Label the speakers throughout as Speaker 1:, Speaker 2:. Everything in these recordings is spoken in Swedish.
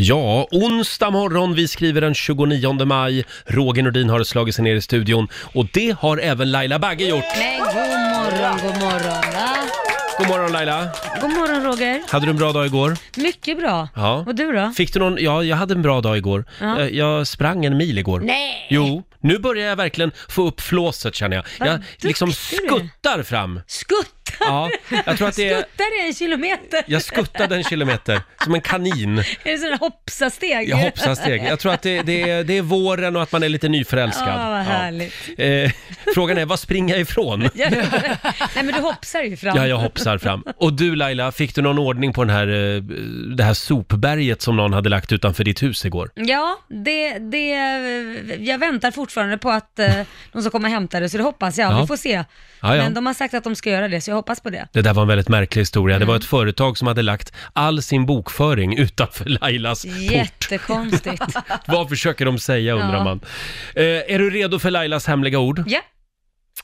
Speaker 1: Ja, onsdag morgon, vi skriver den 29 maj. Roger Nordin har slagit sig ner i studion och det har även Laila Bagge gjort.
Speaker 2: Men god morgon, god morgon. Va?
Speaker 1: God morgon Laila!
Speaker 2: God morgon Roger.
Speaker 1: Hade du en bra dag igår?
Speaker 2: Mycket bra.
Speaker 1: Ja.
Speaker 2: Och du då?
Speaker 1: Fick du någon? Ja, jag hade en bra dag igår.
Speaker 2: Ja.
Speaker 1: Eh, Jag sprang en mil igår.
Speaker 2: Nej!
Speaker 1: Jo, nu börjar jag verkligen få upp flåset känner jag.
Speaker 2: Vad
Speaker 1: jag liksom
Speaker 2: duktig du är.
Speaker 1: skuttar fram.
Speaker 2: Skuttar!
Speaker 1: Ja, jag tror att det är...
Speaker 2: Skuttar i en kilometer.
Speaker 1: Jag skuttade en kilometer, som en kanin.
Speaker 2: Är det sådana hoppsasteg?
Speaker 1: Jag hoppsar steg. Jag tror att det, det, är, det är våren och att man är lite nyförälskad.
Speaker 2: Ja, vad härligt.
Speaker 1: Ja. Eh, frågan är, vad springer jag ifrån?
Speaker 2: Ja. Nej men du hoppsar ju fram.
Speaker 1: Ja, jag hoppsar fram. Och du Laila, fick du någon ordning på den här, eh, det här sopberget som någon hade lagt utanför ditt hus igår?
Speaker 2: Ja, det, det, jag väntar fortfarande på att eh, de ska komma och hämta det, så det hoppas jag.
Speaker 1: Ja.
Speaker 2: Vi får se.
Speaker 1: ja.
Speaker 2: Men de har sagt att de ska göra det, så jag hoppas på det.
Speaker 1: Det där var en väldigt märklig historia. Det var
Speaker 2: Mm.
Speaker 1: ett företag som hade lagt all sin bokföring utanför Lailas port.
Speaker 2: Jättekonstigt.
Speaker 1: Vad försöker de säga undrar
Speaker 2: Ja.
Speaker 1: man. Eh, är du redo för Lailas hemliga ord?
Speaker 2: ja.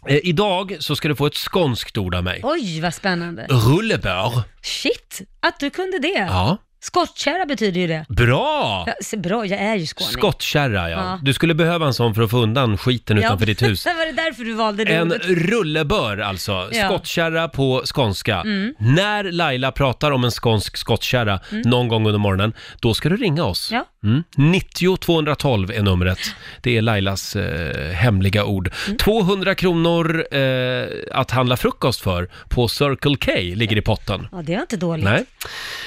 Speaker 1: Eh, idag så ska du få ett skånskt ord av mig.
Speaker 2: Oj, vad spännande.
Speaker 1: Rullebör.
Speaker 2: Shit, att du kunde det.
Speaker 1: Ja,
Speaker 2: Skottkärra betyder ju det.
Speaker 1: bra!
Speaker 2: Ja, så bra, jag är ju skåning.
Speaker 1: Skottkärra ja.
Speaker 2: Ja.
Speaker 1: Du skulle behöva en sån för att få undan skiten utanför ditt hus.
Speaker 2: var det därför du valde det
Speaker 1: En
Speaker 2: ordet?
Speaker 1: rullebör alltså,
Speaker 2: Ja. Mm.
Speaker 1: skottkärra på skånska. När Laila pratar om en skånsk skottkärra någon gång under morgonen, då ska du ringa oss.
Speaker 2: Ja.
Speaker 1: Mm. 90 212 är numret. Det är Lailas eh, hemliga ord.
Speaker 2: Mm.
Speaker 1: 200 kronor eh, att handla frukost för på Circle K ligger i potten.
Speaker 2: Ja, det var inte dåligt.
Speaker 1: Nej.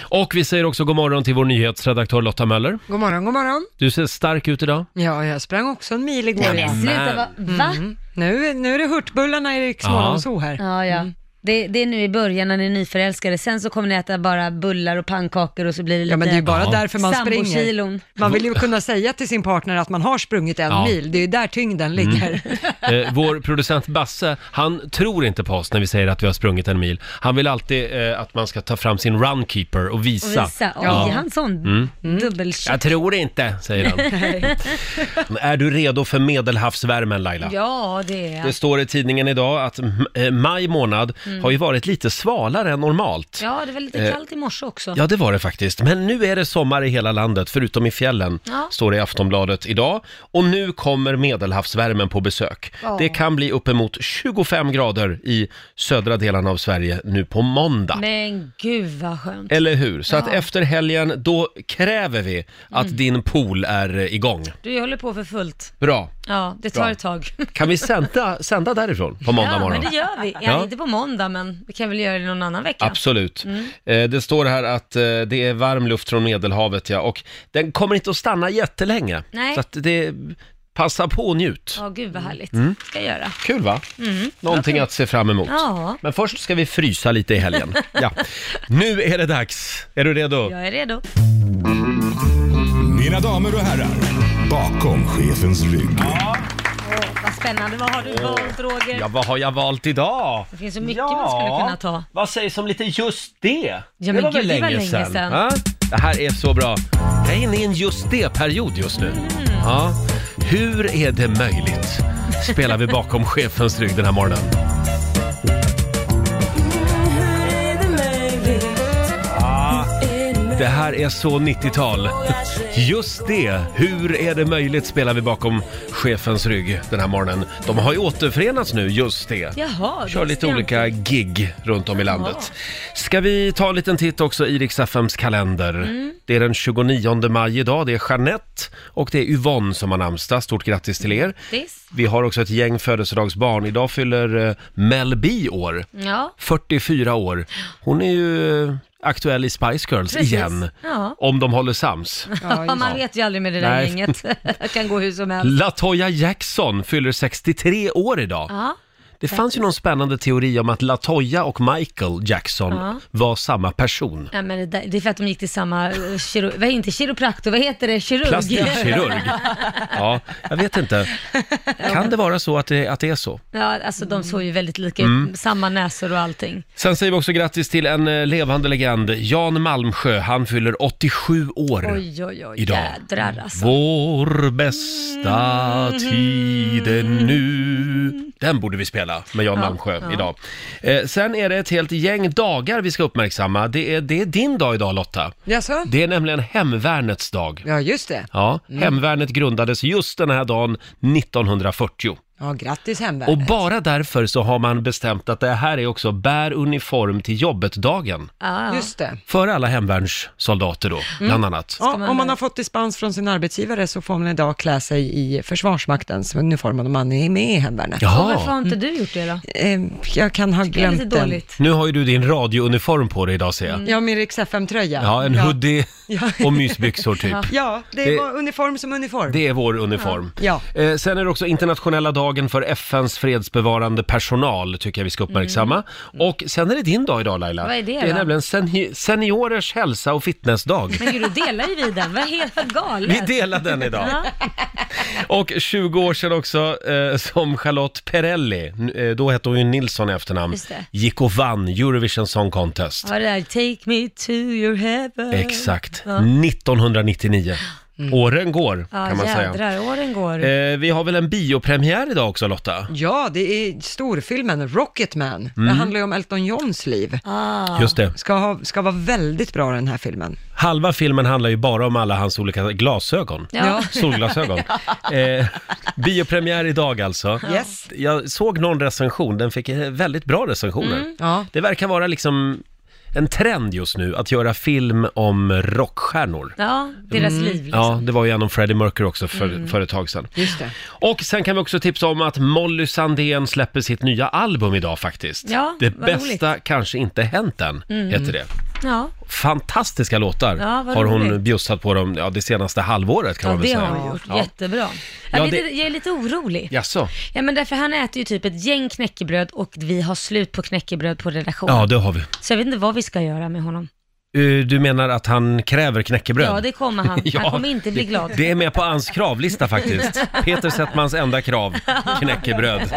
Speaker 1: Och vi säger också god morgon till vår nyhetsredaktör Lotta Möller.
Speaker 3: God morgon, god morgon.
Speaker 1: Du ser stark ut idag.
Speaker 3: Ja, jag sprang också en mil igår.
Speaker 2: Nej,
Speaker 3: Ja.
Speaker 2: sluta, va? va?
Speaker 3: Nu, nu är det Hurtbullarna i Riks
Speaker 1: Ja.
Speaker 3: morgonzoo här. Mm.
Speaker 2: Ja, ja. Det, det är nu i början när ni är nyförälskade, sen så kommer ni äta bara bullar och pannkakor och så blir det lite
Speaker 3: Ja, men det är ju bara
Speaker 1: Ja.
Speaker 3: därför man springer.
Speaker 2: sambokilon.
Speaker 3: Man vill ju kunna säga till sin partner att man har sprungit en
Speaker 1: Ja.
Speaker 3: mil. Det är ju där tyngden
Speaker 2: Mm.
Speaker 3: ligger.
Speaker 1: Eh, vår producent Basse, han tror inte på oss när vi säger att vi har sprungit en mil. Han vill alltid eh, att man ska ta fram sin runkeeper och visa. Mm.
Speaker 2: Och visa, oj,
Speaker 3: Ja.
Speaker 2: är han sån dubbelcheck?
Speaker 1: Jag tror inte, säger han. är du redo för medelhavsvärmen Laila?
Speaker 2: Ja, Mm. det är
Speaker 1: Det
Speaker 2: han.
Speaker 1: står i tidningen idag att m- eh, maj månad har ju varit lite svalare än normalt.
Speaker 2: Ja, det var lite kallt i morse också.
Speaker 1: Eh, Ja, det var det faktiskt. Men nu är det sommar i hela landet, förutom i fjällen,
Speaker 2: Ja.
Speaker 1: står det i Aftonbladet idag. Och nu kommer medelhavsvärmen på besök.
Speaker 2: Ja.
Speaker 1: Det kan bli uppemot 25 grader i södra delarna av Sverige nu på måndag.
Speaker 2: Men gud vad skönt.
Speaker 1: Eller hur? Så att
Speaker 2: Ja. Mm.
Speaker 1: efter helgen, då kräver vi att din pool är eh, igång.
Speaker 2: Du jag håller på för fullt.
Speaker 1: Bra.
Speaker 2: Ja, det tar
Speaker 1: Bra.
Speaker 2: ett tag.
Speaker 1: Kan vi sända, sända därifrån på måndag
Speaker 2: ja,
Speaker 1: morgon?
Speaker 2: men det gör vi. Ja,
Speaker 1: Ja.
Speaker 2: Inte på måndag, men vi kan väl göra det någon annan vecka.
Speaker 1: Absolut.
Speaker 2: Mm.
Speaker 1: Eh, Det står här att eh, det är varm luft från Medelhavet, ja. Och den kommer inte att stanna jättelänge.
Speaker 2: Nej.
Speaker 1: Så att det... Passa på och njut.
Speaker 2: Ja, gud vad härligt. Ska jag göra. Mm.
Speaker 1: Kul va? Mm. Någonting att se fram emot.
Speaker 2: Ja.
Speaker 1: Men först ska vi frysa lite i helgen. ja. Nu är det dags. Är du redo?
Speaker 2: Jag är redo.
Speaker 4: Mina damer och herrar, bakom chefens rygg.
Speaker 2: Åh, vad spännande. Vad har du valt, Roger?
Speaker 1: Ja, vad har jag valt idag?
Speaker 2: Det finns så mycket man skulle kunna ta.
Speaker 1: Vad sägs om lite just det?
Speaker 2: Ja,
Speaker 1: det
Speaker 2: men
Speaker 1: var väl
Speaker 2: gud, det
Speaker 1: länge,
Speaker 2: var länge
Speaker 1: sedan.
Speaker 2: sedan.
Speaker 1: Ja? Det här är så bra. Jag är inne i en just det-period just nu.
Speaker 2: Mm.
Speaker 1: Ja. Hur är det möjligt? Spelar vi bakom chefens rygg den här morgonen. Ah, Det här är så 90-tal. Just det, hur är det möjligt spelar vi bakom chefens rygg den här morgonen. De har ju återförenats nu, just det.
Speaker 2: Jaha,
Speaker 1: Kör lite
Speaker 2: det visste jag
Speaker 1: olika
Speaker 2: inte.
Speaker 1: gig runt om i landet. Ska vi ta en liten titt också i Rix FMs kalender?
Speaker 2: Mm.
Speaker 1: Det är den 29 maj idag. Det är Jeanette och det är Yvonne som har namnsdag. Stort grattis till er.
Speaker 2: Grattis.
Speaker 1: Vi har också ett gäng födelsedagsbarn. Idag fyller eh, Mel B år,
Speaker 2: Ja,
Speaker 1: 44 år. Hon är ju eh, aktuell i Spice Girls
Speaker 2: Precis.
Speaker 1: igen,
Speaker 2: Ja.
Speaker 1: om de håller sams.
Speaker 3: Ja,
Speaker 2: man vet ju aldrig med det där
Speaker 1: Nej.
Speaker 2: gänget. Det kan gå hur som helst.
Speaker 1: Latoya Jackson fyller 63 år idag.
Speaker 2: Ja.
Speaker 1: Det fanns ju någon spännande teori om att Latoya och Michael Jackson
Speaker 2: Ja.
Speaker 1: var samma person.
Speaker 2: Nej, men det, där, det är för att de gick till samma eh, kiro, vad, inte kiropraktor, vad heter det? Kirurg?
Speaker 1: Plastikkirurg. Ja, jag vet inte. Kan det vara så att det, att det är så?
Speaker 2: Ja, alltså de såg ju väldigt lika ut,
Speaker 1: Mm.
Speaker 2: samma näsor och allting.
Speaker 1: Sen säger vi också grattis till en eh, levande legend, Jan Malmsjö. Han fyller 87 år.
Speaker 2: Oj, oj, oj, alltså.
Speaker 1: Idag. Mm.
Speaker 2: jädrar alltså.
Speaker 1: Vår bästa tid är nu Den borde vi spela med Jan
Speaker 2: Ja,
Speaker 1: Malmsjö
Speaker 2: ja.
Speaker 1: idag. Eh, sen är det ett helt gäng dagar vi ska uppmärksamma. Det är, det är din dag idag Lotta.
Speaker 3: Jaså?
Speaker 1: Det är nämligen Hemvärnets dag.
Speaker 3: Ja, just det.
Speaker 1: Ja, Hemvärnet grundades just den här dagen 1940.
Speaker 3: Ja, grattis
Speaker 1: Och
Speaker 3: hemvärnet.
Speaker 1: bara därför så har man bestämt att det här är också bär uniform till jobbet-dagen.
Speaker 3: Ah.
Speaker 2: Ja, ja.
Speaker 3: Just det.
Speaker 1: För alla hemvärnssoldater då, bland annat.
Speaker 3: Ja,
Speaker 2: man
Speaker 3: om man
Speaker 2: väl-
Speaker 3: har fått dispens från sin arbetsgivare så får man idag klä sig i Försvarsmaktens uniform om man är med i hemvärnet.
Speaker 2: Och varför har
Speaker 1: Jaha,
Speaker 2: inte du gjort det då?
Speaker 3: Eh, Jag kan ha
Speaker 2: Det är lite
Speaker 3: glömt den.
Speaker 2: dåligt.
Speaker 1: nu har ju du din radiouniform på dig idag ser jag.
Speaker 3: Mm, Ja, min Rix FM-tröja.
Speaker 1: Ja, en hoodie
Speaker 3: Ja.
Speaker 1: och mysbyxor typ.
Speaker 3: Ja, det,
Speaker 1: Det-
Speaker 3: var uniform som uniform.
Speaker 1: Det är vår uniform.
Speaker 3: Ja.
Speaker 1: Eh, sen är det också internationella dagen för FNs fredsbevarande personal, tycker jag vi ska uppmärksamma. Och sen är det din dag idag Laila.
Speaker 2: Mm. Vad är det
Speaker 1: Det är
Speaker 2: då?
Speaker 1: nämligen seni- seniorers hälsa och fitnessdag.
Speaker 2: Men gud, du delar ju vid den. Vad helt vad galet.
Speaker 1: Vi delar den idag.
Speaker 2: Ja.
Speaker 1: Och 20 år sedan också eh, som Charlotte Perrelli, n- eh, då hette hon ju Nilsson i efternamn,
Speaker 2: Just det.
Speaker 1: gick och vann Eurovision Song Contest.
Speaker 2: Ja, det där, take me to your heaven.
Speaker 1: Exakt, Mm.
Speaker 2: Ja. Mm.
Speaker 1: 1999. Åren går,
Speaker 2: Ja,
Speaker 1: kan man
Speaker 2: jädrar,
Speaker 1: säga.
Speaker 2: åren går.
Speaker 1: Eh, vi har väl en biopremiär idag också Lotta?
Speaker 3: Ja, det är storfilmen Rocketman. Det handlar ju om Elton Johns liv.
Speaker 2: Ah.
Speaker 1: Mm. Just det.
Speaker 3: Ska, ha, ska vara väldigt bra den här filmen.
Speaker 1: Halva filmen handlar ju bara om alla hans olika glasögon.
Speaker 2: Ja.
Speaker 1: Solglasögon. Eh, biopremiär idag alltså.
Speaker 3: Yes.
Speaker 1: Jag såg någon recension, den fick eh, väldigt bra recensioner.
Speaker 3: Mm. Ja.
Speaker 1: Det verkar vara liksom en trend just nu att göra film om rockstjärnor.
Speaker 2: ja, deras
Speaker 3: Mm.
Speaker 2: liv liksom.
Speaker 1: Mm.
Speaker 2: Mm.
Speaker 1: Ja, det var ju en om Freddie Mercury också för, för ett tag sedan.
Speaker 3: Just det.
Speaker 1: Och sen kan vi också tipsa om att Molly Sandén släpper sitt nya album idag faktiskt.
Speaker 2: Ja,
Speaker 1: det
Speaker 2: vad roligt. Mm.
Speaker 1: bästa kanske inte hänt än, heter det.
Speaker 2: Ja,
Speaker 1: Fantastiska låtar
Speaker 2: Ja, vad
Speaker 1: har hon
Speaker 2: roligt.
Speaker 1: bjussat på dem ja, det senaste halvåret kan
Speaker 2: ja
Speaker 1: man väl
Speaker 2: det
Speaker 1: säga.
Speaker 2: har hon gjort.
Speaker 1: Ja.
Speaker 2: Jättebra.
Speaker 1: Ja,
Speaker 2: Jag, är
Speaker 1: det-
Speaker 2: lite, jag är lite orolig.
Speaker 1: Jaså?
Speaker 2: Ja, men därför han äter ju typ ett gäng knäckebröd och vi har slut på knäckebröd på redaktionen.
Speaker 1: Ja, det har vi.
Speaker 2: Så jag vet inte vad vi ska göra med honom.
Speaker 1: Eh, Du menar att han kräver knäckebröd?
Speaker 2: Ja, det kommer han.
Speaker 1: Ja,
Speaker 2: Han kommer inte bli glad.
Speaker 1: Det är med på hans kravlista faktiskt. Peter Settmans enda krav, knäckebröd.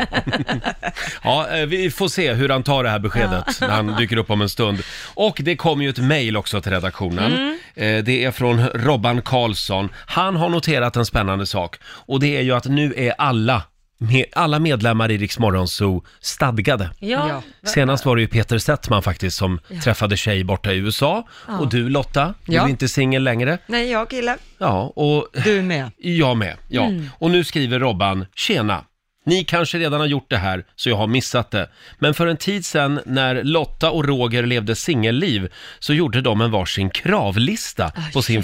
Speaker 1: Ja, eh, vi får se hur han tar det här beskedet när han dyker upp om en stund. Och det kommer ju ett mejl också till redaktionen. Eh, Det är från Robban Karlsson. Han har noterat en spännande sak och det är ju att nu är alla med, alla medlemmar i Rix Morgon Zoo stadgade.
Speaker 2: Ja,
Speaker 3: Ja.
Speaker 1: Senast var det ju Peter Settman faktiskt som träffade tjej borta i USA. Och du Lotta, du
Speaker 3: Ja.
Speaker 1: är inte singel längre.
Speaker 3: Nej, jag gillar.
Speaker 1: Ja, och
Speaker 3: Du med. Mm.
Speaker 1: jag med, ja. Och nu skriver Robban, tjena! Ni kanske redan har gjort det här, så jag har missat det. Men för en tid sedan när Lotta och Roger levde singelliv så gjorde de en varsin
Speaker 3: Ah,
Speaker 1: kravlista på sin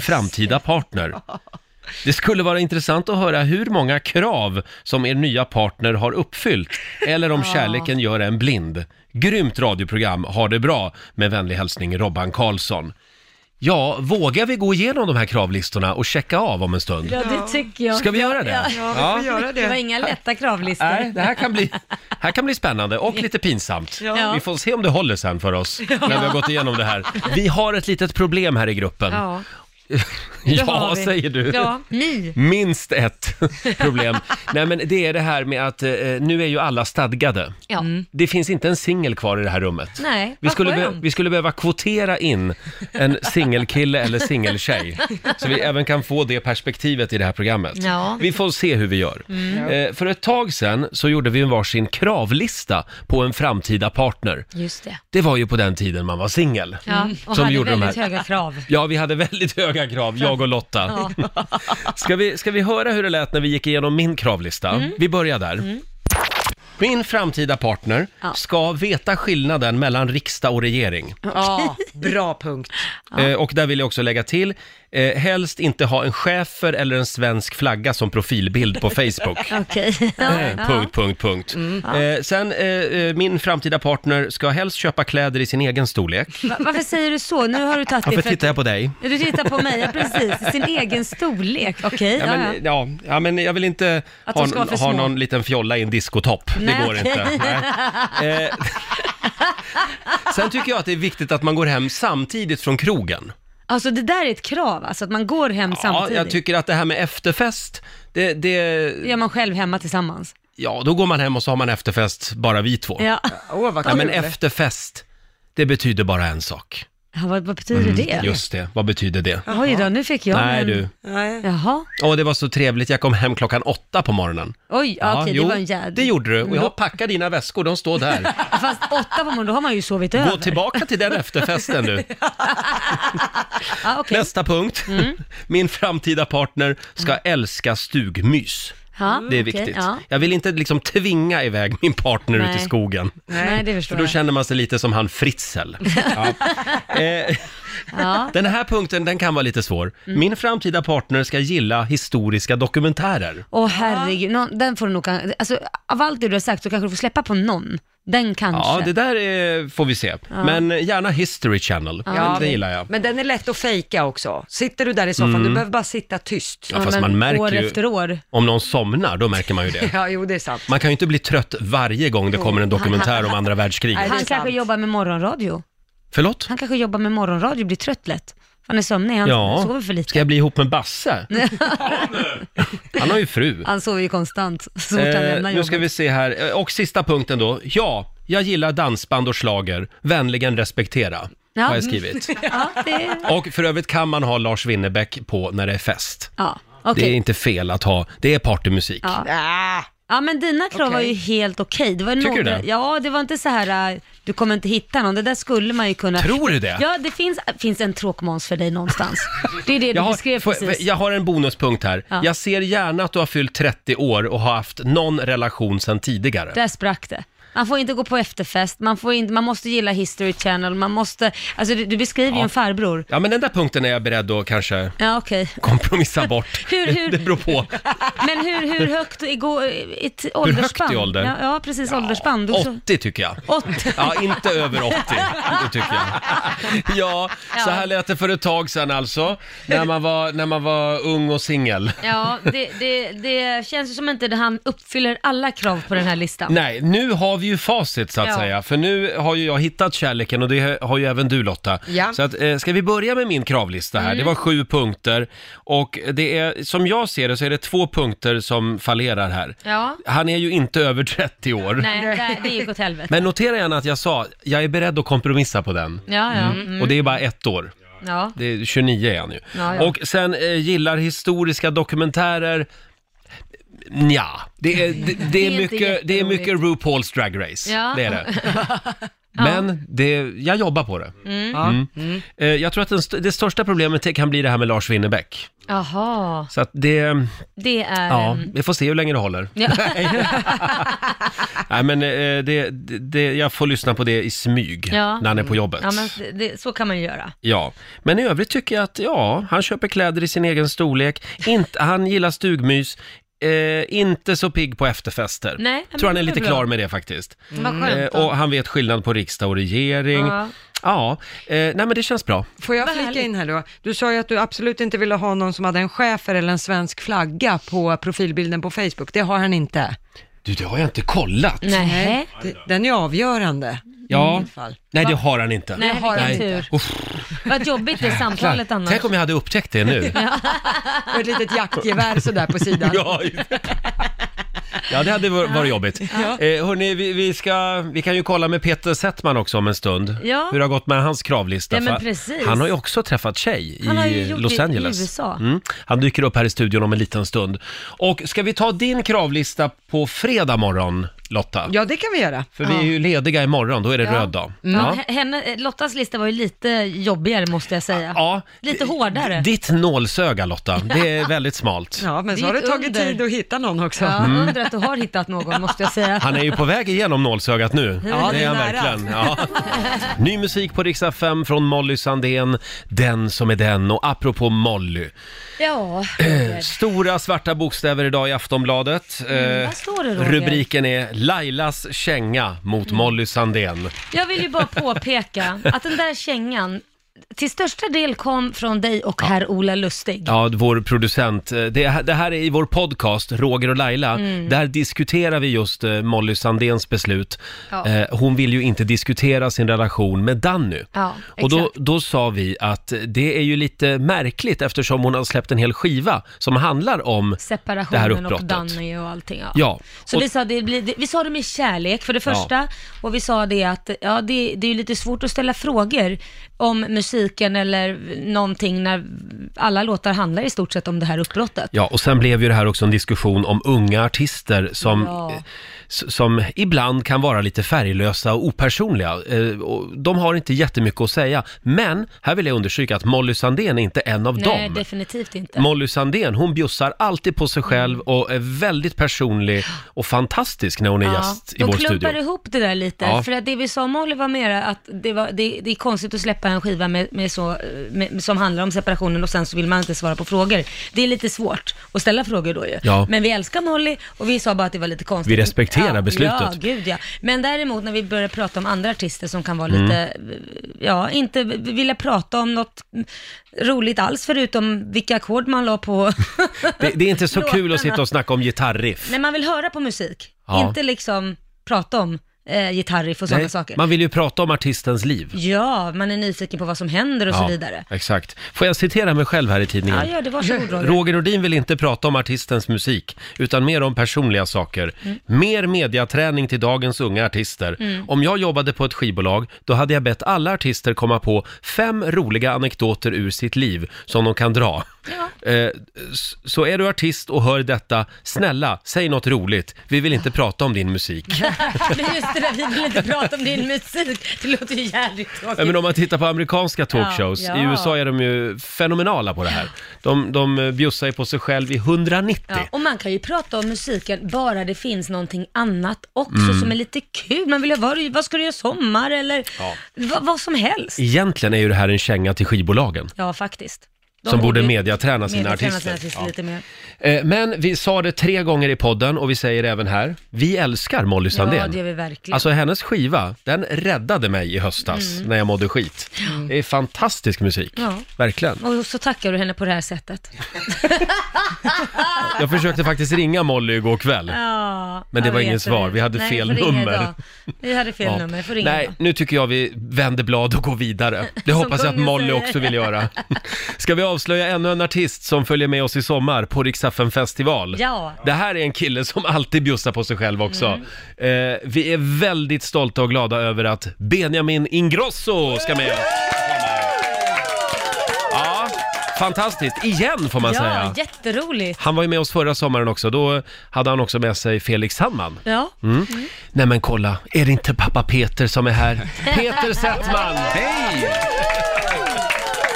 Speaker 1: framtida partner. Det skulle vara intressant att höra hur många krav som er nya partner har uppfyllt, eller om kärleken gör en blind. Grymt radioprogram, ha det bra! Med vänlig hälsning Robban Karlsson. Ja, vågar vi gå igenom de här kravlistorna och checka av om en stund?
Speaker 2: ja det tycker jag.
Speaker 1: Ska vi göra det?
Speaker 2: Ja,
Speaker 3: Ja, vi får göra
Speaker 2: Det var
Speaker 3: det.
Speaker 2: inga lätta kravlistor.
Speaker 1: Nej, det här kan, bli, här kan bli spännande och lite pinsamt.
Speaker 2: Ja.
Speaker 1: Vi får se om det håller sen för oss när vi har gått igenom det här. Vi har ett litet problem här i gruppen. Ja,
Speaker 2: Ja, det har vi.
Speaker 1: säger du.
Speaker 2: Ja, ni.
Speaker 1: Minst ett problem. Nej, men det är det här med att eh, nu är ju alla stadgade.
Speaker 2: Ja.
Speaker 1: Det finns inte en singel kvar i det här rummet.
Speaker 2: Nej,
Speaker 1: Mm. Vi
Speaker 2: vad
Speaker 1: skulle, be-
Speaker 2: skönt.
Speaker 1: vi skulle behöva kvotera in en singelkille eller singeltjej. Så vi även kan få det perspektivet i det här programmet.
Speaker 2: Ja. Mm.
Speaker 1: Vi får se hur vi gör. Eh, för ett tag sedan så gjorde vi en varsin kravlista på en framtida partner.
Speaker 2: Just det.
Speaker 1: Det var ju på den tiden man var singel.
Speaker 2: Ja, och
Speaker 1: Som
Speaker 2: hade
Speaker 1: gjorde de
Speaker 2: väldigt
Speaker 1: här.
Speaker 2: höga krav.
Speaker 1: Ja, vi hade väldigt höga krav, jag och Lotta. Ska vi, ska vi höra hur det lät när vi gick igenom min kravlista? Vi börjar där. Min framtida partner ska veta skillnaden mellan riksdag och regering.
Speaker 3: Ja, bra punkt.
Speaker 1: Eh, och där vill jag också lägga till, eh, helst inte ha en schäfer eller en svensk flagga som profilbild på Facebook.
Speaker 2: Okej.
Speaker 1: Eh, Punkt, punkt, punkt. Eh, sen, eh, eh, min framtida partner ska helst köpa kläder i sin egen storlek.
Speaker 2: Va- Varför säger du så? Nu har du tagit det
Speaker 1: Varför
Speaker 2: för att-
Speaker 1: tittar jag på dig?
Speaker 2: Du tittar på mig, ja, precis. Sin egen storlek. Okej,
Speaker 1: Ja,
Speaker 2: ja,
Speaker 1: men,
Speaker 2: ja.
Speaker 1: ja, ja, men jag vill inte
Speaker 2: Att de
Speaker 1: ha,
Speaker 2: ska vara för
Speaker 1: ha
Speaker 2: små.
Speaker 1: någon liten fjolla i en diskotopp. Det
Speaker 2: Nej,
Speaker 1: går inte. Nej. Eh, Sen tycker jag att det är viktigt att man går hem samtidigt från krogen.
Speaker 2: Alltså det där är ett krav, alltså att man går hem
Speaker 1: Ja,
Speaker 2: samtidigt.
Speaker 1: jag tycker att det här med efterfest, det, det,
Speaker 2: Det gör man själv hemma tillsammans.
Speaker 1: Ja, då går man hem och så har man efterfest, bara vi två.
Speaker 2: Ja.
Speaker 3: Åh, vad
Speaker 1: Nej, men
Speaker 3: kul.
Speaker 1: efterfest, det betyder bara en sak.
Speaker 2: Ja, vad, vad betyder det?
Speaker 1: Mm, Just det, vad betyder det?
Speaker 2: Oj då, nu fick jag
Speaker 1: Nej
Speaker 2: en...
Speaker 1: du.
Speaker 3: Nej.
Speaker 2: Jaha.
Speaker 1: Åh, det var så trevligt. Jag kom hem klockan åtta på morgonen.
Speaker 2: Oj, ja, okej,
Speaker 1: jo,
Speaker 2: det var en Mm. jädra...
Speaker 1: Det gjorde du. Och jag har packat dina väskor, de står där.
Speaker 2: Fast åtta på morgonen, då har man ju sovit
Speaker 1: Gå
Speaker 2: över.
Speaker 1: tillbaka till den efterfesten du.
Speaker 2: Ja, okej. Mm.
Speaker 1: Nästa punkt. Min framtida partner ska älska stugmys.
Speaker 2: Ja,
Speaker 1: Det är
Speaker 2: okej,
Speaker 1: viktigt.
Speaker 2: Ja.
Speaker 1: Jag vill inte liksom tvinga iväg min partner ut i
Speaker 2: Nej.
Speaker 1: skogen.
Speaker 2: Nej, det
Speaker 1: För
Speaker 2: förstår
Speaker 1: då
Speaker 2: jag.
Speaker 1: känner man sig lite som han Fritzl. Ja. Eh,
Speaker 2: Ja.
Speaker 1: den här punkten den kan vara lite svår.
Speaker 2: Mm.
Speaker 1: Min framtida partner ska gilla historiska dokumentärer.
Speaker 2: Åh herregud, någon, den får du nog... kan- Alltså, av allt det du har sagt så kanske du får släppa på någon. Den kanske.
Speaker 1: Ja, det där är, får vi se. Men gärna History Channel, det gillar jag. Mm.
Speaker 3: Men den är lätt att fejka också. Sitter du där i soffan, du behöver bara sitta tyst.
Speaker 1: Ja, fast man
Speaker 2: år
Speaker 1: märker
Speaker 2: efter
Speaker 1: ju,
Speaker 2: år.
Speaker 1: om någon somnar, då märker man ju det.
Speaker 3: Ja, jo det är sant.
Speaker 1: Man kan ju inte bli trött varje gång det kommer en dokumentär om andra
Speaker 3: Nej,
Speaker 1: världskriget.
Speaker 3: det är
Speaker 2: Han kanske
Speaker 3: sant.
Speaker 2: jobbar med morgonradio.
Speaker 1: Förlåt?
Speaker 2: Han kanske jobbar med morgonradio, blir trött lätt. Han är sömnig, han
Speaker 1: Ja,
Speaker 2: sover för lite.
Speaker 1: ska jag bli ihop med Basse? Han har ju fru.
Speaker 2: Han sover ju konstant, så fort han
Speaker 1: Eh,
Speaker 2: lämnar
Speaker 1: nu
Speaker 2: jobbet.
Speaker 1: ska vi se här, Eh, och sista punkten då. Ja, jag gillar dansband och slager. vänligen respektera.
Speaker 2: Ja.
Speaker 1: Har jag skrivit.
Speaker 2: Ja, det...
Speaker 1: Och för övrigt kan man ha Lars Winnerbäck på när det är fest.
Speaker 2: Ja, okej.
Speaker 1: Det är inte fel att ha, det är partymusik.
Speaker 2: Ja.
Speaker 3: Ah,
Speaker 2: Ja men dina krav
Speaker 3: Okej.
Speaker 2: var ju helt okej. Det var
Speaker 1: Tycker
Speaker 2: några...
Speaker 1: du det?
Speaker 2: Ja, det var inte så här, äh, du kommer inte hitta någon. Det där skulle man ju kunna...
Speaker 1: Tror du det?
Speaker 2: Ja, det finns, finns en tråkmåns för dig någonstans. Det är det du beskrev
Speaker 1: får-
Speaker 2: precis.
Speaker 1: jag har en bonuspunkt här.
Speaker 2: Ja.
Speaker 1: Jag ser gärna att du har fyllt 30 år och har haft någon relation sedan tidigare.
Speaker 2: Där sprack det. Man får inte gå på efterfest, man, får inte, man måste gilla History Channel, man måste... Alltså du, du beskriver ju en farbror.
Speaker 1: Ja, men den där punkten är jag beredd att kanske
Speaker 2: Ja, okej.
Speaker 1: kompromissa bort.
Speaker 2: Hur- hur-
Speaker 1: Det beror på.
Speaker 2: Men hur, hur högt i, gå, i ett
Speaker 1: högt i
Speaker 2: åldersspann?
Speaker 1: ålder?
Speaker 2: Ja, ja precis, åldersspann. Du, så,
Speaker 1: 80 tycker jag.
Speaker 2: 80.
Speaker 1: Ja, inte över 80, det tycker jag. Ja, så här lät det för ett tag sedan alltså, när man var, när man var ung och singel.
Speaker 2: Ja, det, det, det känns ju som inte att han uppfyller alla krav på den här listan.
Speaker 1: Nej, nu har vi ju facit så att
Speaker 2: Ja.
Speaker 1: säga, för nu har ju jag hittat kärleken och det har ju även du Lotta.
Speaker 3: Ja.
Speaker 1: Så att, eh, ska vi börja med min kravlista här?
Speaker 2: Mm.
Speaker 1: Det var sju punkter och det är, som jag ser det så är det två punkter som fallerar här.
Speaker 2: Ja.
Speaker 1: Han är ju inte över 30 år.
Speaker 2: Nej, det, det gick åt helvete.
Speaker 1: Men notera gärna att jag sa, jag är beredd att kompromissa på den.
Speaker 2: Ja, ja. Mm.
Speaker 1: Och det är bara ett år.
Speaker 2: ja.
Speaker 1: Det är 29 är han ju.
Speaker 2: Ja, ja.
Speaker 1: Och sen eh, gillar historiska dokumentärer Ja, det är, det, det är,
Speaker 2: inte
Speaker 1: mycket, det är
Speaker 2: jätteroligt.
Speaker 1: mycket RuPaul's Drag Race.
Speaker 2: Ja.
Speaker 1: Det är det. Men det, jag jobbar på det.
Speaker 2: Mm.
Speaker 3: Ja. Mm.
Speaker 1: Eh, Jag tror att den, st- det största problemet det kan bli det här med Lars Winnerbäck.
Speaker 2: Jaha,
Speaker 1: Så att det,
Speaker 2: det är...
Speaker 1: ja, vi får se hur länge det håller.
Speaker 2: Ehm. Ja.
Speaker 1: Nej men eh, det, det- det, jag får lyssna på det i smyg
Speaker 2: Ja.
Speaker 1: när han är på jobbet.
Speaker 2: Ja, men det, det, så kan man ju göra.
Speaker 1: Ja, men i övrigt tycker jag att ja, han köper kläder i sin egen storlek, inte, han gillar stugmys, eh, inte så pigg på efterfester.
Speaker 2: Nej, men
Speaker 1: Tror han är
Speaker 2: det är
Speaker 1: lite
Speaker 2: bra.
Speaker 1: klar med det faktiskt.
Speaker 2: Vad
Speaker 1: Eh,
Speaker 2: skönt. då.
Speaker 1: och han vet skillnad på riksdag och regering.
Speaker 2: Ja.
Speaker 1: Ja, eh, nej men det känns bra.
Speaker 3: Får jag
Speaker 2: Vad
Speaker 3: flika
Speaker 2: härligt.
Speaker 3: in här då? Du sa ju att du absolut inte ville ha någon som hade en schäfer eller en svensk flagga på profilbilden på Facebook. Det har han inte.
Speaker 1: Du, det har jag inte kollat.
Speaker 2: Nej.
Speaker 3: Det- Den är avgörande.
Speaker 1: Ja.
Speaker 3: I alla fall.
Speaker 1: Nej, det har han inte.
Speaker 2: Nej,
Speaker 3: har
Speaker 2: vilken
Speaker 1: han inte.
Speaker 2: tur. Vad jobbigt det samtalet annars.
Speaker 1: Tänk om jag hade upptäckt det nu.
Speaker 3: Och ett litet jaktgevär sådär på sidan.
Speaker 1: Ja, ja det hade var- varit jobbigt. Eh, hörni, vi, vi, ska, vi kan ju kolla med Peter Settman också om en stund.
Speaker 2: Ja.
Speaker 1: Hur det har gått med hans kravlista.
Speaker 2: Ja, men
Speaker 1: För
Speaker 2: precis.
Speaker 1: Han har ju också träffat tjej
Speaker 2: Han har
Speaker 1: i
Speaker 2: ju gjort
Speaker 1: Los
Speaker 2: det i
Speaker 1: Angeles.
Speaker 2: USA.
Speaker 1: Mm. Han dyker upp här i studion om en liten stund. Och ska vi ta din kravlista på fredag morgon, Lotta?
Speaker 3: Ja, det kan vi göra.
Speaker 1: För vi är ju lediga imorgon, då är det röd dag.
Speaker 2: Ja, Mm. henne, Lottas lista var ju lite jobbigare måste jag säga.
Speaker 1: Ja.
Speaker 2: Lite hårdare.
Speaker 1: Ditt nålsöga Lotta, det är väldigt smalt.
Speaker 3: Ja, men
Speaker 2: Det
Speaker 3: så har det
Speaker 2: gick
Speaker 3: tagit
Speaker 2: under.
Speaker 3: tid att hitta någon också.
Speaker 2: Ja, undrar att du har hittat någon måste jag säga.
Speaker 1: Mm. Han är ju på väg igenom nålsögat nu.
Speaker 3: Ja, det är
Speaker 1: han
Speaker 3: nära.
Speaker 1: verkligen. Ja. Ny musik på Riksa 5 från Molly Sandén, Den som är den. Och apropå Molly,
Speaker 2: Ja,
Speaker 1: stora svarta bokstäver idag i Aftonbladet. Eh,
Speaker 2: Mm, vad står det Roger? Mm.
Speaker 1: Rubriken är Lailas känga mot Molly Sandén.
Speaker 2: Jag vill ju bara påpeka att den där kängan till största del kom från dig och herr Ola Lustig.
Speaker 1: Ja, vår producent. eh, Det, här- det här är i vår podcast, Roger och Laila.
Speaker 2: Mm.
Speaker 1: Där diskuterar vi just eh, Molly Sandéns beslut.
Speaker 2: Ja.
Speaker 1: Eh, Hon vill ju inte diskutera sin relation med Danny.
Speaker 2: Ja,
Speaker 1: och då,
Speaker 2: exakt.
Speaker 1: då sa vi att det är ju lite märkligt eftersom hon har släppt en hel skiva som handlar om det här
Speaker 2: Separationen och
Speaker 1: uppbrottet.
Speaker 2: Danny och allting. Ja.
Speaker 1: Ja,
Speaker 2: Så
Speaker 1: och-
Speaker 2: vi, sa det, blir- det- vi sa det med kärlek för det första och vi sa det att ja, det, det är ju lite svårt att ställa frågor om musiken eller någonting när alla låtar handlar i stort sett om det här uppbrottet.
Speaker 1: Ja, och sen blev ju det här också en diskussion om unga artister som,
Speaker 2: Ja.
Speaker 1: eh, s- som ibland kan vara lite färglösa och opersonliga. Eh, och De har inte jättemycket att säga, men här vill jag understryka att Molly Sandén är inte en av
Speaker 2: Nej,
Speaker 1: dem.
Speaker 2: definitivt inte. Mm.
Speaker 1: Molly Sandén, hon bjussar alltid på sig själv och är väldigt personlig och fantastisk när hon är gäst i
Speaker 2: de
Speaker 1: vår
Speaker 2: klumpar
Speaker 1: studio.
Speaker 2: ihop det där lite,
Speaker 1: Ja.
Speaker 2: för att det vi sa om Molly var mera att det, var, det, det är konstigt att släppa en skiva med, med så, med, som handlar om separationen och sen så vill man inte svara på frågor. Det är lite svårt att ställa frågor då ju.
Speaker 1: Ja.
Speaker 2: Men vi älskar Molly och vi sa bara att det var lite konstigt.
Speaker 1: Vi respekterar
Speaker 2: ja,
Speaker 1: beslutet.
Speaker 2: Ja, gud ja. Men däremot när vi börjar prata om andra artister som kan vara
Speaker 1: Mm.
Speaker 2: lite, ja, inte vilja prata om något roligt alls förutom vilka ackord man la på.
Speaker 1: Det, det är inte så kul att
Speaker 2: låtarna.
Speaker 1: sitta och snacka om gitarriff.
Speaker 2: När man vill höra på musik,
Speaker 1: Ja.
Speaker 2: inte liksom prata om eh, gitarriff och sådana
Speaker 1: Nej,
Speaker 2: saker.
Speaker 1: man vill ju prata om artistens liv.
Speaker 2: Ja, man är nyfiken på vad som händer och så vidare.
Speaker 1: exakt. Får jag citera mig själv här i tidningen?
Speaker 2: Ja, gör det. Varsågod Roger.
Speaker 1: Roger Nordin vill inte prata om artistens musik, utan mer om personliga saker.
Speaker 2: Mm.
Speaker 1: Mer mediaträning till dagens unga artister. Om jag jobbade på ett skivbolag, då hade jag bett alla artister komma på fem roliga anekdoter ur sitt liv som de kan dra. Eh, s- så är du artist och hör detta, snälla, säg något roligt. Vi vill inte prata om din musik.
Speaker 2: Det är just det där, vi vill inte prata om din musik. Det låter ju jävligt
Speaker 1: Ja,
Speaker 2: tråkigt.
Speaker 1: men om man tittar på amerikanska talkshows,
Speaker 2: Ja, ja.
Speaker 1: i USA är de ju fenomenala på det här. De, de eh, bjussar ju på sig själv i 190.
Speaker 2: Ja, och man kan ju prata om musiken bara det finns någonting annat också
Speaker 1: Mm.
Speaker 2: som är lite kul. Man vill ju, vad, vad ska du göra i sommar eller vad, vad som helst.
Speaker 1: Egentligen är ju det här en känga till skivbolagen,
Speaker 2: Ja, faktiskt. De
Speaker 1: som borde
Speaker 2: ju
Speaker 1: mediaträna sina
Speaker 2: mediaträna
Speaker 1: artister.
Speaker 2: lite mer.
Speaker 1: Ja. Eh, Men vi sa det tre gånger i podden och vi säger det även här, vi älskar Molly Sandén.
Speaker 2: Ja, det gör vi verkligen.
Speaker 1: Alltså hennes skiva, den räddade mig i höstas
Speaker 2: Mm.
Speaker 1: när jag mådde skit. Det är fantastisk musik,
Speaker 2: Ja.
Speaker 1: verkligen.
Speaker 2: Och så tackar du henne på det här sättet.
Speaker 1: Jag försökte faktiskt ringa Molly igår kväll.
Speaker 2: Ja,
Speaker 1: Men det
Speaker 2: jag
Speaker 1: var
Speaker 2: vet
Speaker 1: ingen svar.
Speaker 2: det.
Speaker 1: Vi hade
Speaker 2: Nej,
Speaker 1: fel
Speaker 2: får ringa
Speaker 1: nummer.
Speaker 2: idag. Vi hade fel
Speaker 1: Ja.
Speaker 2: nummer, får ringa
Speaker 1: Nej,
Speaker 2: idag.
Speaker 1: nu tycker jag vi vänder blad och går vidare. Det hoppas jag att
Speaker 2: kungen
Speaker 1: Molly
Speaker 2: säger.
Speaker 1: också vill göra. Ska vi avslöja ännu en artist som följer med oss i sommar på Riksaffen festival?
Speaker 2: Ja.
Speaker 1: Det här är en kille som alltid bjussar på sig själv också.
Speaker 2: Mm.
Speaker 1: Eh, vi är väldigt stolta och glada över att Benjamin Ingrosso ska med oss. Ja, fantastiskt. Igen får man
Speaker 2: Ja,
Speaker 1: säga.
Speaker 2: jätteroligt.
Speaker 1: Han var ju med oss förra sommaren också. Då hade han också med sig Felix Sandman. Mm.
Speaker 2: Ja, Mm.
Speaker 1: Nej men kolla, är det inte pappa Peter som är här? Peter Settman!
Speaker 5: Hej!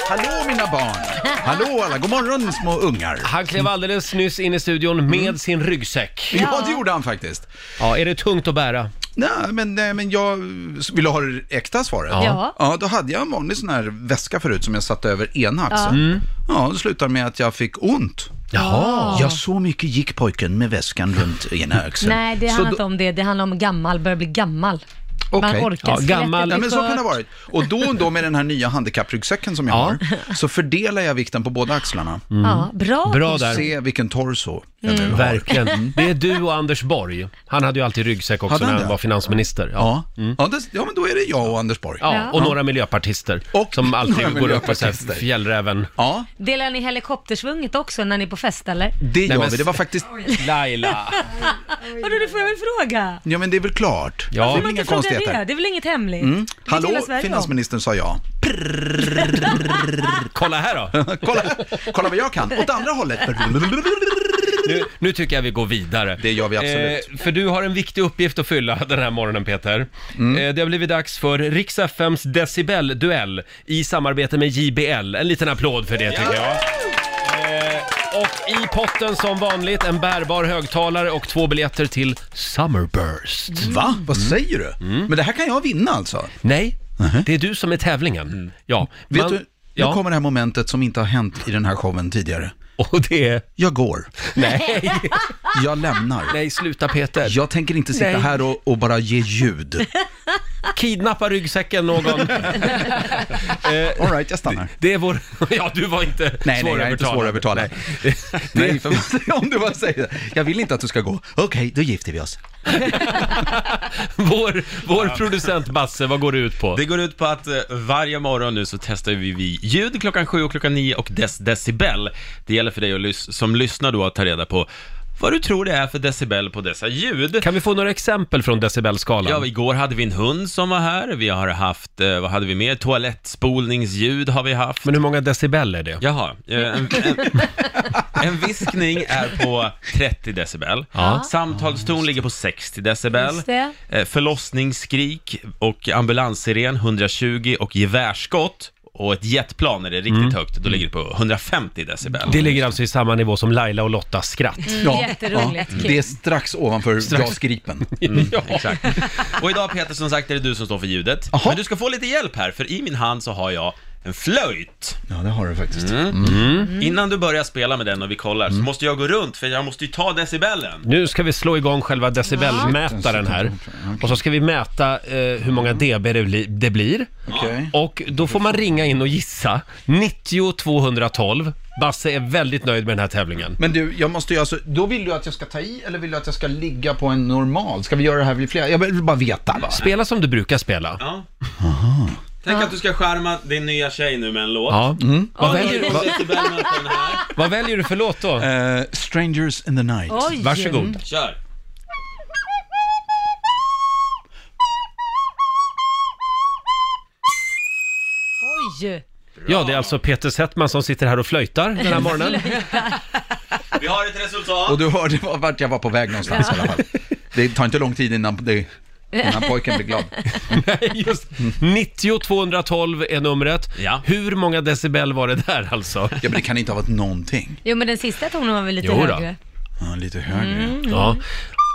Speaker 5: Hallå mina barn! Hallå alla, god morgon små ungar!
Speaker 1: Han klev alldeles nyss in i studion med sin ryggsäck.
Speaker 5: Mm. Ja, det gjorde han faktiskt.
Speaker 1: Ja, är det tungt att bära?
Speaker 5: Nej, men, nej, men jag ville ha det äkta svaret.
Speaker 1: Ja.
Speaker 2: Ja.
Speaker 5: ja, då hade jag en vanlig sån här väska förut som jag satte över ena axeln. Ja, det slutade med att jag fick ont.
Speaker 1: Mm. Jaha.
Speaker 5: Ja, så mycket gick pojken med väskan runt ena axeln.
Speaker 2: nej det
Speaker 5: Så
Speaker 2: handlar
Speaker 5: då-
Speaker 2: inte om det. Det handlar om gammal, börjar bli gammal. Man
Speaker 5: Okej.
Speaker 2: orkar,
Speaker 1: Ja,
Speaker 2: skelettet
Speaker 1: gammal-
Speaker 2: är
Speaker 5: Ja, men så kan det
Speaker 2: skört.
Speaker 5: ha varit. Och då och då med den här nya handikappryggsäcken som jag
Speaker 1: Ja.
Speaker 5: har, så fördelar jag vikten på båda axlarna.
Speaker 2: Ja, bra.
Speaker 1: Mm.
Speaker 2: Mm.
Speaker 1: Bra där.
Speaker 5: Se vilken torso jag nu har. Mm.
Speaker 1: Verkligen. Det är du och Anders Borg. Han hade ju alltid ryggsäck också
Speaker 5: Hade han
Speaker 1: när han
Speaker 5: det?
Speaker 1: var finansminister. Mm.
Speaker 5: Ja, ja, det, ja men då är det jag och Anders Borg.
Speaker 1: Ja, och några miljöpartister
Speaker 5: Och
Speaker 1: som
Speaker 5: några
Speaker 1: alltid går upp och säger
Speaker 5: miljöpartister.
Speaker 1: fjällräven.
Speaker 5: Ja,
Speaker 2: Delar ni helikoptersvunget också när ni är på fest eller?
Speaker 5: det gör
Speaker 1: men-
Speaker 5: vi. Det var faktiskt...
Speaker 1: Laila.
Speaker 2: Vadå, det får jag väl fråga?
Speaker 5: Ja, men det är väl klart.
Speaker 1: Ja.
Speaker 5: Det är
Speaker 2: Får man
Speaker 5: väl
Speaker 2: inte
Speaker 5: inga
Speaker 2: fråga
Speaker 5: konstigheter.
Speaker 2: det? Det är väl inget hemligt? Mm.
Speaker 5: Hallå, finansministern sa ja.
Speaker 1: Kolla här då.
Speaker 5: kolla, kolla vad jag kan. Åt andra hållet.
Speaker 1: Nu, nu tycker jag vi går vidare.
Speaker 5: Det gör vi absolut.
Speaker 1: Eh, för du har en viktig uppgift att fylla den här morgonen Peter.
Speaker 5: Mm.
Speaker 1: Eh, det har blivit dags för Rix FMs decibel-duell i samarbete med JBL. En liten applåd för det tycker jag. Eh, och i potten som vanligt en bärbar högtalare och två biljetter till Summerburst.
Speaker 5: Mm.
Speaker 1: Mm.
Speaker 5: Va? Vad säger du? Men det här kan jag vinna alltså?
Speaker 1: Nej, det är du som är tävlingen. Ja,
Speaker 5: Mm. Vet
Speaker 1: man-
Speaker 5: du, nu
Speaker 1: ja.
Speaker 5: kommer det här momentet som inte har hänt i den här showen tidigare.
Speaker 1: Och det är...
Speaker 5: Jag går.
Speaker 1: Nej,
Speaker 5: Jag lämnar.
Speaker 1: nej sluta Peter.
Speaker 5: Jag tänker inte sitta
Speaker 1: Nej.
Speaker 5: här och, och bara ge ljud.
Speaker 1: Kidnappa ryggsäcken någon.
Speaker 5: All right, jag stannar.
Speaker 1: Eh, Det är vår... Ja, du var inte
Speaker 5: Nej, nej, jag är inte
Speaker 1: svårövertalad.
Speaker 5: svårövertalad. Nej, för, om du bara säger det. Jag vill inte att du ska gå. Okej, då gifter vi oss.
Speaker 1: Vår, vår producent Basse, vad går det ut på?
Speaker 6: Det går ut på att eh, varje morgon nu så testar vi, vi ljud klockan sju och klockan nio och dess decibel. Det gäller för dig att lys- som lyssnar då att ta reda på vad du tror det är för decibel på dessa ljud.
Speaker 1: Kan vi få några exempel från decibelskalan?
Speaker 6: Ja, igår hade vi en hund som var här, vi har haft, eh, vad hade vi mer? Toalettspolningsljud har vi haft.
Speaker 1: Men hur många decibel är det?
Speaker 6: Jaha, eh, en, en, en viskning är på 30 decibel. Samtalston ligger på 60 decibel.
Speaker 2: Just det.
Speaker 6: Eh, Förlossningsskrik och ambulanssiren 120 och gevärsskott och ett jetplan när det är riktigt
Speaker 2: Mm.
Speaker 6: högt, då ligger det på 150 decibel.
Speaker 1: Det ligger alltså i samma nivå som Laila och Lottas skratt.
Speaker 2: jätteroligt, kul.
Speaker 5: Det är strax ovanför gasgripen.
Speaker 6: Ja, Mm, exakt. Och idag Peter, som sagt är det du som står för ljudet. Men du ska få lite hjälp här, för i min hand så har jag en flöjt. Mm.
Speaker 5: Ja, det har du faktiskt. Mm.
Speaker 6: Innan du börjar spela med den och vi kollar så måste jag gå runt för jag måste ju ta decibelen.
Speaker 1: Nu ska vi slå igång själva decibelmätaren här. Och så ska vi mäta eh, hur många dB det, bli, det blir.
Speaker 5: Okej.
Speaker 1: Och då får man ringa in och gissa. 90 212. Basse är väldigt nöjd med den här tävlingen.
Speaker 5: Men du, jag måste ju alltså, då vill du att jag ska ta i eller vill du att jag ska ligga på en normal? Ska vi göra det här vid flera? Jag vill bara veta. Bara.
Speaker 1: Spela som du brukar spela.
Speaker 6: Ja. Tänk att du ska skärma din nya tjej nu med en låt.
Speaker 1: Ja.
Speaker 5: Mm.
Speaker 1: Vad, väljer,
Speaker 6: Och
Speaker 1: vad,
Speaker 6: decibelen på den här.
Speaker 1: vad väljer du för låt då?
Speaker 5: Eh, strangers in the night.
Speaker 2: Oj.
Speaker 1: Varsågod.
Speaker 6: Kör!
Speaker 2: Oj.
Speaker 1: Ja, det är alltså Peter Settman som sitter här och flöjtar den här morgonen.
Speaker 6: Vi har ett
Speaker 5: Och
Speaker 6: resultat.
Speaker 5: du hörde var- vart jag var på väg någonstans i alla fall. Det tar inte lång tid innan, det, innan pojken blir glad.
Speaker 1: Nej, just 90 212 är numret.
Speaker 6: Ja.
Speaker 1: Hur många decibel var det där alltså?
Speaker 5: Ja, men det kan inte ha varit någonting.
Speaker 2: Jo men den sista tonen var väl lite
Speaker 1: Jo då.
Speaker 2: högre?
Speaker 5: Ja, lite högre.
Speaker 1: Ja.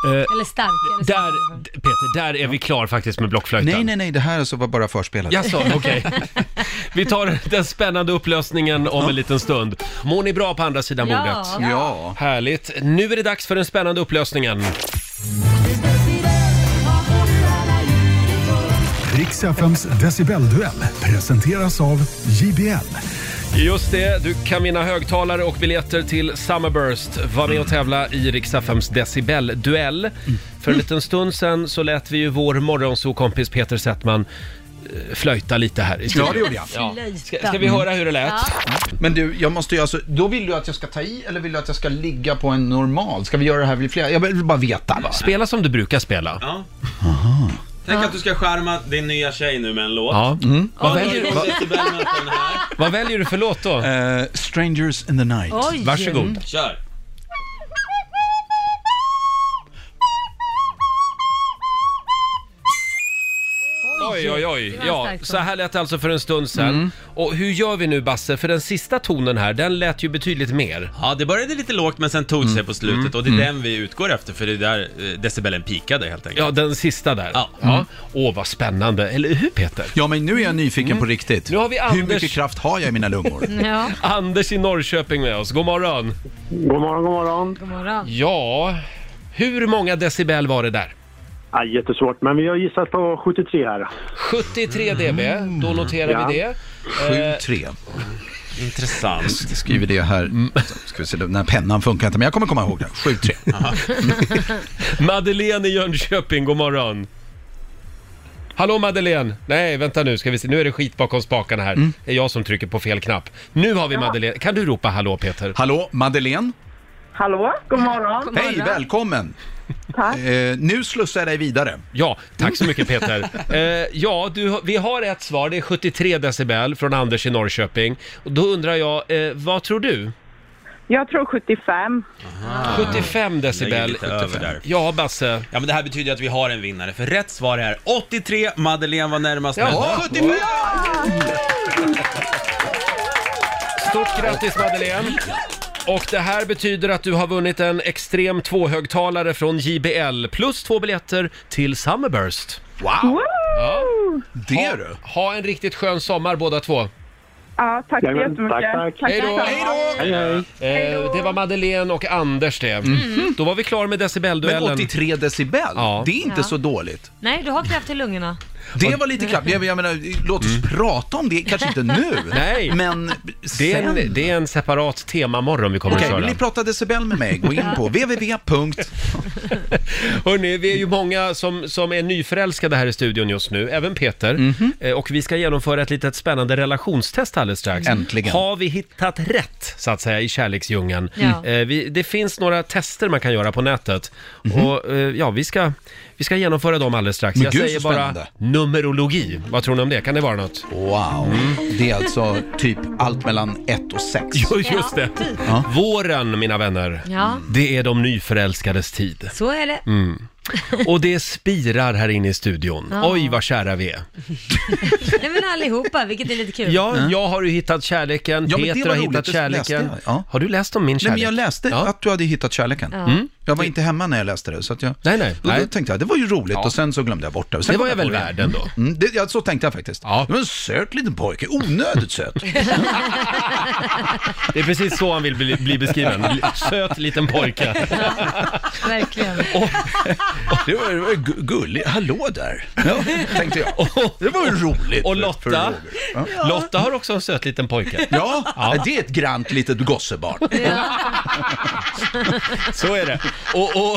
Speaker 1: Eh,
Speaker 2: Eller starkare.
Speaker 1: Där, d- Peter, där är vi klar faktiskt med blockflöjten.
Speaker 5: Nej, nej, nej, det här alltså var bara förspelet.
Speaker 1: Jaså, okej. Vi tar den spännande upplösningen om en liten stund. Mår ni bra på andra sidan
Speaker 2: Ja.
Speaker 1: bordet?
Speaker 5: Ja.
Speaker 1: Härligt. Nu är det dags för den spännande upplösningen.
Speaker 4: Riks FMs decibelduell presenteras av JBL.
Speaker 1: Just det, du kan vinna högtalare och biljetter till Summerburst. Var med och tävla i Riks-FMs decibel-duell. För en liten stund sen så lät vi ju vår morgonsokompis Peter Settman eh, flöjta lite här i
Speaker 5: Ja,
Speaker 1: studion.
Speaker 5: det gjorde jag.
Speaker 1: Ja. Ska, ska vi höra hur det lät?
Speaker 5: Men du, jag måste ju alltså, då vill du att jag ska ta i eller vill du att jag ska ligga på en normal? Ska vi göra det här vid flera? Jag vill bara veta. Bara.
Speaker 1: Spela som du brukar spela.
Speaker 6: Ja. Tänk att du ska skärma din nya tjej nu med en låt.
Speaker 1: Ja.
Speaker 5: Mm.
Speaker 1: Vad, väljer,
Speaker 6: Och decibelen på den här.
Speaker 1: vad väljer du för låt då?
Speaker 5: Eh, strangers in the night.
Speaker 2: Oj.
Speaker 1: Varsågod.
Speaker 6: Kör!
Speaker 1: Oj, oj, oj.
Speaker 2: var
Speaker 1: Ja,
Speaker 2: starkt.
Speaker 1: så här lät det alltså för en stund sen.
Speaker 5: Mm.
Speaker 1: Och hur gör vi nu Basse? För den sista tonen här, den lät ju betydligt mer.
Speaker 6: Ja, det började lite lågt men sen tog det
Speaker 1: Mm.
Speaker 6: sig på slutet och det är den vi utgår efter för det är där eh, decibelen pikade helt enkelt.
Speaker 1: Ja, den sista där.
Speaker 6: Ja.
Speaker 1: Ja. Åh, vad spännande. Eller hur Peter?
Speaker 5: Mm.
Speaker 1: Mm.
Speaker 5: Ja, men nu är jag nyfiken på riktigt.
Speaker 1: Nu har vi Anders-
Speaker 5: Hur mycket kraft har jag i mina lungor?
Speaker 2: Ja,
Speaker 1: Anders i Norrköping med oss. God morgon.
Speaker 7: God morgon, god morgon.
Speaker 2: god morgon.
Speaker 1: Ja, hur många decibel var det där?
Speaker 7: Ja, jättesvårt, men vi har gissat på 73 här.
Speaker 1: 73 dB, då noterar
Speaker 7: Ja.
Speaker 1: vi det.
Speaker 5: 7-3.
Speaker 6: Intressant.
Speaker 5: Eh, Jag skriver det här. Så Ska vi se, den här pennan funkar inte, men jag kommer komma ihåg det. 7-3.
Speaker 1: Madeleine i Jönköping, god morgon. Hallå Madeleine! Nej, vänta nu ska vi se. Nu är det skit bakom spakarna här.
Speaker 5: Mm.
Speaker 1: Det är jag som trycker på fel knapp. Nu har vi Madeleine. Kan du ropa hallå Peter?
Speaker 5: Hallå, Madeleine?
Speaker 8: Hallå, god morgon.
Speaker 5: Hej, välkommen!
Speaker 8: Tack.
Speaker 5: Eh, nu slussar jag dig vidare.
Speaker 1: Ja, tack så mycket Peter. Eh, ja, du, vi har ett svar. Det är 73 decibel från Anders i Norrköping. Och då undrar jag, eh, vad tror du?
Speaker 8: Jag tror 75.
Speaker 1: 75
Speaker 6: Lägger
Speaker 1: decibel.
Speaker 6: lite över där.
Speaker 1: Ja, Basse.
Speaker 6: Ja men det här betyder att vi har en vinnare för rätt svar är 83, Madeleine var närmast
Speaker 1: Jaha.
Speaker 6: med 75!
Speaker 1: Stort grattis Madeleine! Och det här betyder att du har vunnit en extrem tvåhögtalare från JBL plus två biljetter till Summerburst.
Speaker 5: Wow!
Speaker 1: Ja.
Speaker 5: Det du!
Speaker 1: Ha en riktigt skön sommar båda två.
Speaker 8: Ja, tack så
Speaker 7: Jajamän,
Speaker 8: jättemycket.
Speaker 7: tack, tack.
Speaker 1: Hej då.
Speaker 8: detsamma.
Speaker 1: Hej
Speaker 5: Hej då!
Speaker 1: Eh, det var Madeleine och Anders det. Då var vi klar med
Speaker 5: Mm. Men
Speaker 1: decibelduellen.
Speaker 5: 83 decibel,
Speaker 1: Ja.
Speaker 5: det är inte
Speaker 2: Ja.
Speaker 5: så dåligt.
Speaker 2: Nej, du har kraft i lungorna.
Speaker 5: Det var lite knappt. Jag, jag menar, låt oss prata om det. Kanske inte nu.
Speaker 1: Mm. Nej.
Speaker 5: Men
Speaker 1: Det är
Speaker 5: sen.
Speaker 1: en, det är en separat temamorgon vi kommer
Speaker 5: Okej,
Speaker 1: att
Speaker 5: vill ni
Speaker 1: köra.
Speaker 5: prata decibel med mig? Gå in på www.
Speaker 1: Hörrni, vi är ju många som, som är nyförälskade här i studion just nu, även Peter.
Speaker 5: Mhm.
Speaker 1: Eh, Och vi ska genomföra ett litet spännande relationstest alldeles strax.
Speaker 5: Äntligen.
Speaker 1: Har vi hittat rätt, så att säga, i kärleksdjungeln?
Speaker 2: Ja.
Speaker 1: Eh, vi, det finns några tester man kan göra på nätet. Och eh, ja, vi ska, vi ska genomföra dem alldeles strax.
Speaker 5: Mhm. Men
Speaker 1: Jag
Speaker 5: gud,
Speaker 1: säger
Speaker 5: så
Speaker 1: bara
Speaker 5: spännande.
Speaker 1: numerologi. Vad tror ni om det? Kan det vara något? Mm.
Speaker 5: Wow. Det är alltså typ allt mellan 1 och 6.
Speaker 1: Just det.
Speaker 2: Ja, typ.
Speaker 1: Våren, mina vänner.
Speaker 2: Ja,
Speaker 1: Det är de nyförälskades tid. Mm.
Speaker 2: så är
Speaker 5: Mm.
Speaker 2: det.
Speaker 1: Och det spirar här inne i studion.
Speaker 2: Ja.
Speaker 1: Oj, vad kära vi är.
Speaker 2: Nej men allihopa, vilket är lite kul.
Speaker 1: Ja, jag har ju hittat kärleken,
Speaker 5: Mm. Ja, men det
Speaker 1: Peter
Speaker 5: var
Speaker 1: har
Speaker 5: roligt,
Speaker 1: hittat
Speaker 5: det
Speaker 1: kärleken.
Speaker 5: läste jag, ja.
Speaker 1: Har du läst om min kärlek?
Speaker 5: Nej, men jag läste
Speaker 1: Ja. Mm.
Speaker 5: att du hade hittat kärleken. Jag var inte hemma när jag läste det, så att jag...
Speaker 1: Nej, nej,
Speaker 5: Och då
Speaker 1: nej.
Speaker 5: tänkte jag, det var ju roligt, och sen så glömde jag bort det. Och Sen
Speaker 1: Det var
Speaker 5: kom
Speaker 1: jag väl
Speaker 5: på
Speaker 1: värd ändå.
Speaker 5: Mm, det, ja, så tänkte jag faktiskt.
Speaker 1: Ja.
Speaker 5: Det var en söt liten pojke, onödigt söt.
Speaker 1: Det är precis så han vill bli, bli beskriven. L- Söt liten pojke.
Speaker 2: Verkligen.
Speaker 5: Det var, det var gu- gulligt. Hallå där, ja, tänkte jag. Det var ju roligt.
Speaker 1: Och
Speaker 5: för
Speaker 1: Lotta,
Speaker 5: Roger.
Speaker 1: Lotta har också en söt liten pojke.
Speaker 5: Ja, det är ett grant litet gossebarn.
Speaker 1: Så är det. Och, och,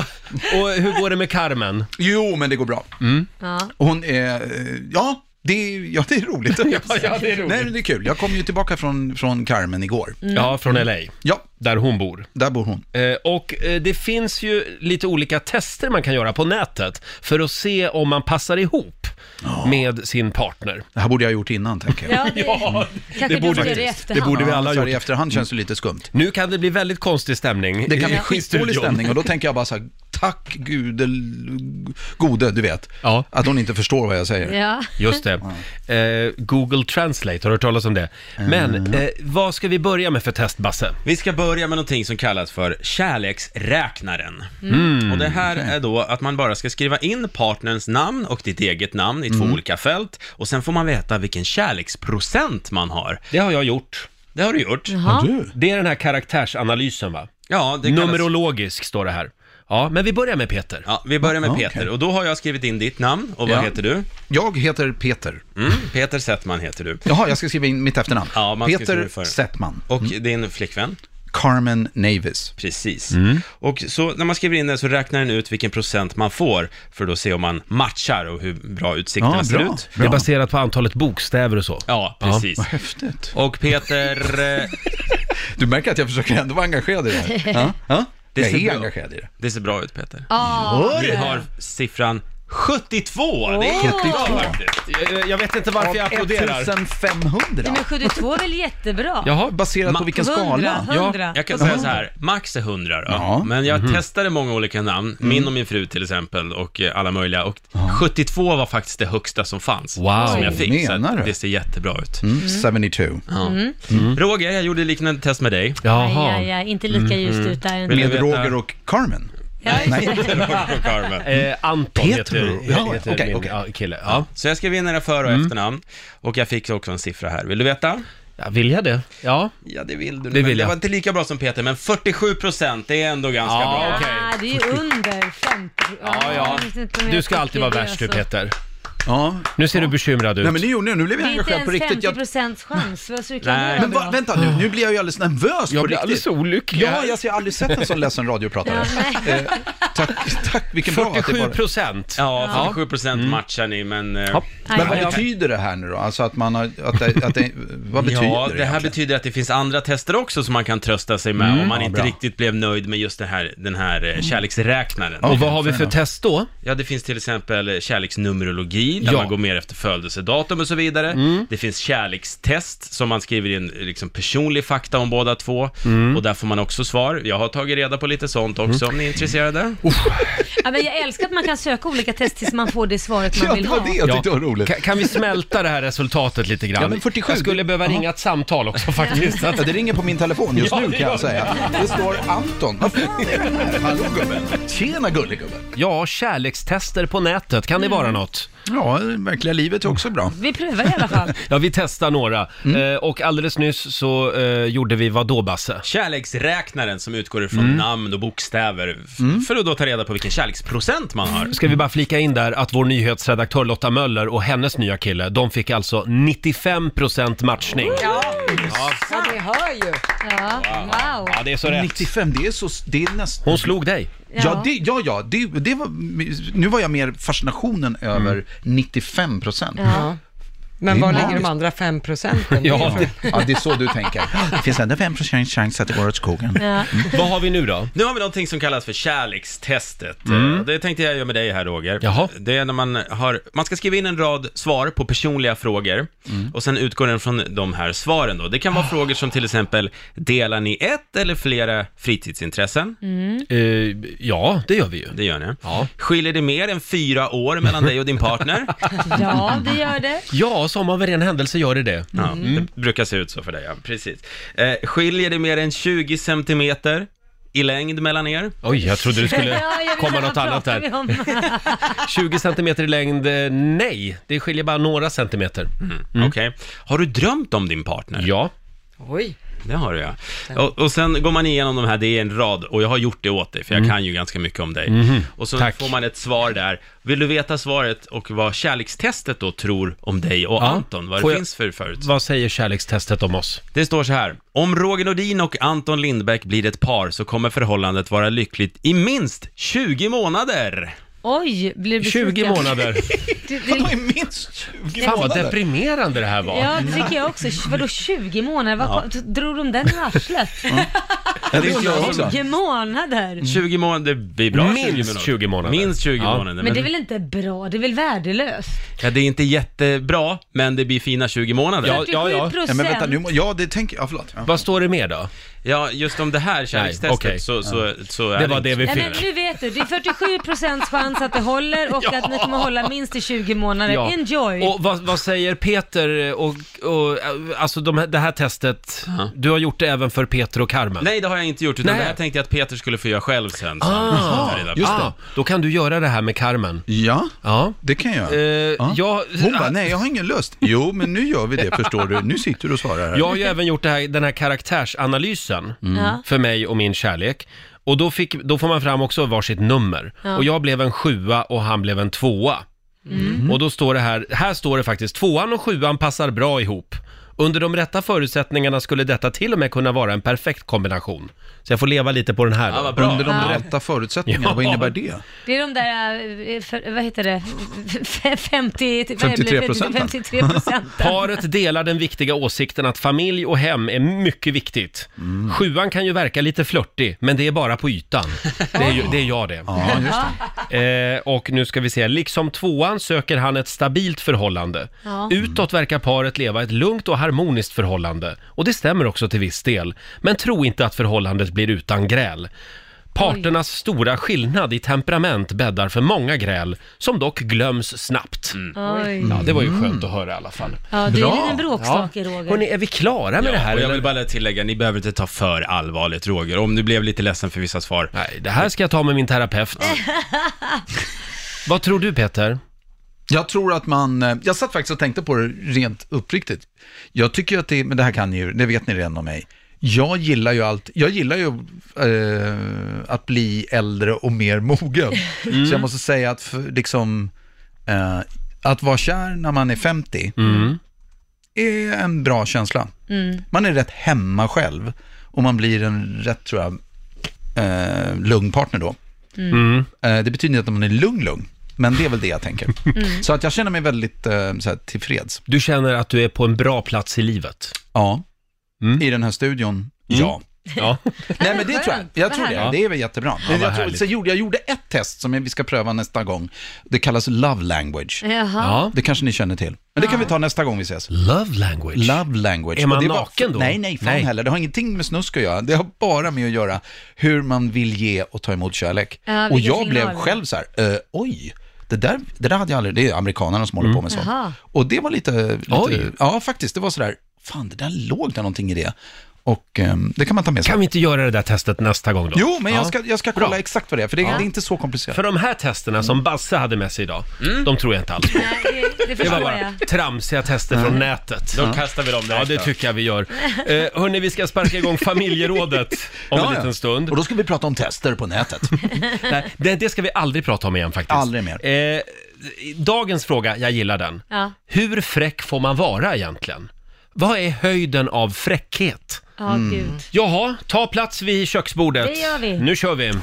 Speaker 1: och hur går det med Carmen?
Speaker 5: Jo, men det går bra.
Speaker 1: Mm.
Speaker 2: Ja.
Speaker 5: Hon är, eh, ja, det är, ja, det är roligt.
Speaker 1: ja, det är roligt. Mm.
Speaker 5: Nej, men det är kul. Jag kom ju tillbaka från, från Carmen igår.
Speaker 1: Ja, från LA,
Speaker 5: Ja,
Speaker 1: där hon bor.
Speaker 5: där bor hon.
Speaker 1: Eh, Och eh, det finns ju lite olika tester man kan göra på nätet för att se om man passar ihop med sin partner.
Speaker 5: Det här borde jag ha gjort innan, tänker jag.
Speaker 2: Ja, det,
Speaker 1: det
Speaker 2: kanske det
Speaker 1: borde
Speaker 2: borde
Speaker 1: vi.
Speaker 2: du gör i
Speaker 1: Det
Speaker 2: efterhand.
Speaker 1: borde vi alla
Speaker 5: Ja,
Speaker 1: ha
Speaker 5: så här
Speaker 1: gjort.
Speaker 5: i efterhand känns det lite skumt.
Speaker 1: Nu kan det bli väldigt konstig stämning
Speaker 5: Det kan
Speaker 1: i-
Speaker 5: bli
Speaker 1: i
Speaker 5: skitdålig
Speaker 1: studion.
Speaker 5: stämning och då tänker jag bara så här, tack gudel, gode, du vet,
Speaker 1: Ja.
Speaker 5: att hon inte förstår vad jag säger.
Speaker 2: Ja.
Speaker 1: Just det. Eh, Google Translate, har du hört talas om det?
Speaker 6: Mm.
Speaker 1: Men eh, vad ska vi börja med för test, Basse?
Speaker 6: Vi ska börja med någonting som kallas för kärleksräknaren.
Speaker 1: Mm.
Speaker 6: Och det här är då att man bara ska skriva in partnerns namn och ditt eget namn i två
Speaker 1: Mm.
Speaker 6: olika fält och sen får man veta vilken kärleksprocent man har.
Speaker 1: Det har jag gjort.
Speaker 6: Det har du gjort.
Speaker 2: Jaha.
Speaker 1: Det är den här karaktärsanalysen, va?
Speaker 6: Ja, det kallas...
Speaker 1: Numerologisk står det här. Ja, men vi börjar med Peter.
Speaker 6: Ja, vi börjar med
Speaker 5: Ja,
Speaker 6: Peter
Speaker 5: okej.
Speaker 6: och då har jag skrivit in ditt namn och vad
Speaker 5: Ja.
Speaker 6: heter du?
Speaker 5: Jag heter Peter.
Speaker 6: Mm, Peter Settman heter du.
Speaker 5: Jaha, jag ska skriva in mitt efternamn.
Speaker 6: Ja, man ska skriva
Speaker 5: Peter
Speaker 6: det före.
Speaker 5: Settman.
Speaker 6: Och din flickvän?
Speaker 5: Carmen Mm. Navis.
Speaker 6: Precis. Och så när man skriver in det så räknar den ut vilken procent man får för att då se om man matchar och hur bra utsikterna
Speaker 5: Ja,
Speaker 6: ser
Speaker 5: bra.
Speaker 6: ut.
Speaker 1: Det är baserat på antalet bokstäver och så.
Speaker 6: Ja, precis.
Speaker 5: Vad häftigt.
Speaker 6: Och Peter, eh,
Speaker 5: Du märker att jag försöker ändå vara engagerad i det här. Ja? Ja?
Speaker 6: Det
Speaker 5: jag
Speaker 6: ser
Speaker 5: är
Speaker 6: bra-
Speaker 5: engagerad i det.
Speaker 6: det ser bra ut Peter.
Speaker 2: Ja.
Speaker 6: Vi har siffran 72! Det är jättebra faktiskt.
Speaker 1: Jag, jag vet inte varför jag applåderar.
Speaker 5: 1500.
Speaker 2: Men 72 är väl jättebra?
Speaker 1: Jaha,
Speaker 5: Baserat på
Speaker 6: Ma-
Speaker 5: vilken
Speaker 2: 100,
Speaker 5: skala?
Speaker 2: 100.
Speaker 6: Jag kan säga så här, max är 100 då.
Speaker 5: Ja. Mhm. Mm.
Speaker 6: Men jag testade många olika namn, min och min fru till exempel och eh, alla möjliga. Och 72 var faktiskt det högsta som fanns.
Speaker 1: Wow.
Speaker 6: Som jag fick, så
Speaker 5: Menar du?
Speaker 6: att det ser jättebra ut.
Speaker 5: Mm, 72.
Speaker 6: Ja. Roger, jag gjorde liknande test med dig. Mm.
Speaker 1: Jaha.
Speaker 2: Mm. Aj, aj, aj. Inte lika ljust ut där.
Speaker 6: Vill
Speaker 2: ändå.
Speaker 6: du
Speaker 5: Mm. Med
Speaker 6: veta-
Speaker 5: Roger och Carmen.
Speaker 6: Roger och Carmen.
Speaker 1: Eh, Anton
Speaker 5: Peter.
Speaker 1: heter,
Speaker 5: Ja,
Speaker 1: heter
Speaker 5: okej,
Speaker 1: min
Speaker 5: okej.
Speaker 1: ja, Mm. kille. Ja.
Speaker 6: Så jag skrev in era för och efternamn och jag fick också en siffra här. Vill du veta?
Speaker 1: ja, vill jag det? Ja.
Speaker 6: Ja, det vill du.
Speaker 1: Det
Speaker 6: men
Speaker 1: vill
Speaker 6: det
Speaker 1: jag.
Speaker 6: var inte lika bra som Peter, men 47 procent, det är ändå ganska
Speaker 1: Ja,
Speaker 6: bra.
Speaker 1: okej.
Speaker 2: Ah, det är ju under 50.
Speaker 1: Ja, ja.
Speaker 2: jag vet inte om jag
Speaker 1: Du ska alltid vara
Speaker 2: tycker det,
Speaker 1: värst du
Speaker 2: alltså.
Speaker 1: Peter.
Speaker 5: Ja.
Speaker 1: Nu ser du bekymrad ut.
Speaker 5: Nej men det gjorde jag, nu blev jag
Speaker 2: Det är inte
Speaker 5: engagerad på
Speaker 2: ens
Speaker 5: riktigt.
Speaker 2: 50
Speaker 5: Jag...
Speaker 2: procents chans. Vad så kan
Speaker 6: Nej.
Speaker 2: det
Speaker 5: Men
Speaker 2: vara
Speaker 5: va,
Speaker 2: bra?
Speaker 5: vänta nu, nu blir jag ju alldeles nervös på riktigt.
Speaker 1: olycklig.
Speaker 5: Ja, jag har aldrig sett en sån ledsen radiopratare. eh, tack, tack, vilken bra att det
Speaker 1: 47
Speaker 5: bara...
Speaker 1: procent. Mm.
Speaker 6: Ja, 47 procent matchar ni, men... eh,
Speaker 2: Aj,
Speaker 5: Men
Speaker 2: aj,
Speaker 5: vad
Speaker 2: aj.
Speaker 5: betyder det här nu då? Alltså att man har, att det, att det, vad betyder
Speaker 6: Ja, det här
Speaker 5: egentligen?
Speaker 6: betyder att det finns andra tester också som man kan trösta sig
Speaker 1: Mm.
Speaker 6: med om man inte riktigt blev nöjd med just den här, den här eh, kärleksräknaren.
Speaker 1: Och vad har vi för test då?
Speaker 6: Ja, det finns till exempel kärleksnumerologi, där
Speaker 1: Ja. Mm.
Speaker 6: man går mer efter födelsedatum och så vidare. Det finns kärlekstest, som man skriver in liksom, personlig fakta om båda två.
Speaker 1: Mm.
Speaker 6: Och där får man också svar. Jag har tagit reda på lite sånt också, om ni är intresserade.
Speaker 2: Ja, men jag älskar att man kan söka olika test tills man får det svaret man
Speaker 5: Ja,
Speaker 2: vill
Speaker 5: det
Speaker 2: ha.
Speaker 5: var det jag tyckte var roligt.
Speaker 1: Ka- Kan vi smälta det här resultatet lite grann?
Speaker 5: Ja, men 47.
Speaker 1: Jag skulle behöva ringa ett samtal också faktiskt. Att-
Speaker 5: Ja, det ringer på min telefon just
Speaker 1: Ja,
Speaker 5: nu
Speaker 1: det
Speaker 5: kan
Speaker 1: gör
Speaker 5: jag säga. Det står Anton. Vad fan är det här? Hallå gubben. Tjena gullegubben.
Speaker 1: Ja, kärlekstester på nätet, kan det vara något?
Speaker 5: Mm. Ja, bra. Det verkliga livet är också bra.
Speaker 2: Vi prövar i alla fall.
Speaker 1: Ja, vi testar några.
Speaker 6: Mm.
Speaker 1: Eh, och alldeles nyss så eh, gjorde vi vad då, Basse? Mm.
Speaker 6: Kärleksräknaren som utgår ifrån namn och bokstäver f- för att då ta reda på vilken kärleksprocent man har.
Speaker 1: Ska vi bara flika in där att vår nyhetsredaktör Lotta Möller och hennes nya kille, de fick alltså 95% matchning.
Speaker 3: Ja, det hör ju.
Speaker 2: Ja, wow.
Speaker 1: Ja, det är så rätt.
Speaker 5: 95, det är, så, det är nästan...
Speaker 1: Hon slog dig.
Speaker 5: Ja, det, ja, ja det, det var, nu var jag mer fascinationen
Speaker 1: Mm.
Speaker 5: över 95 procent.
Speaker 2: Ja.
Speaker 3: Men
Speaker 5: Det är
Speaker 3: var
Speaker 5: magiskt.
Speaker 3: ligger de andra fem procenten?
Speaker 1: Ja, det,
Speaker 5: Ja, det är så du tänker. Det finns ändå 5 procents chans att det går åt skogen. Mm.
Speaker 2: Ja.
Speaker 1: Oh, vad har vi nu då? Mm.
Speaker 6: Nu har vi någonting som kallas för kärlekstestet. Eh, Det tänkte jag göra med dig här Roger.
Speaker 1: Jaha.
Speaker 6: Det är när man har, man ska skriva in en rad svar på personliga frågor
Speaker 1: Mm.
Speaker 6: och sen utgår den från de här svaren då. Det kan
Speaker 1: Ah.
Speaker 6: vara frågor som till exempel, delar ni ett eller flera fritidsintressen?
Speaker 2: Mm.
Speaker 1: Eh, ja, det gör vi ju.
Speaker 6: Det gör ni.
Speaker 1: Ja.
Speaker 6: Skiljer det mer än fyra år mellan dig och din partner?
Speaker 2: ja, det gör det.
Speaker 1: Ja, som av en ren händelse gör det Mm. det.
Speaker 6: Ja, det brukar se ut så för dig, ja. Precis. Eh, skiljer det mer än 20 centimeter i längd mellan er?
Speaker 1: Oj, jag trodde det skulle
Speaker 2: Ja, jag vet
Speaker 1: komma
Speaker 2: inte,
Speaker 1: något
Speaker 2: vad
Speaker 1: annat
Speaker 2: pratar vi
Speaker 1: där.
Speaker 2: om?
Speaker 1: 20 centimeter i längd, eh, nej. Det skiljer bara några centimeter.
Speaker 6: Mm,
Speaker 1: Mm.
Speaker 6: Okej. Har du drömt om din partner?
Speaker 1: Ja.
Speaker 3: Oj.
Speaker 6: Det har du ja. Och, och sen går man igenom de här, det är en rad, och jag har gjort det åt dig, för jag kan ju ganska mycket om dig. Och så
Speaker 1: Mm. Mm-hmm. Tack.
Speaker 6: får man ett svar där. Vill du veta svaret och vad kärlekstestet då tror om dig och
Speaker 1: Ja.
Speaker 6: Anton? Vad
Speaker 1: Får
Speaker 6: det
Speaker 1: jag-
Speaker 6: finns för förut?
Speaker 1: Vad säger kärlekstestet om oss?
Speaker 6: Det står så här. Om Roger Nordin och Anton Lindbäck blir ett par så kommer förhållandet vara lyckligt i minst 20 månader.
Speaker 2: Oj, blir du
Speaker 1: 20
Speaker 2: besviken?
Speaker 1: månader.
Speaker 2: Det- det-
Speaker 5: Vadå, i minst 20
Speaker 1: Fan vad
Speaker 5: månader?
Speaker 1: deprimerande det här var. Mm.
Speaker 2: Ja,
Speaker 6: Mm.
Speaker 2: det tycker jag också. Vadå 20 månader? Vad Drog de den i arslet?
Speaker 5: Ja, det undrar jag också.
Speaker 2: 20 månader?
Speaker 6: 20 månader, det blir bra.
Speaker 1: Minst 20 månader.
Speaker 6: Minst 20
Speaker 1: Ja.
Speaker 6: månader.
Speaker 2: Men det är väl inte bra? Det är väl värdelöst?
Speaker 6: ja, det är inte jättebra, men det blir fina 20 månader.
Speaker 1: Ja, ja, ja.
Speaker 2: 47 procent.
Speaker 5: Ja, men vänta, nu, må- ja, det tänker jag. Förlåt. Ja.
Speaker 1: Vad står det mer då?
Speaker 6: Ja, just om det här kärlekstestet
Speaker 1: Nej, okej.
Speaker 6: så, så, så är
Speaker 1: Det var
Speaker 6: inte
Speaker 1: det vi
Speaker 2: Nej, men
Speaker 1: fick.
Speaker 2: nu vet du, det är 47 procents chans att det håller och att ni kommer hålla minst i 20 månader.
Speaker 1: Ja.
Speaker 2: Enjoy!
Speaker 1: Och vad, vad säger Peter och, och äh, alltså de, här- det här testet, du har gjort det även för Peter och Carmen?
Speaker 6: Nej, det har jag inte gjort, utan
Speaker 1: Nej.
Speaker 6: det här tänkte jag att Peter skulle få göra själv sen. så han lyssnar på
Speaker 1: Ah,
Speaker 6: här idag.
Speaker 5: just det.
Speaker 1: ah, då kan du göra det här med Carmen.
Speaker 5: ja,
Speaker 1: Ja.
Speaker 5: det kan jag.
Speaker 1: Eh,
Speaker 5: Ja.
Speaker 1: jag,
Speaker 5: Hon bara, nej jag har ingen lust. Jo, men nu gör vi det förstår du. Nu sitter du och svarar här.
Speaker 1: jag har ju även gjort det här, den här karaktärsanalysen
Speaker 6: Mm.
Speaker 2: Ja.
Speaker 1: för mig och min kärlek. Och då, fick, då får man fram också varsitt nummer. Och jag blev en sjua och han blev en tvåa.
Speaker 2: Mm.
Speaker 1: Och då står det här, här står det faktiskt, tvåan och sjuan passar bra ihop. Under de rätta förutsättningarna skulle detta till och med kunna vara en perfekt kombination. Så jag får leva lite på den här. då.
Speaker 6: Ja, vad bra.
Speaker 5: Under de
Speaker 2: Ja.
Speaker 5: rätta förutsättningarna,
Speaker 1: Ja.
Speaker 5: vad innebär det?
Speaker 2: Det är de där, eh, för, vad heter det, F- 50, vad är det?
Speaker 5: 53 procenten.
Speaker 2: 53 procenten.
Speaker 1: Paret delar den viktiga åsikten att familj och hem är mycket viktigt.
Speaker 5: Mm.
Speaker 1: Sjuan kan ju verka lite flörtig, men det är bara på ytan. Det är, ju, det är jag det.
Speaker 5: Ja, just det.
Speaker 1: Eh, och nu ska vi se, liksom tvåan söker han ett stabilt förhållande.
Speaker 2: Ja.
Speaker 1: Utåt verkar paret leva ett lugnt och harmoniskt förhållande. Och det stämmer också till viss del. Men tro inte att förhållandet blir utan gräl. Parternas stora skillnad i temperament bäddar för många gräl, som dock glöms snabbt.
Speaker 2: Oj.
Speaker 1: Ja, det var ju skönt att höra i alla fall.
Speaker 2: Mm. Ja, du är en
Speaker 5: Bra.
Speaker 2: liten bråkstake Roger.
Speaker 1: Hörrni, är vi klara med det här?
Speaker 6: och jag
Speaker 1: eller?
Speaker 6: vill bara tillägga, ni behöver inte ta för allvarligt Roger, om du blev lite ledsen för vissa svar.
Speaker 1: Nej, det här ska jag ta med min terapeut. Vad tror du Peter?
Speaker 5: Jag tror att man, eh, jag satt faktiskt och tänkte på det rent uppriktigt. Jag tycker ju att det, men det här kan ni ju, det vet ni redan om mig. Jag gillar ju allt, jag gillar ju eh, att bli äldre och mer mogen.
Speaker 1: Mm.
Speaker 5: Så jag måste säga att för, liksom, eh, att vara kär när man är 50
Speaker 1: Mm.
Speaker 5: är en bra känsla.
Speaker 2: Mm.
Speaker 5: Man är rätt hemma själv och man blir en rätt, tror jag, eh, lugn partner då.
Speaker 1: Mm.
Speaker 2: Mm.
Speaker 5: Eh, Det betyder inte att man är lugn-lugn, men det är väl det jag tänker.
Speaker 1: Mm.
Speaker 2: Mm.
Speaker 5: Så att jag känner mig väldigt eh, så här, tillfreds.
Speaker 1: Du känner att du är på en bra plats i livet.
Speaker 5: Ja,
Speaker 1: Mm.
Speaker 5: i den här studion, ja.
Speaker 1: Ja.
Speaker 5: Nej men det
Speaker 2: skönt.
Speaker 5: tror jag, jag
Speaker 2: Vad
Speaker 5: tror det,
Speaker 1: härligt.
Speaker 5: det är väl jättebra. Men jag, tror,
Speaker 1: härligt.
Speaker 5: så gjorde, jag gjorde ett test som vi ska pröva nästa gång. Det kallas love language.
Speaker 2: Jaha.
Speaker 1: ja.
Speaker 5: Det kanske ni känner till. Men det kan vi ta nästa gång vi ses.
Speaker 1: Love language.
Speaker 5: Love language.
Speaker 1: Är man
Speaker 5: Och det var-
Speaker 1: naken då?
Speaker 5: Nej, nej, fan
Speaker 1: Nej.
Speaker 5: heller. Det har ingenting med snusk att göra. Det har bara med att göra hur man vill ge och ta emot kärlek.
Speaker 2: Ja,
Speaker 5: och
Speaker 2: vilken
Speaker 5: jag
Speaker 2: signal.
Speaker 5: blev själv så här, eh, oj, det där, det där hade jag aldrig, det är amerikanerna som håller på med sånt.
Speaker 2: Mm. Jaha.
Speaker 5: Och det var lite, lite
Speaker 1: Oj.
Speaker 5: ja faktiskt, det var så där, fan det där låg där någonting i det. Och eh, det kan man ta med sig.
Speaker 1: Kan vi inte göra det där testet nästa gång då?
Speaker 5: Jo, men jag
Speaker 1: Ja.
Speaker 5: ska, jag ska kolla exakt vad det är, för det, det är inte så komplicerat. Mm.
Speaker 1: För de här testerna som Basse hade med sig idag,
Speaker 6: Mm.
Speaker 1: de tror jag inte alls på.
Speaker 2: Nej, det, det
Speaker 1: Det
Speaker 2: förstår
Speaker 1: var bara
Speaker 2: jag.
Speaker 1: tramsiga tester
Speaker 5: Mm.
Speaker 1: från nätet.
Speaker 6: Då kastar vi dem direkt
Speaker 1: Ja, det
Speaker 6: då.
Speaker 1: tycker jag vi gör. Eh, hörni, vi ska sparka igång familjerådet om en liten stund.
Speaker 5: Och då ska vi prata om tester på nätet.
Speaker 1: Nej, det, det ska vi aldrig prata om igen faktiskt.
Speaker 5: Aldrig mer.
Speaker 1: Eh, dagens fråga, jag gillar den.
Speaker 2: Ja.
Speaker 1: Hur fräck får man vara egentligen? Vad är höjden av fräckhet?
Speaker 2: Ja, gud.
Speaker 1: Jaha, ta plats vid köksbordet.
Speaker 2: Det gör vi. Mm.
Speaker 1: Nu kör vi.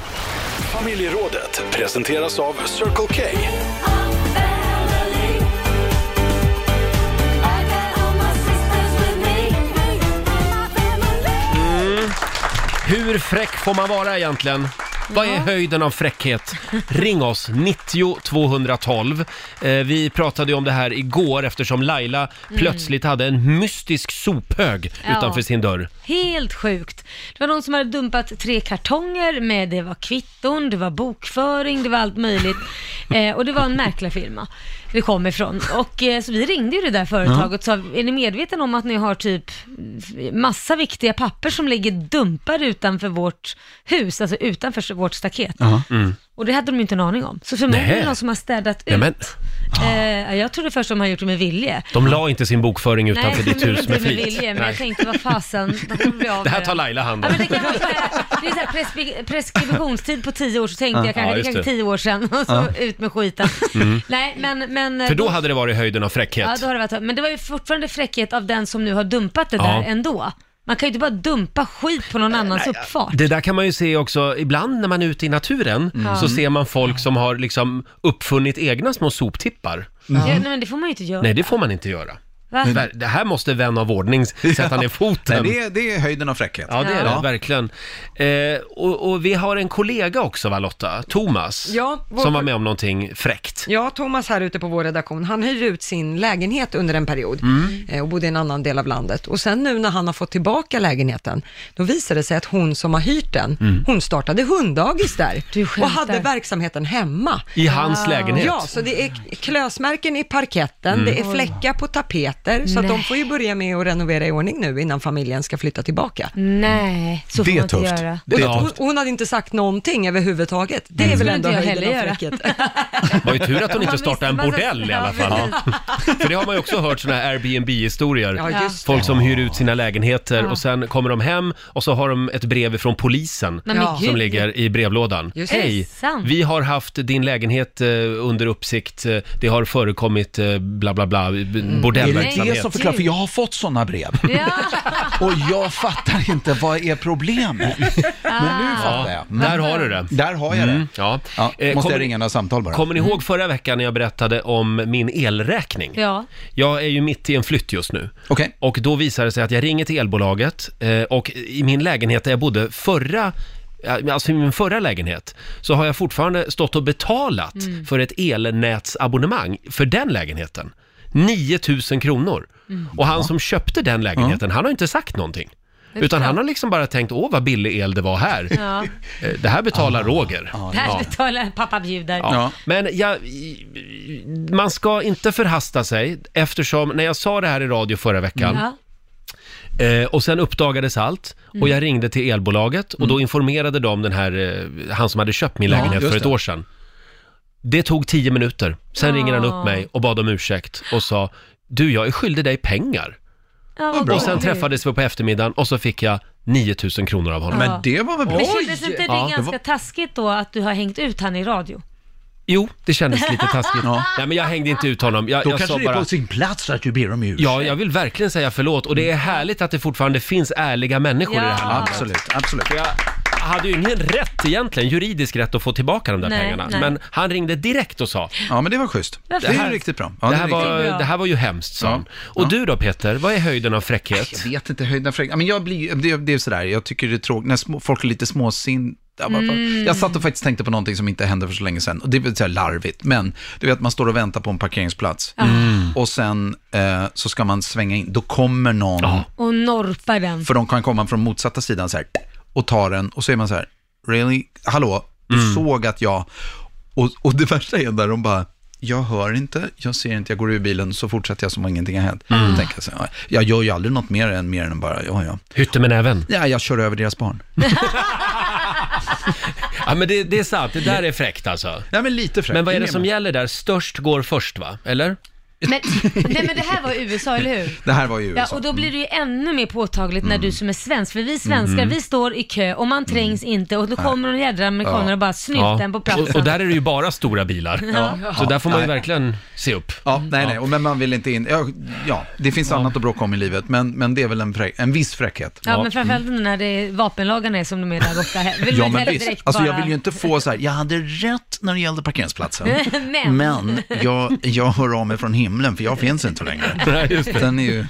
Speaker 9: Familjerådet presenteras av Circle K.
Speaker 1: Hur fräck får man vara egentligen? Vad är höjden av fräckhet? Ring oss, 90 212. Eh, vi pratade ju om det här igår eftersom Laila plötsligt hade en mystisk sophög
Speaker 2: Mm. Ja.
Speaker 1: utanför sin dörr.
Speaker 2: Helt sjukt. Det var någon som hade dumpat tre kartonger med, det var kvitton, det var bokföring, det var allt möjligt. Eh, och det var en mäklarfirma det kom ifrån. Och eh, så vi ringde ju det där företaget och sa, är ni medvetna om att ni har typ massa viktiga papper som ligger dumpade utanför vårt hus, alltså utanför vårt staket?
Speaker 1: Mm.
Speaker 2: Och det hade de ju inte en aning om. Så förmodligen är
Speaker 1: Nej.
Speaker 2: det någon som har städat
Speaker 1: Nej, men-
Speaker 2: ut. Eh, jag trodde först de hade gjort det med vilje.
Speaker 1: De la inte sin bokföring utanför
Speaker 2: Nej,
Speaker 1: ditt hus
Speaker 2: inte
Speaker 1: med flit.
Speaker 2: vilje, men
Speaker 1: Nej.
Speaker 2: jag tänkte vad fasen, de kommer bli av
Speaker 1: Det här
Speaker 2: med
Speaker 1: tar Laila hand
Speaker 2: Ja,
Speaker 1: om.
Speaker 2: men det, kan vara så här, det är så här preskri- preskriptionstid på tio år, så tänkte jag kanske,
Speaker 1: Ja,
Speaker 2: det är
Speaker 1: just
Speaker 2: kanske
Speaker 1: det.
Speaker 2: tio år sedan, och så ut med skiten.
Speaker 1: Mm.
Speaker 2: Nej, men... men
Speaker 1: För då hade det varit höjden av
Speaker 2: ja,
Speaker 1: fräckhet.
Speaker 2: då har det varit, men det var ju fortfarande fräckhet av den som nu har dumpat det
Speaker 1: Ja.
Speaker 2: där ändå. Man kan ju inte bara dumpa skit på någon annans uppfart.
Speaker 1: Det där kan man ju se också, ibland när man är ute i naturen
Speaker 5: Mm.
Speaker 1: så ser man folk som har liksom uppfunnit egna små soptippar.
Speaker 2: Ja, nej, men det får man ju inte göra.
Speaker 1: Mm. Nej, det får man inte göra.
Speaker 2: Va?
Speaker 1: Ver- Det här måste vän av ordning sätta ner
Speaker 5: Nej,
Speaker 1: foten.
Speaker 5: det, är, det är höjden av fräckhet.
Speaker 1: Ja, det är det,
Speaker 5: Ja.
Speaker 1: verkligen. Eh, och, och vi har en kollega också, va Lotta? Thomas,
Speaker 3: Ja, vår-
Speaker 1: som var med om någonting fräckt.
Speaker 3: Ja, Thomas här ute på vår redaktion, han hyrde ut sin lägenhet under en period
Speaker 1: Mm.
Speaker 3: eh, och bodde i en annan del av landet. Och sen nu när han har fått tillbaka lägenheten, då visade det sig att hon som har hyrt den,
Speaker 1: Mm.
Speaker 3: hon startade hunddagis där
Speaker 2: Du
Speaker 3: och
Speaker 2: skämtar. Ah.
Speaker 3: hade verksamheten hemma.
Speaker 1: I hans lägenhet. Mm.
Speaker 3: Ja, så det är k- klösmärken i parketten, det är fläckar på tapeter, så att de
Speaker 2: Nej.
Speaker 3: får ju börja med att renovera i ordning nu innan familjen ska flytta tillbaka.
Speaker 2: Mm. Nej, så
Speaker 5: Det
Speaker 2: får
Speaker 5: är
Speaker 2: man inte
Speaker 5: tufft.
Speaker 2: göra.
Speaker 5: Det är
Speaker 1: Ja.
Speaker 5: tufft.
Speaker 3: Hon, hon hade inte sagt någonting överhuvudtaget. Det är väl
Speaker 2: skulle
Speaker 3: ändå
Speaker 2: inte jag
Speaker 3: höjden
Speaker 2: heller
Speaker 3: av
Speaker 2: göra.
Speaker 3: fräckhet.
Speaker 1: Det var ju tur att hon inte
Speaker 2: Man
Speaker 1: startade en
Speaker 2: visste- man-
Speaker 1: bordell i alla
Speaker 2: Ja,
Speaker 1: fall. För det har man ju också hört sådana här Airbnb-historier.
Speaker 3: Ja, just
Speaker 1: Folk som hyr ut sina lägenheter och sen kommer de hem och så har de ett brev från polisen
Speaker 2: Men, men
Speaker 3: Ja.
Speaker 2: gud.
Speaker 1: som ligger i brevlådan.
Speaker 3: Just det.
Speaker 1: Hej!
Speaker 2: Är det sant?
Speaker 1: Vi har haft din lägenhet eh, under uppsikt. Eh, Det har förekommit eh, bla bla bla, b-
Speaker 2: Mm.
Speaker 5: Är det
Speaker 1: bordellverksamhet.
Speaker 5: det som förklarar? För jag har fått sådana brev.
Speaker 2: Ah. Ja,
Speaker 5: Och jag fattar inte, vad är problemet? Men nu fattar jag. Mm.
Speaker 1: Där har du det.
Speaker 5: Där har jag det.
Speaker 1: Ja.
Speaker 5: Ja,
Speaker 1: Eh,
Speaker 5: måste
Speaker 1: kommer-
Speaker 5: jag ringa några samtal bara? Mm.
Speaker 1: Kommer ni ihåg förra veckan när jag berättade om min elräkning?
Speaker 2: ja.
Speaker 1: Jag är ju mitt i en flytt just nu.
Speaker 5: Okej.
Speaker 1: Och då visade det sig att jag ringer till elbolaget eh, och i min lägenhet där jag bodde förra eh, Alltså i min förra lägenhet så har jag fortfarande stått och betalat
Speaker 2: Mm.
Speaker 1: för ett elnätsabonnemang för den lägenheten. 9 000 kronor.
Speaker 2: Mm.
Speaker 1: Och han som köpte den lägenheten, han har inte sagt någonting. Utan han har liksom bara tänkt, åh vad billig el det var här.
Speaker 2: ja.
Speaker 1: Eh, Det här betalar Roger.
Speaker 2: Här betalar pappa bjuder.
Speaker 1: Ja. Men jag, man ska inte förhasta sig eftersom när jag sa det här i radio förra veckan
Speaker 2: Ja.
Speaker 5: Mm.
Speaker 1: eh, och sen uppdagades allt och jag ringde till elbolaget och då informerade de den här, eh, han som hade köpt min
Speaker 5: Mm. Ja,
Speaker 1: lägenhet
Speaker 5: just
Speaker 1: för ett
Speaker 5: det.
Speaker 1: år sedan. Det tog tio minuter, sen
Speaker 2: Ja.
Speaker 1: ringer han
Speaker 5: Ah.
Speaker 1: upp mig och bad om ursäkt och sa du jag är skyldig dig pengar.
Speaker 2: Ja, vad
Speaker 1: Och sen
Speaker 2: gulligt.
Speaker 1: träffades vi på eftermiddagen och så fick jag 9000 kronor av honom.
Speaker 2: Ja.
Speaker 5: Men det var väl bra?
Speaker 2: Men kändes inte det
Speaker 1: Ja, det
Speaker 2: ganska
Speaker 5: var-
Speaker 2: taskigt då att du har hängt ut han i radio?
Speaker 1: Jo, det kändes lite taskigt.
Speaker 5: Ja.
Speaker 1: Nej men jag hängde inte ut honom. Jag,
Speaker 5: Då
Speaker 1: jag
Speaker 5: kanske
Speaker 1: sa
Speaker 5: det är
Speaker 1: bara...
Speaker 5: på sin plats att du ber om ursäkt.
Speaker 1: Ja, jag vill verkligen säga förlåt och det
Speaker 5: Mm.
Speaker 1: är härligt att det fortfarande finns ärliga människor i det här
Speaker 2: Ja.
Speaker 1: landet.
Speaker 5: Absolut, absolut.
Speaker 1: Jag hade ju ingen rätt egentligen, juridisk rätt att få tillbaka de där
Speaker 2: Nej,
Speaker 1: pengarna.
Speaker 2: nej.
Speaker 1: Men han ringde direkt och sa,
Speaker 5: Ja, men det var schysst. Det,
Speaker 2: Det
Speaker 5: är
Speaker 2: här-
Speaker 5: ju riktigt bra. Ja,
Speaker 1: det,
Speaker 5: är
Speaker 1: här
Speaker 5: riktigt bra.
Speaker 1: var,
Speaker 2: bra.
Speaker 1: det här var ju hemskt, sa
Speaker 5: Ja.
Speaker 1: han. Och du då Peter, vad är höjden av
Speaker 5: Jag
Speaker 1: fräckhet?
Speaker 5: vet inte, höjden fräck. Ja, Men jag blir, det, det är sådär, jag tycker det är tråkigt när små, folk är lite småsinta. Ja, vad fan. Jag satt och faktiskt tänkte på någonting som inte hände för så länge sedan. Och det är väl så här larvigt, men du vet man står och väntar på en parkeringsplats. Och sen eh, så ska man svänga in, då kommer någon,
Speaker 2: Och norpar den.
Speaker 5: för de kan komma från motsatta sidan så här, och ta den och så är man så här,
Speaker 1: Mm.
Speaker 5: really? Hallå, du såg att jag... Och, och det värsta är när de bara, jag hör inte, jag ser inte, jag går ur bilen, så fortsätter jag som om ingenting har hänt. Mm. Tänker jag, så, här, ja, jag gör ju aldrig något mer än, mer än bara, ja, ja.
Speaker 1: Hytte med näven.
Speaker 5: Ja, jag kör över deras barn.
Speaker 1: Ja, men det, det är sant. Det där är fräckt alltså.
Speaker 5: Nej, men lite fräckt.
Speaker 1: Men vad är det
Speaker 5: Ingen
Speaker 1: som
Speaker 5: man-
Speaker 1: gäller där? Störst går först, va? Eller?
Speaker 2: Men, nej men det här var USA, eller hur?
Speaker 5: Det här var ju USA.
Speaker 2: Ja, och då blir det ju ännu mer påtagligt när
Speaker 5: Mm.
Speaker 2: du som är svensk, för vi svenskar, vi står i kö och man trängs
Speaker 5: Mm.
Speaker 2: inte och då kommer de jädra amerikanerna och bara snyter en på platsen.
Speaker 1: Och, och där är det ju bara stora bilar. Så där får man ju
Speaker 5: Nej.
Speaker 1: verkligen se upp.
Speaker 5: Ja, nej, nej, och men man vill inte in... Ja, ja det finns annat att bråka om i livet, men, men det är väl en, frä, en viss fräckhet.
Speaker 2: Ja, men framförallt när det är vapenlagarna är som de är där borta. här. Vill
Speaker 5: Mm. Ja,
Speaker 2: man
Speaker 5: men
Speaker 2: heller
Speaker 5: visst.
Speaker 2: direkt
Speaker 5: Alltså,
Speaker 2: bara...
Speaker 5: jag vill ju inte få så här, jag hade rätt när det gällde parkeringsplatsen,
Speaker 2: Men.
Speaker 5: men jag, jag hör av mig från himlen, för jag finns inte längre.
Speaker 1: Nej, just
Speaker 5: Den är ju...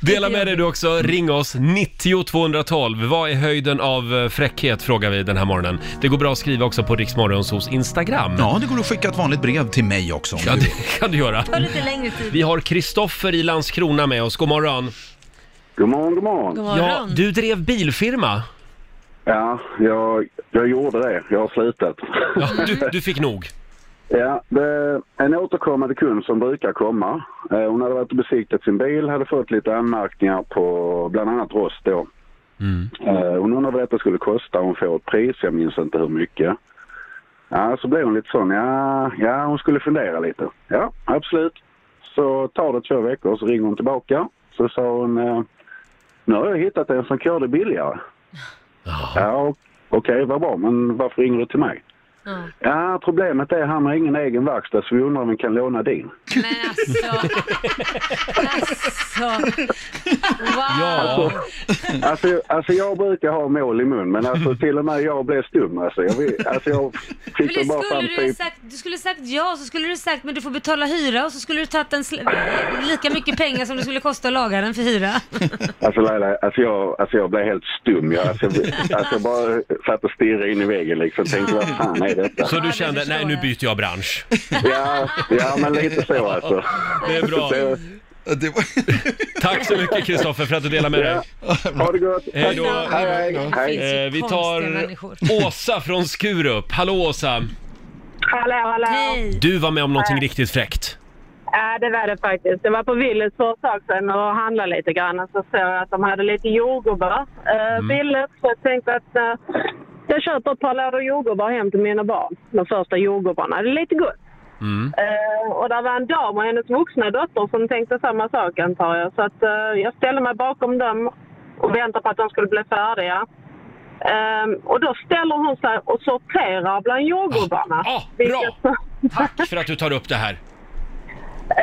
Speaker 1: Dela med dig du också. Ring oss, 90 212. Vad är höjden av eh, fräckhet, frågar vi den här morgonen. Det går bra att skriva också på Riksmorgons hos Instagram.
Speaker 5: Ja, det går att skicka ett vanligt brev till mig också. om
Speaker 1: Ja,
Speaker 5: du vill.
Speaker 1: det kan du göra.
Speaker 2: Ta lite längre tid.
Speaker 1: Vi har Kristoffer i Landskrona med oss. God morgon.
Speaker 10: God morgon, god morgon.
Speaker 2: God
Speaker 1: Ja,
Speaker 2: morgon.
Speaker 1: du drev bilfirma.
Speaker 10: Ja, jag, jag gjorde det. Jag har slutat.
Speaker 1: Ja, du, du fick nog.
Speaker 10: Ja, det är en återkommande kund som brukar komma. Eh, Hon hade varit och besiktat sin bil, hade fått lite anmärkningar på bland annat rost då. Eh, Hon undrade vad detta skulle kosta, hon får ett pris, jag minns inte hur mycket. Ja, så blev hon lite sån, ja, ja hon skulle fundera lite. Ja, absolut. Så tar det två veckor, så ringer hon tillbaka. Så sa hon, eh, nu har jag hittat en som körde billigare. Ja, o- okej, vad bra, men varför ringer du till mig?
Speaker 2: Ja.
Speaker 10: Ja, problemet är att han har ingen egen verkstad så vi undrar om vi kan låna din.
Speaker 2: Men alltså... Alltså... Wow!
Speaker 1: Ja.
Speaker 10: Alltså, alltså jag brukar ha mål i mun men alltså till och med jag blev stum alltså. Jag, vill- alltså, jag
Speaker 2: Men
Speaker 10: fick
Speaker 2: det
Speaker 10: dem bara
Speaker 2: skulle
Speaker 10: fram
Speaker 2: du, ha
Speaker 10: typ...
Speaker 2: sagt, du skulle ha sagt ja, så skulle du ha sagt men du får betala hyra och så skulle du tagit en sl- lika mycket pengar som det skulle kosta att laga den för hyra.
Speaker 10: Alltså Laila, alltså jag, alltså jag blev helt stum. Jag, alltså, jag- alltså jag bara satt och stirrade in i väggen liksom. Tänkte vad fan är detta?
Speaker 1: Så
Speaker 2: Ja,
Speaker 1: du
Speaker 2: det
Speaker 1: kände,
Speaker 2: förstår
Speaker 1: nej nu
Speaker 2: jag.
Speaker 1: byter jag bransch.
Speaker 10: Ja, ja men lite så alltså.
Speaker 1: Det är bra.
Speaker 10: Så,
Speaker 5: Ja, det var...
Speaker 1: Tack så mycket Kristoffer för att du delar med dig.
Speaker 10: ja. Ha det gott!
Speaker 1: Hej då.
Speaker 10: Hej, hej!
Speaker 2: Det
Speaker 10: hej.
Speaker 2: finns ju
Speaker 1: Eh, vi
Speaker 2: konstiga
Speaker 1: tar
Speaker 2: människor.
Speaker 1: Åsa från Skurup. Hallå Åsa!
Speaker 8: Hallå, hallå.
Speaker 2: Hej!
Speaker 1: Du var med om någonting riktigt fräckt.
Speaker 8: Ja, det var det faktiskt. Jag var på Willys för ett tag sedan och handlade lite grann och så såg jag att de hade lite jordgubbar eh,
Speaker 1: Mm.
Speaker 8: billigt. Så jag tänkte att eh, jag köper ett par lådor jordgubbar hem till mina barn. De första jordgubbarna. Det är lite gott.
Speaker 1: Mm.
Speaker 8: Eh, och där var en dam och hennes vuxna dotter som tänkte samma sak antar jag. Så att, eh, jag ställde mig bakom dem och väntade på att de skulle bli färdiga. Ehm, och då ställer hon sig och sorterar bland jordgubbarna.
Speaker 1: Ah,
Speaker 8: Vilket-
Speaker 1: bra! Tack för att du tar upp det här.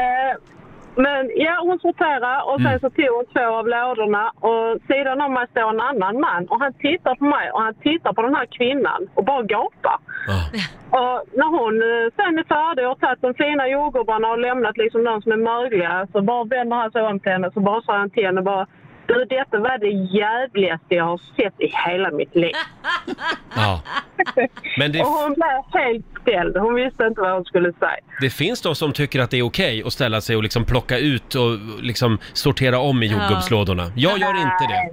Speaker 8: Eh, Men ja, hon sorterade och sen
Speaker 1: Mm.
Speaker 8: så tog hon två av lådorna och sidan om mig står en annan man och han tittar på mig och han tittar på den här kvinnan och bara gapar.
Speaker 1: Ah.
Speaker 8: Och när hon eh, sen är färdig och har tagit de fina jordgubbarna och lämnat liksom de som är mögliga så bara vänder han sig om till henne så bara sa han till henne bara du, detta var det jävligaste jag har sett i hela mitt liv.
Speaker 1: Ja. Men det,
Speaker 8: Och hon blev helt ställd. Hon visste inte vad hon skulle säga.
Speaker 1: det finns de som tycker att det är okej att ställa sig och liksom plocka ut och liksom sortera om i jordgubbslådorna. Jag gör inte det.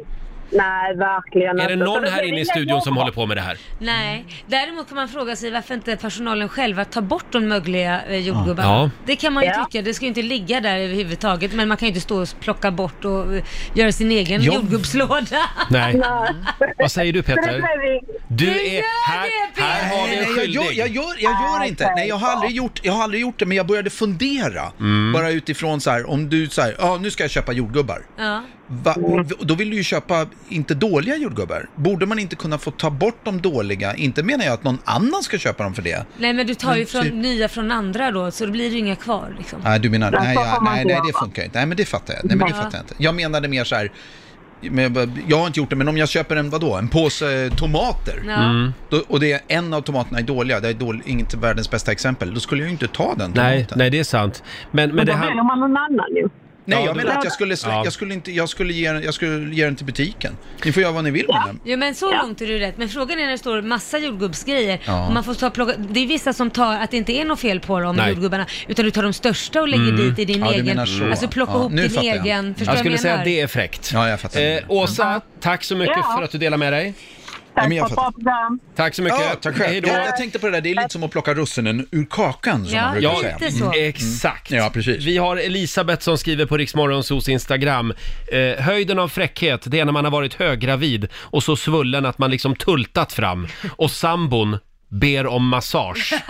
Speaker 8: Nej, verkligen
Speaker 1: Är det
Speaker 8: inte. Så
Speaker 1: någon
Speaker 8: blev
Speaker 1: här inne i
Speaker 8: inga
Speaker 1: studion som
Speaker 8: jordgubbar.
Speaker 1: håller på med det här?
Speaker 2: Nej, däremot kan man fråga sig varför inte personalen själva tar bort de mögliga eh, jordgubbarna.
Speaker 1: Ja.
Speaker 2: Det kan man ju
Speaker 8: Ja.
Speaker 2: tycka, det ska ju inte ligga där överhuvudtaget men man kan ju inte stå och plocka bort och eh, göra sin egen
Speaker 5: Jag-
Speaker 2: jordgubbslåda.
Speaker 1: Nej.
Speaker 8: Nej.
Speaker 1: Vad säger du
Speaker 8: Så det
Speaker 1: Peter?
Speaker 8: blev inget.
Speaker 1: Du
Speaker 2: Du
Speaker 1: är...
Speaker 2: gör
Speaker 1: Här,
Speaker 2: det,
Speaker 1: här har vi en
Speaker 5: Nej, jag, gör, jag,
Speaker 1: skyldig.
Speaker 5: gör, jag
Speaker 2: Ah,
Speaker 5: gör inte. Nej, jag har, aldrig gjort, jag har aldrig gjort det, men jag började fundera.
Speaker 1: Mm.
Speaker 5: Bara utifrån så här, om du så här, ja nu ska jag köpa jordgubbar.
Speaker 2: Ja.
Speaker 5: Va, och då vill du ju köpa, inte dåliga jordgubbar. Borde man inte kunna få ta bort de dåliga? Inte menar jag att någon annan ska köpa dem för det.
Speaker 2: Nej men du tar ju
Speaker 5: Men
Speaker 2: från,
Speaker 5: typ-
Speaker 2: nya från andra då så då blir det ju inga kvar liksom.
Speaker 5: Nej, du menar,
Speaker 8: Ja,
Speaker 5: nej,
Speaker 8: så
Speaker 5: ja,
Speaker 8: får man
Speaker 5: nej,
Speaker 8: inte
Speaker 5: nej, det
Speaker 8: göra.
Speaker 5: funkar inte. Nej, men det fattar jag. Nej, men det
Speaker 2: Ja.
Speaker 5: fattar jag inte. Jag menade mer så här, men jag bara- jag har inte gjort det, men om jag köper en, vadå, en påse eh, tomater
Speaker 2: Ja.
Speaker 1: Mm.
Speaker 5: då, och det är en av tomaterna är dåliga, det är dålig, inget världens bästa exempel, då skulle jag ju inte ta den tomaten.
Speaker 1: Nej, nej det är sant. Men, men
Speaker 8: Men då
Speaker 1: det
Speaker 8: väljer
Speaker 1: här...
Speaker 8: man någon annan ju.
Speaker 5: Nej,
Speaker 1: Ja,
Speaker 5: jag
Speaker 1: då-
Speaker 5: menar att jag skulle, slä,
Speaker 1: Ja.
Speaker 5: jag skulle inte, jag skulle ge, den- jag skulle ge den till butiken. Ni får göra vad ni vill med den.
Speaker 2: Jo men så långt är du rätt. Men frågan är när det står massa jordgubbsgrejer.
Speaker 5: Ja.
Speaker 2: Och man får ta och plocka, det är vissa som tar att det inte är något fel på dem,
Speaker 1: Nej.
Speaker 2: jordgubbarna. Utan du tar de största och lägger dit i din
Speaker 5: Ja, du
Speaker 2: egen.
Speaker 5: menar så.
Speaker 2: Alltså plocka
Speaker 5: Ja,
Speaker 2: ihop
Speaker 5: nu
Speaker 2: din
Speaker 5: fattar jag.
Speaker 2: egen. Förstår
Speaker 1: Jag
Speaker 2: du
Speaker 1: skulle
Speaker 2: vad jag
Speaker 1: säga
Speaker 2: menar?
Speaker 1: att det är fräckt.
Speaker 5: Ja, jag fattar.
Speaker 1: Eh, Åsa, tack så mycket
Speaker 8: Ja.
Speaker 1: för att du delar med dig.
Speaker 5: Ja,
Speaker 8: Tack
Speaker 5: men jag
Speaker 8: för ett bra program.
Speaker 1: Tack så mycket.
Speaker 5: Ja, tack själv.
Speaker 1: Hej då.
Speaker 5: Jag, jag tänkte på det där, det är lite som att plocka russinen ur kakan som
Speaker 2: Ja,
Speaker 5: man brukar
Speaker 1: Ja,
Speaker 5: säga.
Speaker 2: lite så.
Speaker 1: mm, exakt.
Speaker 5: Ja, precis.
Speaker 1: Vi har Elisabeth som skriver på Riksmorgonsos Instagram. Eh, höjden av fräckhet, det är när man har varit höggravid och så svullen att man liksom tultat fram. Och sambon ber om massage.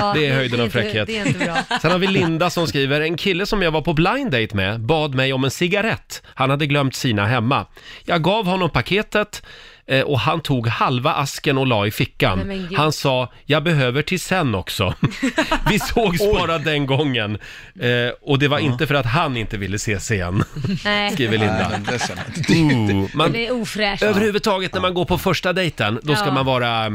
Speaker 2: Ja,
Speaker 1: Det är höjden av
Speaker 2: inte-
Speaker 1: fräckhet.
Speaker 2: Det är inte bra.
Speaker 1: Sen har vi Linda som skriver, en kille som jag var på blind date med bad mig om en cigarett. Han hade glömt sina hemma. Jag gav honom paketet eh, och han tog halva asken och la i
Speaker 2: Nej,
Speaker 1: fickan.
Speaker 2: men gud.
Speaker 1: Han sa, jag behöver till sen också. Vi sågs bara den gången. Eh, och det var inte för att han inte ville ses igen,
Speaker 2: Nej,
Speaker 1: skriver
Speaker 5: Nej,
Speaker 1: Linda.
Speaker 5: men ledsen.
Speaker 1: Ooh, man,
Speaker 2: det är ofräscht.
Speaker 1: överhuvudtaget när man går på första dejten, då ska
Speaker 2: Ja.
Speaker 1: man vara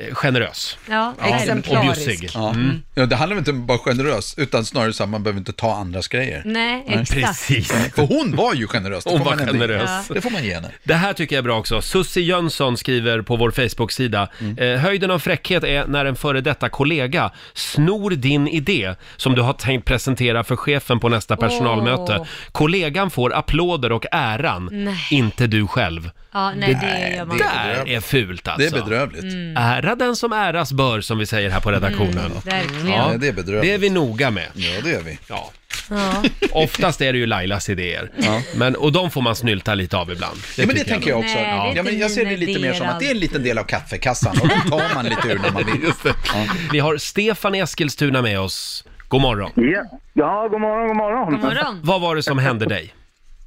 Speaker 1: eh, generös.
Speaker 2: Ja,
Speaker 1: Och
Speaker 3: exemplar.
Speaker 2: verkligen.
Speaker 1: bjussig. Mm.
Speaker 5: Ja. Ja, det handlar inte om att vara generös, utan snarare så att man behöver inte ta andras grejer.
Speaker 2: Nej, exakt.
Speaker 1: Precis.
Speaker 5: För hon var ju generös. det
Speaker 1: Hon
Speaker 5: får
Speaker 1: var
Speaker 5: man ändå ge.
Speaker 1: generös.
Speaker 5: Det får man ge henne.
Speaker 1: Det här tycker jag är bra också. Sussi Jönsson skriver på vår Facebook-sida.
Speaker 5: Mm.
Speaker 1: Eh, höjden av fräckhet är när en före detta kollega snor din idé som du har tänkt presentera för chefen på nästa personalmöte.
Speaker 2: Åh.
Speaker 1: Kollegan får applåder och äran,
Speaker 2: Nej.
Speaker 1: inte du själv.
Speaker 2: Ja, nej, det gör man
Speaker 5: det-
Speaker 2: inte. Mm.
Speaker 1: Där är fult
Speaker 5: Det
Speaker 1: alltså.
Speaker 5: är bedrövligt.
Speaker 1: Ära den som äras bör, som vi säger här på redaktionen.
Speaker 2: Verkligen.
Speaker 1: Ja,
Speaker 5: Nej, det är bedrövligt.
Speaker 1: Det är vi noga med.
Speaker 5: Ja, det gör vi.
Speaker 1: Ja.
Speaker 2: Ja.
Speaker 1: Oftast är det ju Lailas idéer.
Speaker 5: Ja.
Speaker 1: Men, och de får man snylta lite av ibland.
Speaker 5: Det ja, men det tänker jag
Speaker 1: nog.
Speaker 5: också.
Speaker 2: Nej, det är
Speaker 5: ja,
Speaker 2: inte
Speaker 5: men jag ser det lite
Speaker 2: mina
Speaker 5: mer som att det är en
Speaker 2: delar.
Speaker 5: liten del av kaffekassan och den tar man lite ur när man vill. Ja.
Speaker 1: Vi har Stefan i Eskilstuna med oss. God morgon.
Speaker 7: Ja, ja god morgon, god morgon.
Speaker 2: God morgon.
Speaker 1: Vad var det som hände dig?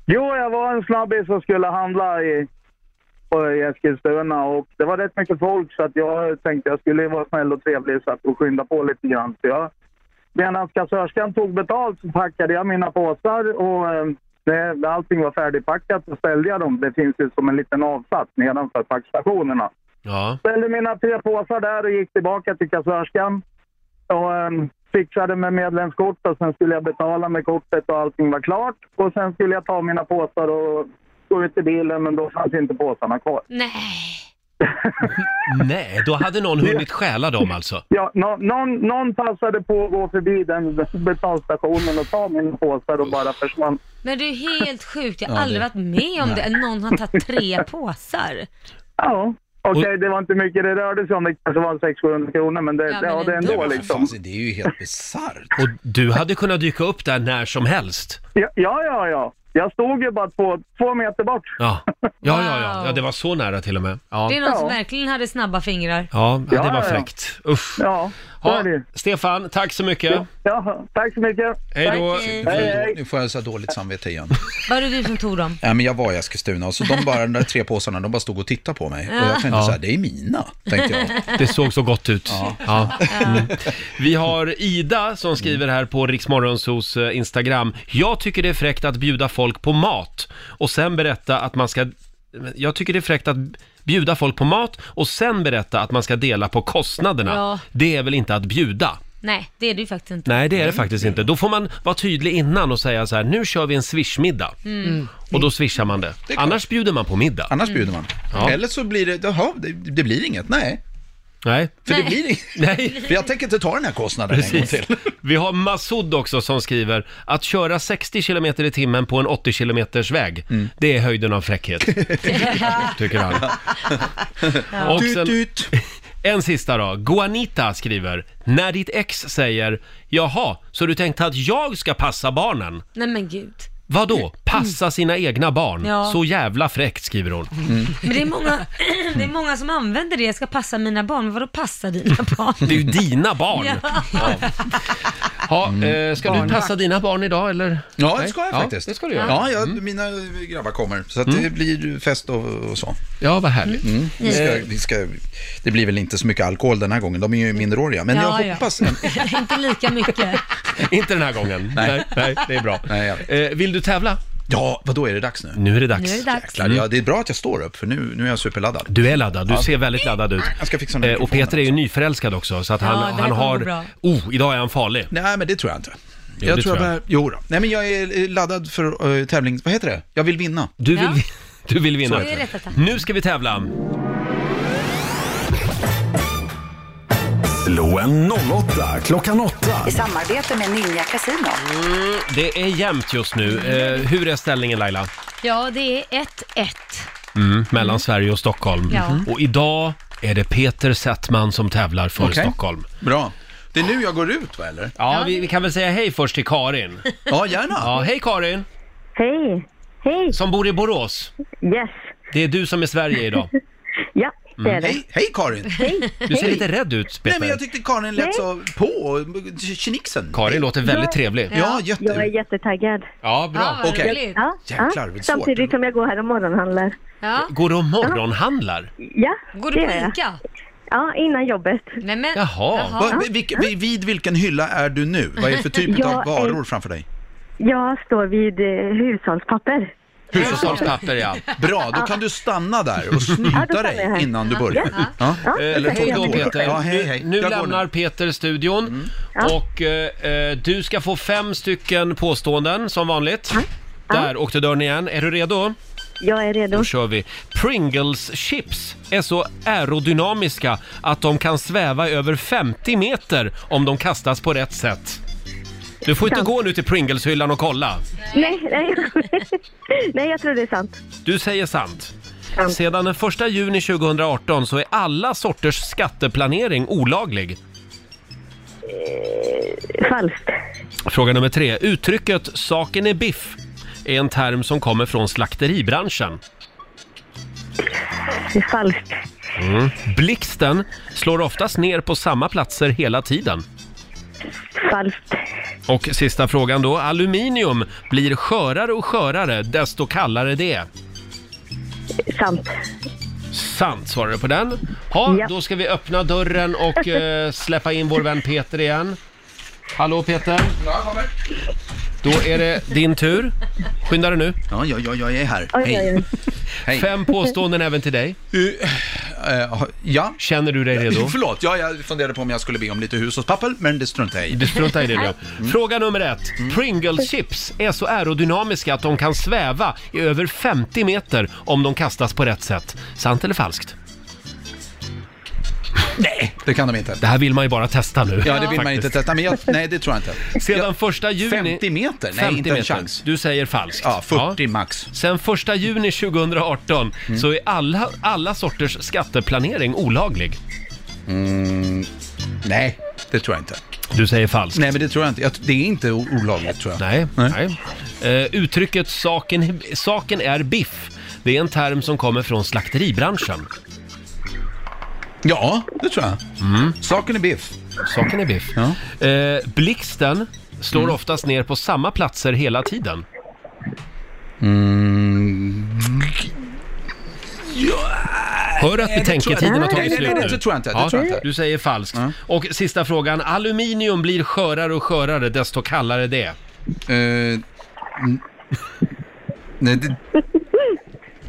Speaker 7: Jo, jag var en snabbis som skulle handla i, på- i Eskilstuna och det var rätt mycket folk så att jag tänkte jag skulle vara snäll och trevlig så att och skynda på lite grann. Så jag, medan kassörskan tog betalt så packade jag mina påsar och eh, det, när allting var färdigpackat så ställde jag dem. Det finns ju som en liten avsats nedanför packstationerna.
Speaker 1: Ja,
Speaker 7: Ställde mina tre påsar där och gick tillbaka till kassörskan och um, fixade med medlemskort och sen skulle jag betala med kortet och allting var klart. Och sen skulle jag ta mina påsar och gå ut i bilen men då fanns inte påsarna kvar.
Speaker 2: Mm. Nej.
Speaker 1: nej, då hade någon hunnit stjäla dem alltså.
Speaker 7: Ja, nå- någon, någon passade på att gå förbi den betalstationen och ta mina påsar och bara försvann.
Speaker 2: Men du är helt sjukt. Jag har
Speaker 5: Ja,
Speaker 2: aldrig
Speaker 5: det-
Speaker 2: varit med om det. att Någon har tagit tre påsar.
Speaker 7: Ja, okej det var inte mycket det rörde sig om. Det kanske var 600-700 kronor men det,
Speaker 2: Ja,
Speaker 7: ja,
Speaker 2: men
Speaker 7: det är
Speaker 2: ändå.
Speaker 7: ändå
Speaker 5: Nej, men för
Speaker 7: liksom.
Speaker 5: fan, Alltså, det är ju helt bisarrt.
Speaker 1: Och du hade kunnat dyka upp där när som helst.
Speaker 7: Ja, ja, ja. ja. Jag stod ju bara två, två meter bort.
Speaker 1: Ja, ja, ja, ja. ja det var så nära till och med. Ja,
Speaker 2: Det är någon som
Speaker 7: Ja.
Speaker 2: verkligen hade snabba fingrar.
Speaker 1: ja
Speaker 7: Ja,
Speaker 1: det var
Speaker 7: ja, ja.
Speaker 1: fräckt. Usch.
Speaker 7: Ja, så
Speaker 1: Ja,
Speaker 7: är det ju.
Speaker 1: Stefan, tack så mycket.
Speaker 7: Ja, tack så mycket.
Speaker 1: Hej då.
Speaker 2: Tack.
Speaker 5: Nu får
Speaker 7: Hej,
Speaker 5: jag då-
Speaker 7: hej.
Speaker 5: Nu får jag så här dåligt samvete igen.
Speaker 2: Var det du som tog dem?
Speaker 5: Ja, men jag var i Eskilstuna och så de bara, de där tre påsarna, de bara stod och tittade på mig. Och jag tänkte
Speaker 1: Ja.
Speaker 5: så här, det är mina, tänkte jag.
Speaker 1: Det såg så gott ut. Ja. Mm. Vi har Ida som skriver här på Riksmorgonsos eh, Instagram. Jag tycker det är fräckt att bjuda folk på mat och sen berätta att man ska... Jag tycker det är fräckt att bjuda folk på mat och sen berätta att man ska dela på kostnaderna.
Speaker 2: Ja.
Speaker 1: Det är väl inte att bjuda?
Speaker 2: Nej, det är du faktiskt inte. Mm.
Speaker 1: Nej, det är det faktiskt inte. Då får man vara tydlig innan och säga så här, nu kör vi en swishmiddag.
Speaker 2: Mm.
Speaker 1: Och då swishar man det.
Speaker 5: klart.
Speaker 1: Annars bjuder man på middag.
Speaker 5: Annars bjuder man.
Speaker 1: Ja.
Speaker 5: Eller så blir det, jaha, det, det blir inget. Nej,
Speaker 1: Nej.
Speaker 5: för
Speaker 2: Nej.
Speaker 5: det blir inget.
Speaker 1: Nej.
Speaker 5: För jag tänker inte ta den här kostnaden en gång
Speaker 1: Precis.
Speaker 5: till.
Speaker 1: Vi har Masoud också som skriver att köra 60 km i timmen på en 80 km väg,
Speaker 5: Mm.
Speaker 1: det är höjden av fräckhet. tycker han. Och
Speaker 5: Tut,
Speaker 1: sen,
Speaker 5: tut.
Speaker 1: en sista då. Guanita skriver, när ditt ex säger “Jaha, så du tänkte att jag ska passa barnen?”
Speaker 2: Nej men gud.
Speaker 5: Mm.
Speaker 1: Vadå? Passa sina egna barn?
Speaker 2: Ja.
Speaker 1: Så jävla fräckt, skriver hon.
Speaker 5: Mm.
Speaker 2: Men det är många, det är många som använder det. Jag ska passa mina barn. Men Vadå passa dina barn?
Speaker 1: Det är ju dina barn!
Speaker 2: Ja.
Speaker 1: Ha, eh, ska du passa dina barn idag eller?
Speaker 5: Mm. Ja, det
Speaker 1: Nej?
Speaker 5: ska jag
Speaker 1: Ja,
Speaker 5: faktiskt.
Speaker 1: det ska du göra. Mm.
Speaker 5: Ja, jag, mina grabbar kommer. Så att det blir fest och, och så.
Speaker 1: Ja, vad härligt.
Speaker 2: Mm.
Speaker 5: Vi ska, vi ska, det blir väl inte så mycket alkohol den här gången. De är ju minderåriga. Men
Speaker 2: Mm. Ja,
Speaker 5: jag
Speaker 2: ja.
Speaker 5: hoppas...
Speaker 2: inte lika mycket.
Speaker 1: Inte den här gången. Nej, nej, det är bra.
Speaker 5: Nej, jag vet.
Speaker 1: eh, vill du tävla?
Speaker 5: Ja, vad då är det dags nu?
Speaker 1: Nu är det dags.
Speaker 2: Nu är det dags.
Speaker 5: Jäklar, ja, det är bra att jag står upp, för nu, nu är jag superladdad.
Speaker 1: Du är laddad, du ser väldigt laddad ut.
Speaker 5: Jag ska fixa den här
Speaker 1: Eh, och
Speaker 5: mikrofonen
Speaker 1: Peter är ju nyförälskad också, så att
Speaker 2: Ja, det
Speaker 1: han, han
Speaker 2: här kommer gå
Speaker 1: har...
Speaker 2: bra.
Speaker 1: Oh, idag är han farlig.
Speaker 5: Nej, men det tror jag inte.
Speaker 1: Jo,
Speaker 5: jag
Speaker 1: det
Speaker 5: tror jag
Speaker 1: tror
Speaker 5: bara... Jo då. Nej, men jag är eh, laddad för eh, tävling... Vad heter det? Jag vill vinna.
Speaker 1: Du vill,
Speaker 2: Ja.
Speaker 1: du vill vinna.
Speaker 2: Så är det. Det är rätt attack.
Speaker 1: Nu ska vi tävla.
Speaker 9: Slå en 08 klockan 8.
Speaker 11: I samarbete med Ninja Casino.
Speaker 1: Det är jämnt just nu. Eh, hur är ställningen Laila?
Speaker 2: Ja, det är 1-1.
Speaker 1: Mm, mellan Sverige och Stockholm.
Speaker 2: Ja. Mhm.
Speaker 1: Och idag är det Peter Settman som tävlar för
Speaker 5: Okej.
Speaker 1: Stockholm.
Speaker 5: Bra. Det är nu jag går ut va, eller?
Speaker 1: Ja, vi, vi kan väl säga hej först till Karin.
Speaker 5: Ja, gärna.
Speaker 1: Ja, hej Karin!
Speaker 12: Hej! Hej!
Speaker 1: Som bor i Borås.
Speaker 12: Yes!
Speaker 1: Det är du som är Sverige idag.
Speaker 12: Ja, det
Speaker 1: Mm.
Speaker 12: är det.
Speaker 5: Hej, hej Karin!
Speaker 12: Hej!
Speaker 1: Du ser lite rädd ut, Peter.
Speaker 5: Nej, men jag tyckte Karin lät så på, och kinixen.
Speaker 1: Karin låter väldigt trevlig.
Speaker 5: Ja,
Speaker 12: Jag är
Speaker 5: jätte...
Speaker 12: jättetaggad.
Speaker 1: Ja, bra.
Speaker 5: vad Okej.
Speaker 2: roligt.
Speaker 12: Ja,
Speaker 5: Jäklar,
Speaker 12: ja.
Speaker 5: vad svårt.
Speaker 12: Samtidigt som jag går här och morgonhandlar.
Speaker 2: Ja.
Speaker 1: Går du och morgonhandlar?
Speaker 12: Ja,
Speaker 2: Går
Speaker 12: det
Speaker 2: du på
Speaker 12: gör jag.
Speaker 2: ICA?
Speaker 12: Ja, innan jobbet.
Speaker 2: Nej, men...
Speaker 1: Jaha.
Speaker 5: Va, vilk, vid vilken hylla är du nu? Vad är det för typ
Speaker 12: Jag
Speaker 5: av varor
Speaker 12: är-
Speaker 5: framför dig?
Speaker 12: Jag står vid eh, hushållspapper.
Speaker 1: Hushållspapper, ja.
Speaker 5: Bra, då kan du stanna där och
Speaker 12: Ja, då
Speaker 5: snyta
Speaker 12: stannar jag
Speaker 5: dig
Speaker 12: här.
Speaker 5: innan du börjar. Ja.
Speaker 12: Ja,
Speaker 1: Eh,
Speaker 12: det
Speaker 5: Eller
Speaker 12: tackar
Speaker 1: hej
Speaker 12: jag
Speaker 1: då
Speaker 12: mycket för.
Speaker 1: Peter.
Speaker 5: Ja, hej, hej.
Speaker 1: Nu, nu
Speaker 5: Jag går Mm.
Speaker 1: lämnar Peter studion och eh, eh, du ska få fem stycken påståenden som vanligt. Där åkte dörren igen. Är du redo?
Speaker 12: Jag är redo.
Speaker 1: Då kör vi. Pringles chips är så aerodynamiska att de kan sväva över 50 meter om de kastas på rätt sätt. Du får inte gå nu till Pringles-hyllan och kolla.
Speaker 12: Nej, nej. nej, jag tror det är sant.
Speaker 1: Du säger sant.
Speaker 12: Sant.
Speaker 1: Sedan den 1 juni 2018 så är alla sorters skatteplanering olaglig.
Speaker 12: Eh, Falskt.
Speaker 1: Fråga nummer tre. Uttrycket ”saken är biff” är en term som kommer från slakteribranschen.
Speaker 12: Det är falskt.
Speaker 1: Mm. Blixten slår oftast ner på samma platser hela tiden.
Speaker 12: Falskt.
Speaker 1: Och sista frågan då. Aluminium blir skörare och skörare desto kallare det är.
Speaker 12: Sant.
Speaker 1: Sant svarar du på den. Ja,
Speaker 12: Ja.
Speaker 1: då ska vi öppna dörren och eh, släppa in vår vän Peter igen. Hallå Peter! Då är det din tur. Skynda dig nu.
Speaker 5: Ja, ja, ja, jag är här.
Speaker 12: Oj, oj,
Speaker 5: Hej.
Speaker 12: oj.
Speaker 5: Hej.
Speaker 1: Fem påståenden även till dig.
Speaker 5: Eh, Ja,
Speaker 1: Känner du dig redo?
Speaker 5: förlåt. Ja, jag funderade på om jag skulle be om lite hushållspapper, men det struntar jag i.
Speaker 1: Du struntar i det nu. Fråga nummer ett. Pringles chips är så aerodynamiska att de kan sväva i över 50 meter om de kastas på rätt sätt. Sant eller falskt?
Speaker 5: Det kan de inte.
Speaker 1: Det här vill man ju bara testa nu.
Speaker 5: Ja, det vill man
Speaker 1: Faktiskt.
Speaker 5: inte testa, men jag, nej, det tror jag inte.
Speaker 1: Sedan första juni...
Speaker 5: 50 meter? Nej,
Speaker 1: 50
Speaker 5: inte en
Speaker 1: meter.
Speaker 5: chans.
Speaker 1: Du säger falskt.
Speaker 5: Ja, 40
Speaker 1: Ja.
Speaker 5: max. Mm.
Speaker 1: Sen första juni 2018 så är alla, alla sorters skatteplanering olaglig.
Speaker 5: Mm, Nej, det tror jag inte.
Speaker 1: Du säger falskt.
Speaker 5: Nej, men det tror jag inte. Jag, det är inte o- olagligt tror jag.
Speaker 1: Nej,
Speaker 5: Nej.
Speaker 1: nej. Eh, uttrycket saken, saken är biff, det är en term som kommer från slakteribranschen.
Speaker 5: Ja, det tror jag.
Speaker 1: Mm.
Speaker 5: Saken är biff.
Speaker 1: Saken är biff. Eh, blixten slår
Speaker 5: Mm.
Speaker 1: oftast ner på samma platser hela tiden.
Speaker 5: Mm.
Speaker 2: Mm-hmm.
Speaker 1: Hör att betänketiden har
Speaker 5: Nej,
Speaker 1: tagit
Speaker 5: nej, nej,
Speaker 1: slut
Speaker 5: nej,
Speaker 1: nu.
Speaker 5: det tror jag inte, det tror jag inte.
Speaker 1: Du säger falskt. Och sista frågan. Aluminium blir skörare och skörare desto kallare det är.
Speaker 5: Eh, n- nej, det,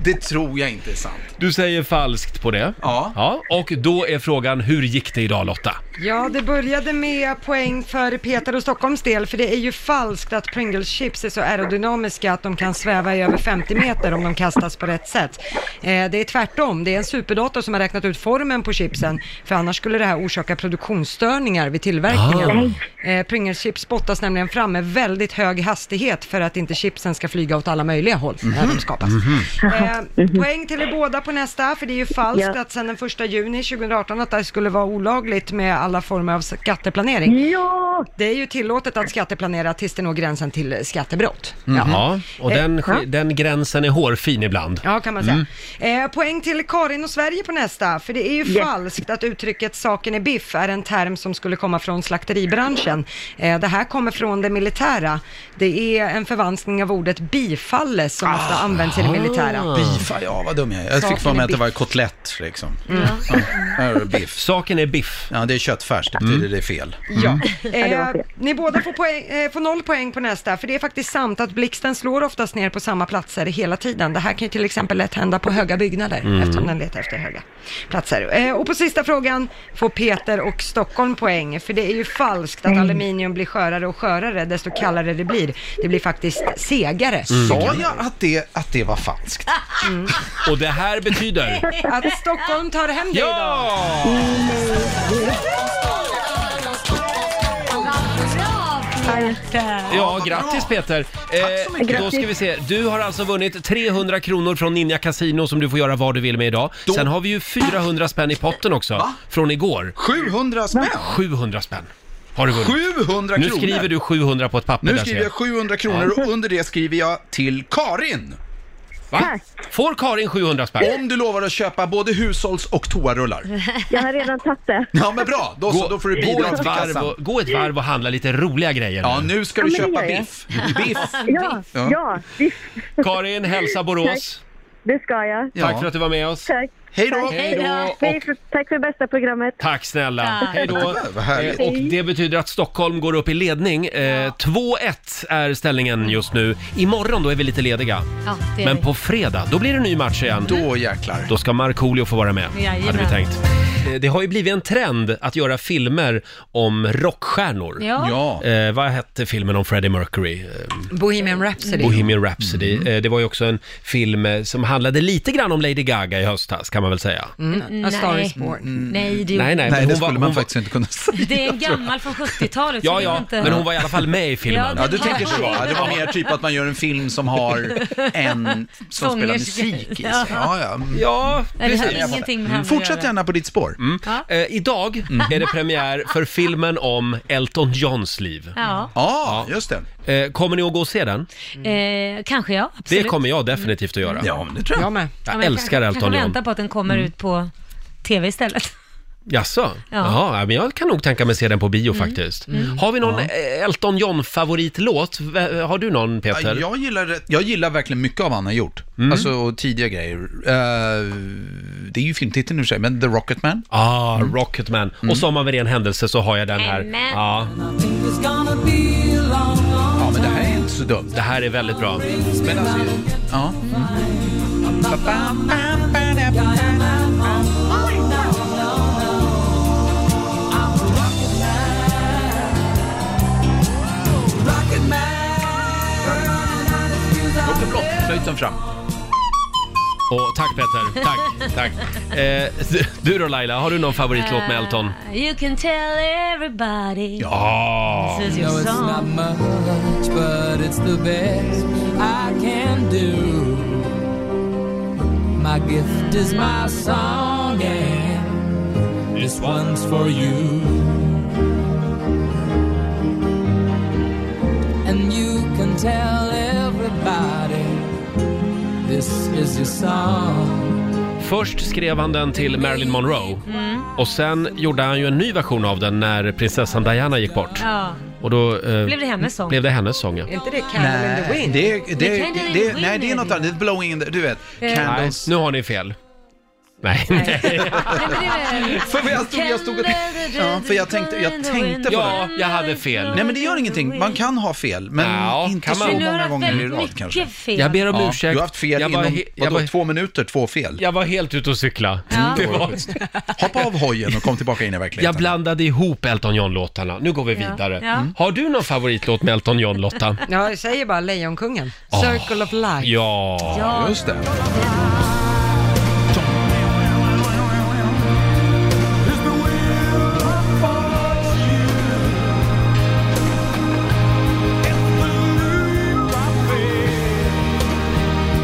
Speaker 5: det tror jag inte är sant.
Speaker 1: Du säger falskt på det.
Speaker 5: Ja.
Speaker 1: ja. Och då är frågan, hur gick det idag Lotta?
Speaker 3: Ja, det började med poäng för Peter och Stockholms del, för det är ju falskt att Pringles chips är så aerodynamiska att de kan sväva i över 50 meter om de kastas på rätt sätt. Eh, det är tvärtom, det är en superdator som har räknat ut formen på chipsen, för annars skulle det här orsaka produktionsstörningar vid tillverkningen. Eh, Pringles chips spottas nämligen fram med väldigt hög hastighet för att inte chipsen ska flyga åt alla möjliga håll
Speaker 13: Mhm.
Speaker 3: när de skapas.
Speaker 13: Mm-hmm.
Speaker 3: Eh, poäng till er båda på nästa, för det är ju falskt
Speaker 12: Mhm. Ja.
Speaker 3: att sedan den 1 juni 2018 att det skulle vara olagligt med alla former av skatteplanering.
Speaker 12: Ja!
Speaker 3: Det är ju tillåtet att skatteplanera tills det når gränsen till skattebrott.
Speaker 1: Mhm.
Speaker 5: Mhm.
Speaker 1: Ja. Och den, sk- den gränsen är hårfin ibland.
Speaker 3: Ja, kan man säga. Eh, poäng till Karin och Sverige på nästa, för det är ju falskt att uttrycket saken är biff är en term som skulle komma från slakteribranschen. Eh, det här kommer från det militära. Det är en förvanskning av ordet bifalles som ofta används i det militära.
Speaker 5: Biff, Ah. ja vad dum jag är. Jag
Speaker 3: Saken
Speaker 5: fick för
Speaker 3: är
Speaker 5: mig att det
Speaker 3: biff.
Speaker 5: var kotlett liksom. Ja. här är det biff.
Speaker 1: Saken är biff. Mm.
Speaker 5: Ja, det är köttfärs, det betyder det är fel.
Speaker 3: Ja.
Speaker 12: det
Speaker 3: Eh,
Speaker 12: var fel.
Speaker 3: ni båda får, poäng, eh, får noll poäng på nästa, för det är faktiskt sant att blixten slår oftast ner på samma platser hela tiden. Det här kan ju till exempel lätt hända på höga byggnader, eftersom den letar efter höga platser. Eh, och på sista frågan får Peter och Stockholm poäng, för det är ju falskt att aluminium blir skörare och skörare, desto kallare det blir. Det blir faktiskt segare.
Speaker 1: Mm.
Speaker 5: Sa jag att det, att det var falskt?
Speaker 1: Och det här betyder...
Speaker 3: Mm. Att Stockholm tar hem det idag.
Speaker 1: Ja!
Speaker 2: Vad bra! Peter!
Speaker 1: Ja, grattis Peter!
Speaker 2: så
Speaker 1: Eh,
Speaker 2: mycket.
Speaker 1: då ska
Speaker 2: Grattis.
Speaker 1: vi se. Du har alltså vunnit 300 kronor från Ninja Casino som du får göra vad du vill med idag. Sen har vi ju 400 spänn i potten också, från igår.
Speaker 5: 700 spänn?
Speaker 1: 700 spänn har du vunnit.
Speaker 5: 700
Speaker 1: Nu
Speaker 5: kronor.
Speaker 1: skriver du 700 på ett papper
Speaker 5: Nu
Speaker 1: där, ser
Speaker 5: skriver jag 700 kronor
Speaker 1: Ja.
Speaker 5: och under det skriver jag till Karin.
Speaker 1: Va? Får Karin 700 spänn?
Speaker 5: Om du lovar att köpa både hushålls och toarullar.
Speaker 12: Jag har redan tagit det.
Speaker 5: Ja men bra, då, så, då får du
Speaker 1: gå,
Speaker 5: bidrag
Speaker 1: ett
Speaker 5: till
Speaker 1: varv
Speaker 5: kassan.
Speaker 1: och, gå ett varv och handla lite roliga grejer.
Speaker 5: Ja, nu ska du Ja, men det köpa gör jag. biff. Biff.
Speaker 12: Ja,
Speaker 1: Ja.
Speaker 12: ja. biff.
Speaker 1: Karin, hälsa Borås.
Speaker 12: Det ska jag.
Speaker 1: Tack för att du var med oss.
Speaker 12: Tack.
Speaker 1: Hej då.
Speaker 12: Tack.
Speaker 1: Hej då.
Speaker 12: Hej för, tack för bästa programmet.
Speaker 1: Tack snälla.
Speaker 12: Tack.
Speaker 1: Hej då.
Speaker 12: Vad härligt.
Speaker 1: Eh, Och det betyder att Stockholm går upp i ledning. Eh, 2-1 är ställningen just nu. Imorgon då är vi lite lediga.
Speaker 2: Ja, det är
Speaker 1: Men
Speaker 2: vi.
Speaker 1: på fredag, då blir det en ny match igen.
Speaker 5: Då jäklar.
Speaker 1: Då ska Markoolio få vara med,
Speaker 2: Jajamän.
Speaker 1: hade vi tänkt. Eh, Det har ju blivit en trend att göra filmer om rockstjärnor.
Speaker 3: Ja.
Speaker 1: Eh, vad hette filmen om Freddie Mercury? Eh,
Speaker 3: Bohemian Rhapsody.
Speaker 1: Bohemian Rhapsody.
Speaker 5: Mm.
Speaker 1: Eh, Det var ju också en film eh, som handlade lite grann om Lady Gaga i höstas, kan man väl säga.
Speaker 3: Mm, A Star is Born.
Speaker 2: Nej, det,
Speaker 1: Nej, nej, men
Speaker 5: det
Speaker 1: hon var-
Speaker 5: skulle man
Speaker 1: hon var-
Speaker 5: faktiskt inte kunna säga.
Speaker 2: det är en gammal från 70-talet. så
Speaker 1: Ja,
Speaker 2: det är
Speaker 1: ja,
Speaker 2: inte-
Speaker 1: men hon var i alla fall med i filmen.
Speaker 2: Ja, det
Speaker 5: Ja, du
Speaker 2: var-
Speaker 5: tänker så. Ja, Det var mer typ att man gör en film som har en som spelar
Speaker 2: Sångerska.
Speaker 5: musik i sig.
Speaker 2: Ja.
Speaker 5: Ja, ja. Mm.
Speaker 1: Ja,
Speaker 2: Nej, det hade ingenting med han att
Speaker 5: Fortsätt
Speaker 2: göra.
Speaker 5: gärna på ditt spår.
Speaker 1: Mm.
Speaker 2: Ja. Mm.
Speaker 1: Eh, idag är det premiär för filmen om Elton Johns liv.
Speaker 2: Ja.
Speaker 5: Ja, just
Speaker 1: det. Eh, kommer ni att gå och se den?
Speaker 2: Eh, kanske ja, absolut.
Speaker 1: Mm. Det kommer jag definitivt att göra.
Speaker 5: Ja, men det tror jag.
Speaker 3: Jag med.
Speaker 2: Ja,
Speaker 1: Jag
Speaker 2: men
Speaker 1: älskar
Speaker 2: kanske,
Speaker 1: Elton
Speaker 2: kanske
Speaker 1: John. Mm.
Speaker 2: vänta på att den kommer ut på tv istället.
Speaker 1: Jaså? Ja. men jag kan nog tänka mig att se den på bio
Speaker 2: Mm.
Speaker 1: faktiskt. Har vi någon eh, Elton John-favoritlåt? V- Har du någon Peter? Mm.
Speaker 5: Ja, Jag gillar, rätt- jag gillar verkligen mycket av vad han har gjort. Alltså och tidiga grejer. Eh, det är ju filmtiteln i och för sig, men The Rocketman. Mm.
Speaker 1: Ah, Rocketman. Och som av en ren händelse så har jag den här.
Speaker 5: Amen.
Speaker 1: Ja.
Speaker 5: Ja, men det här är inte så dumt.
Speaker 1: Det här är väldigt bra.
Speaker 5: Men alltså, ja. Låter blått, flöjten fram.
Speaker 1: Och tack Peter, tack, tack. Eh, du- du då Laila, har du någon favoritlåt
Speaker 2: Eh,
Speaker 1: med Elton?
Speaker 2: Uh, You can tell everybody.
Speaker 1: Ja!
Speaker 2: This is your song.
Speaker 13: but it's the best I can do. My gift is my song, and this one's for you. And you can tell everybody this is your song.
Speaker 1: Först skrev han den till Marilyn Monroe och sen gjorde han ju en ny version av den när prinsessan Diana gick bort.
Speaker 2: Ja.
Speaker 1: Och då eh,
Speaker 2: Blev det hennes sång?
Speaker 1: Blev det hennes sång, ja.
Speaker 3: Är inte det Candle in the
Speaker 5: Nej,
Speaker 3: Wind?
Speaker 5: det, det,
Speaker 3: Men
Speaker 5: det,
Speaker 3: Candle in the
Speaker 5: det,
Speaker 3: Wind
Speaker 5: nej, det är något annat. Det är Blowing in the, du vet.
Speaker 2: Eh.
Speaker 1: Nej,
Speaker 5: Candles.
Speaker 1: nu har ni fel. Nej, nej.
Speaker 5: För jag stod, jag stod och, ja, för jag tänkte, jag tänkte på
Speaker 1: Ja,
Speaker 5: det.
Speaker 1: jag hade fel.
Speaker 5: Nej men det gör ingenting, man kan ha fel, men
Speaker 1: Ja,
Speaker 5: inte
Speaker 1: kan
Speaker 5: så
Speaker 1: man.
Speaker 5: många gånger i
Speaker 2: väldigt
Speaker 5: rad kanske.
Speaker 2: mycket fel.
Speaker 1: Jag ber om
Speaker 5: Ja,
Speaker 1: ursäkt.
Speaker 5: Du har haft fel
Speaker 1: jag
Speaker 5: inom,
Speaker 1: he- jag
Speaker 5: vadå,
Speaker 1: var,
Speaker 5: två minuter, två fel.
Speaker 1: jag var helt ute och cykla.
Speaker 2: Ja.
Speaker 1: Det var,
Speaker 5: Hoppa av hojen och kom tillbaka in i
Speaker 1: jag
Speaker 5: verkligheten.
Speaker 1: blandade ihop Elton John-låtarna. Nu går vi
Speaker 3: Ja.
Speaker 1: vidare. Mm.
Speaker 3: Ja.
Speaker 1: Har du någon favoritlåt med Elton John, Lotta?
Speaker 3: Ja, jag säger bara Lejonkungen. Circle of Life.
Speaker 1: Ja,
Speaker 3: Ja.
Speaker 5: just det.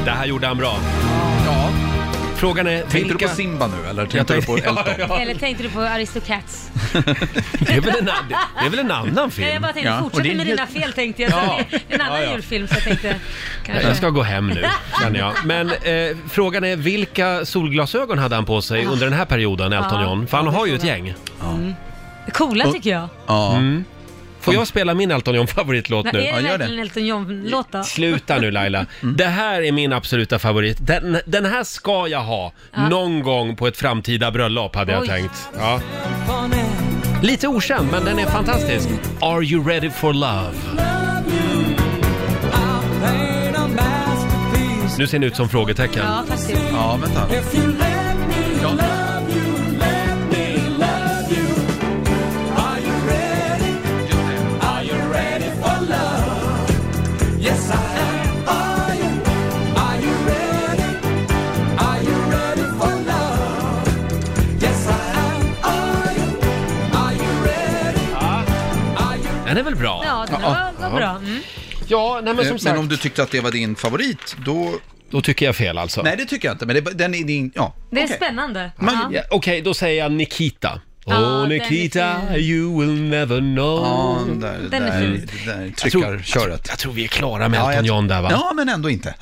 Speaker 1: Det här gjorde han bra.
Speaker 5: Ja.
Speaker 1: Frågan är
Speaker 5: Tänkte
Speaker 1: vilka...
Speaker 5: du på Simba nu eller tänkte du
Speaker 1: tänkte-
Speaker 5: på Elton?
Speaker 1: Ja,
Speaker 2: Eller tänkte du på Aristocats?
Speaker 1: Det är väl en, an- det är väl en annan
Speaker 2: Nej, jag
Speaker 1: film?
Speaker 2: bara tänkte
Speaker 5: Ja, och
Speaker 2: fortsätta
Speaker 5: det är
Speaker 2: med
Speaker 5: helt-
Speaker 2: dina fel tänkte jag.
Speaker 1: Ja.
Speaker 2: Ja. En annan
Speaker 1: Ja, ja.
Speaker 2: julfilm så jag tänkte kanske.
Speaker 1: Jag ska gå hem nu, känner jag. Men eh, frågan är vilka solglasögon hade han på sig under den här perioden, Elton
Speaker 2: Ah. Ja.
Speaker 1: John? För han har ju ett gäng.
Speaker 2: Mm.
Speaker 1: Mm.
Speaker 2: Coola tycker jag.
Speaker 5: Ja.
Speaker 1: Får jag spela min Elton John-favoritlåt
Speaker 2: Nej,
Speaker 1: nu?
Speaker 2: är det
Speaker 1: Ja, gör det.
Speaker 2: verkligen Elton John-låt då?
Speaker 1: Sluta nu Laila. Det här är min absoluta favorit. Den, den här ska jag ha någon gång på ett framtida bröllop hade jag
Speaker 13: Oj.
Speaker 1: tänkt. Ja. Lite okänd men den är fantastisk. Are you ready for love?
Speaker 13: Paint a masterpiece.
Speaker 1: Nu ser ni ut som frågetecken.
Speaker 2: Ja, faktiskt.
Speaker 5: Ja, vänta.
Speaker 13: If you let me love you, let me love you. Are you ready? Are you ready for love? Yes, I am. Are you? Are you ready? Are you ready for love? Yes, I am. Are you? Are you ready? Are you
Speaker 1: En Den är väl bra?
Speaker 2: Ja, den var, var bra. Mm.
Speaker 1: Ja, nej
Speaker 5: Eh, men om du tyckte att det var din favorit, då...
Speaker 1: Då tycker jag fel alltså.
Speaker 5: Nej, det tycker jag inte, men det, den är din... Ja.
Speaker 2: Det är spännande.
Speaker 1: Man-
Speaker 2: ja.
Speaker 1: ja, Okej, då säger jag Nikita.
Speaker 2: Ja,
Speaker 1: oh
Speaker 2: den är
Speaker 1: Nikita,
Speaker 2: fin.
Speaker 1: you will never know.
Speaker 5: Ja, den där- Den är där- fin. det där tryckarköret.
Speaker 1: Jag, tror- jag tror vi är klara med
Speaker 5: Ja,
Speaker 1: Elton
Speaker 5: jag-
Speaker 1: John där va?
Speaker 5: Ja, men ändå inte.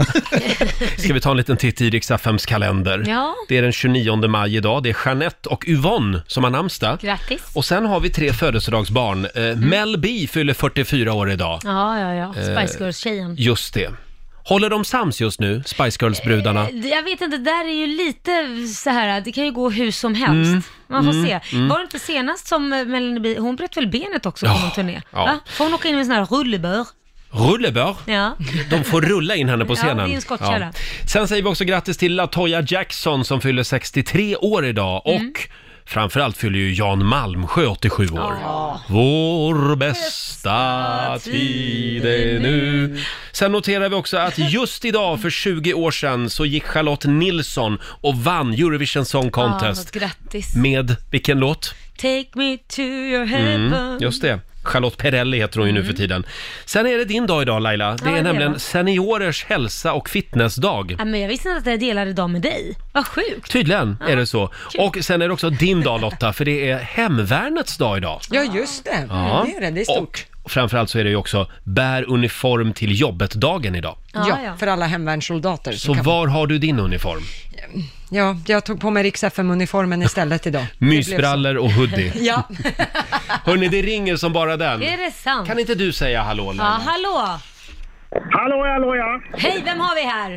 Speaker 1: Ska vi ta en liten titt i Rix FMs kalender?
Speaker 2: Ja.
Speaker 1: Det är den 29 maj idag. Det är Jeanette och Yvonne som har namnsdag.
Speaker 2: Grattis.
Speaker 1: Och sen har vi tre födelsedagsbarn. Eh, Mel B fyller 44 år idag.
Speaker 2: Mm. Ja, ja, ja.
Speaker 1: Eh,
Speaker 2: Spice Girls-tjejen.
Speaker 1: Just det. Håller de sams just nu, Spice Girls-brudarna?
Speaker 2: Eh, Jag vet inte, det där är ju lite så här, det kan ju gå hur som helst.
Speaker 1: Mm.
Speaker 2: Man får
Speaker 1: Mm.
Speaker 2: se.
Speaker 1: Mm.
Speaker 2: Var det inte senast som eh, Melanie B, hon bröt väl benet också på
Speaker 1: Ja,
Speaker 2: någon turné?
Speaker 1: ja.
Speaker 2: Va? Får hon åka in med en sån här rullebör?
Speaker 1: Rullebör?
Speaker 2: Ja.
Speaker 1: De får rulla in henne på
Speaker 2: Ja,
Speaker 1: scenen.
Speaker 2: det är en skottkärra.
Speaker 1: Sen säger vi också grattis till Latoya Jackson som fyller 63 år idag och
Speaker 2: Mm.
Speaker 1: framförallt fyller ju Jan Malmsjö 87 år. Vår bästa tid är nu. Sen noterar vi också att just idag för 20 år sedan så gick Charlotte Nilsson och vann Eurovision Song Contest.
Speaker 2: Ja, grattis.
Speaker 1: Med vilken låt?
Speaker 2: Take me to your heaven.
Speaker 1: Mm, just det. Charlotte Perrelli heter hon ju nu för tiden. Sen är det din dag idag Laila. Det
Speaker 2: Mm. Ja,
Speaker 1: är
Speaker 2: det är
Speaker 1: nämligen
Speaker 2: det.
Speaker 1: seniorers hälsa och fitnessdag.
Speaker 2: Ja, men jag visste inte att jag delade dem med dig. Vad sjukt.
Speaker 1: Tydligen
Speaker 2: Ja,
Speaker 1: är det så. Och sen är det också din dag Lotta, för det är hemvärnets dag idag.
Speaker 3: Ja, just det.
Speaker 1: Ja.
Speaker 3: Det är det. Det är stort.
Speaker 1: Och framförallt så är det ju också bär uniform till jobbet-dagen idag.
Speaker 3: Ja, för alla hemvärnssoldater. som
Speaker 1: Så
Speaker 3: kan-
Speaker 1: var har du din uniform?
Speaker 3: Ja, jag tog på mig Rix FM-uniformen istället idag. Det blev så.
Speaker 1: Mysbrallor och hoodie.
Speaker 3: Ja,
Speaker 1: Hörni, det ringer som bara den.
Speaker 2: Är det sant?
Speaker 1: Kan inte du säga hallå
Speaker 2: Ja,
Speaker 1: Laila?
Speaker 2: hallå!
Speaker 14: Hallå, hallå ja!
Speaker 2: Hej, vem har vi här?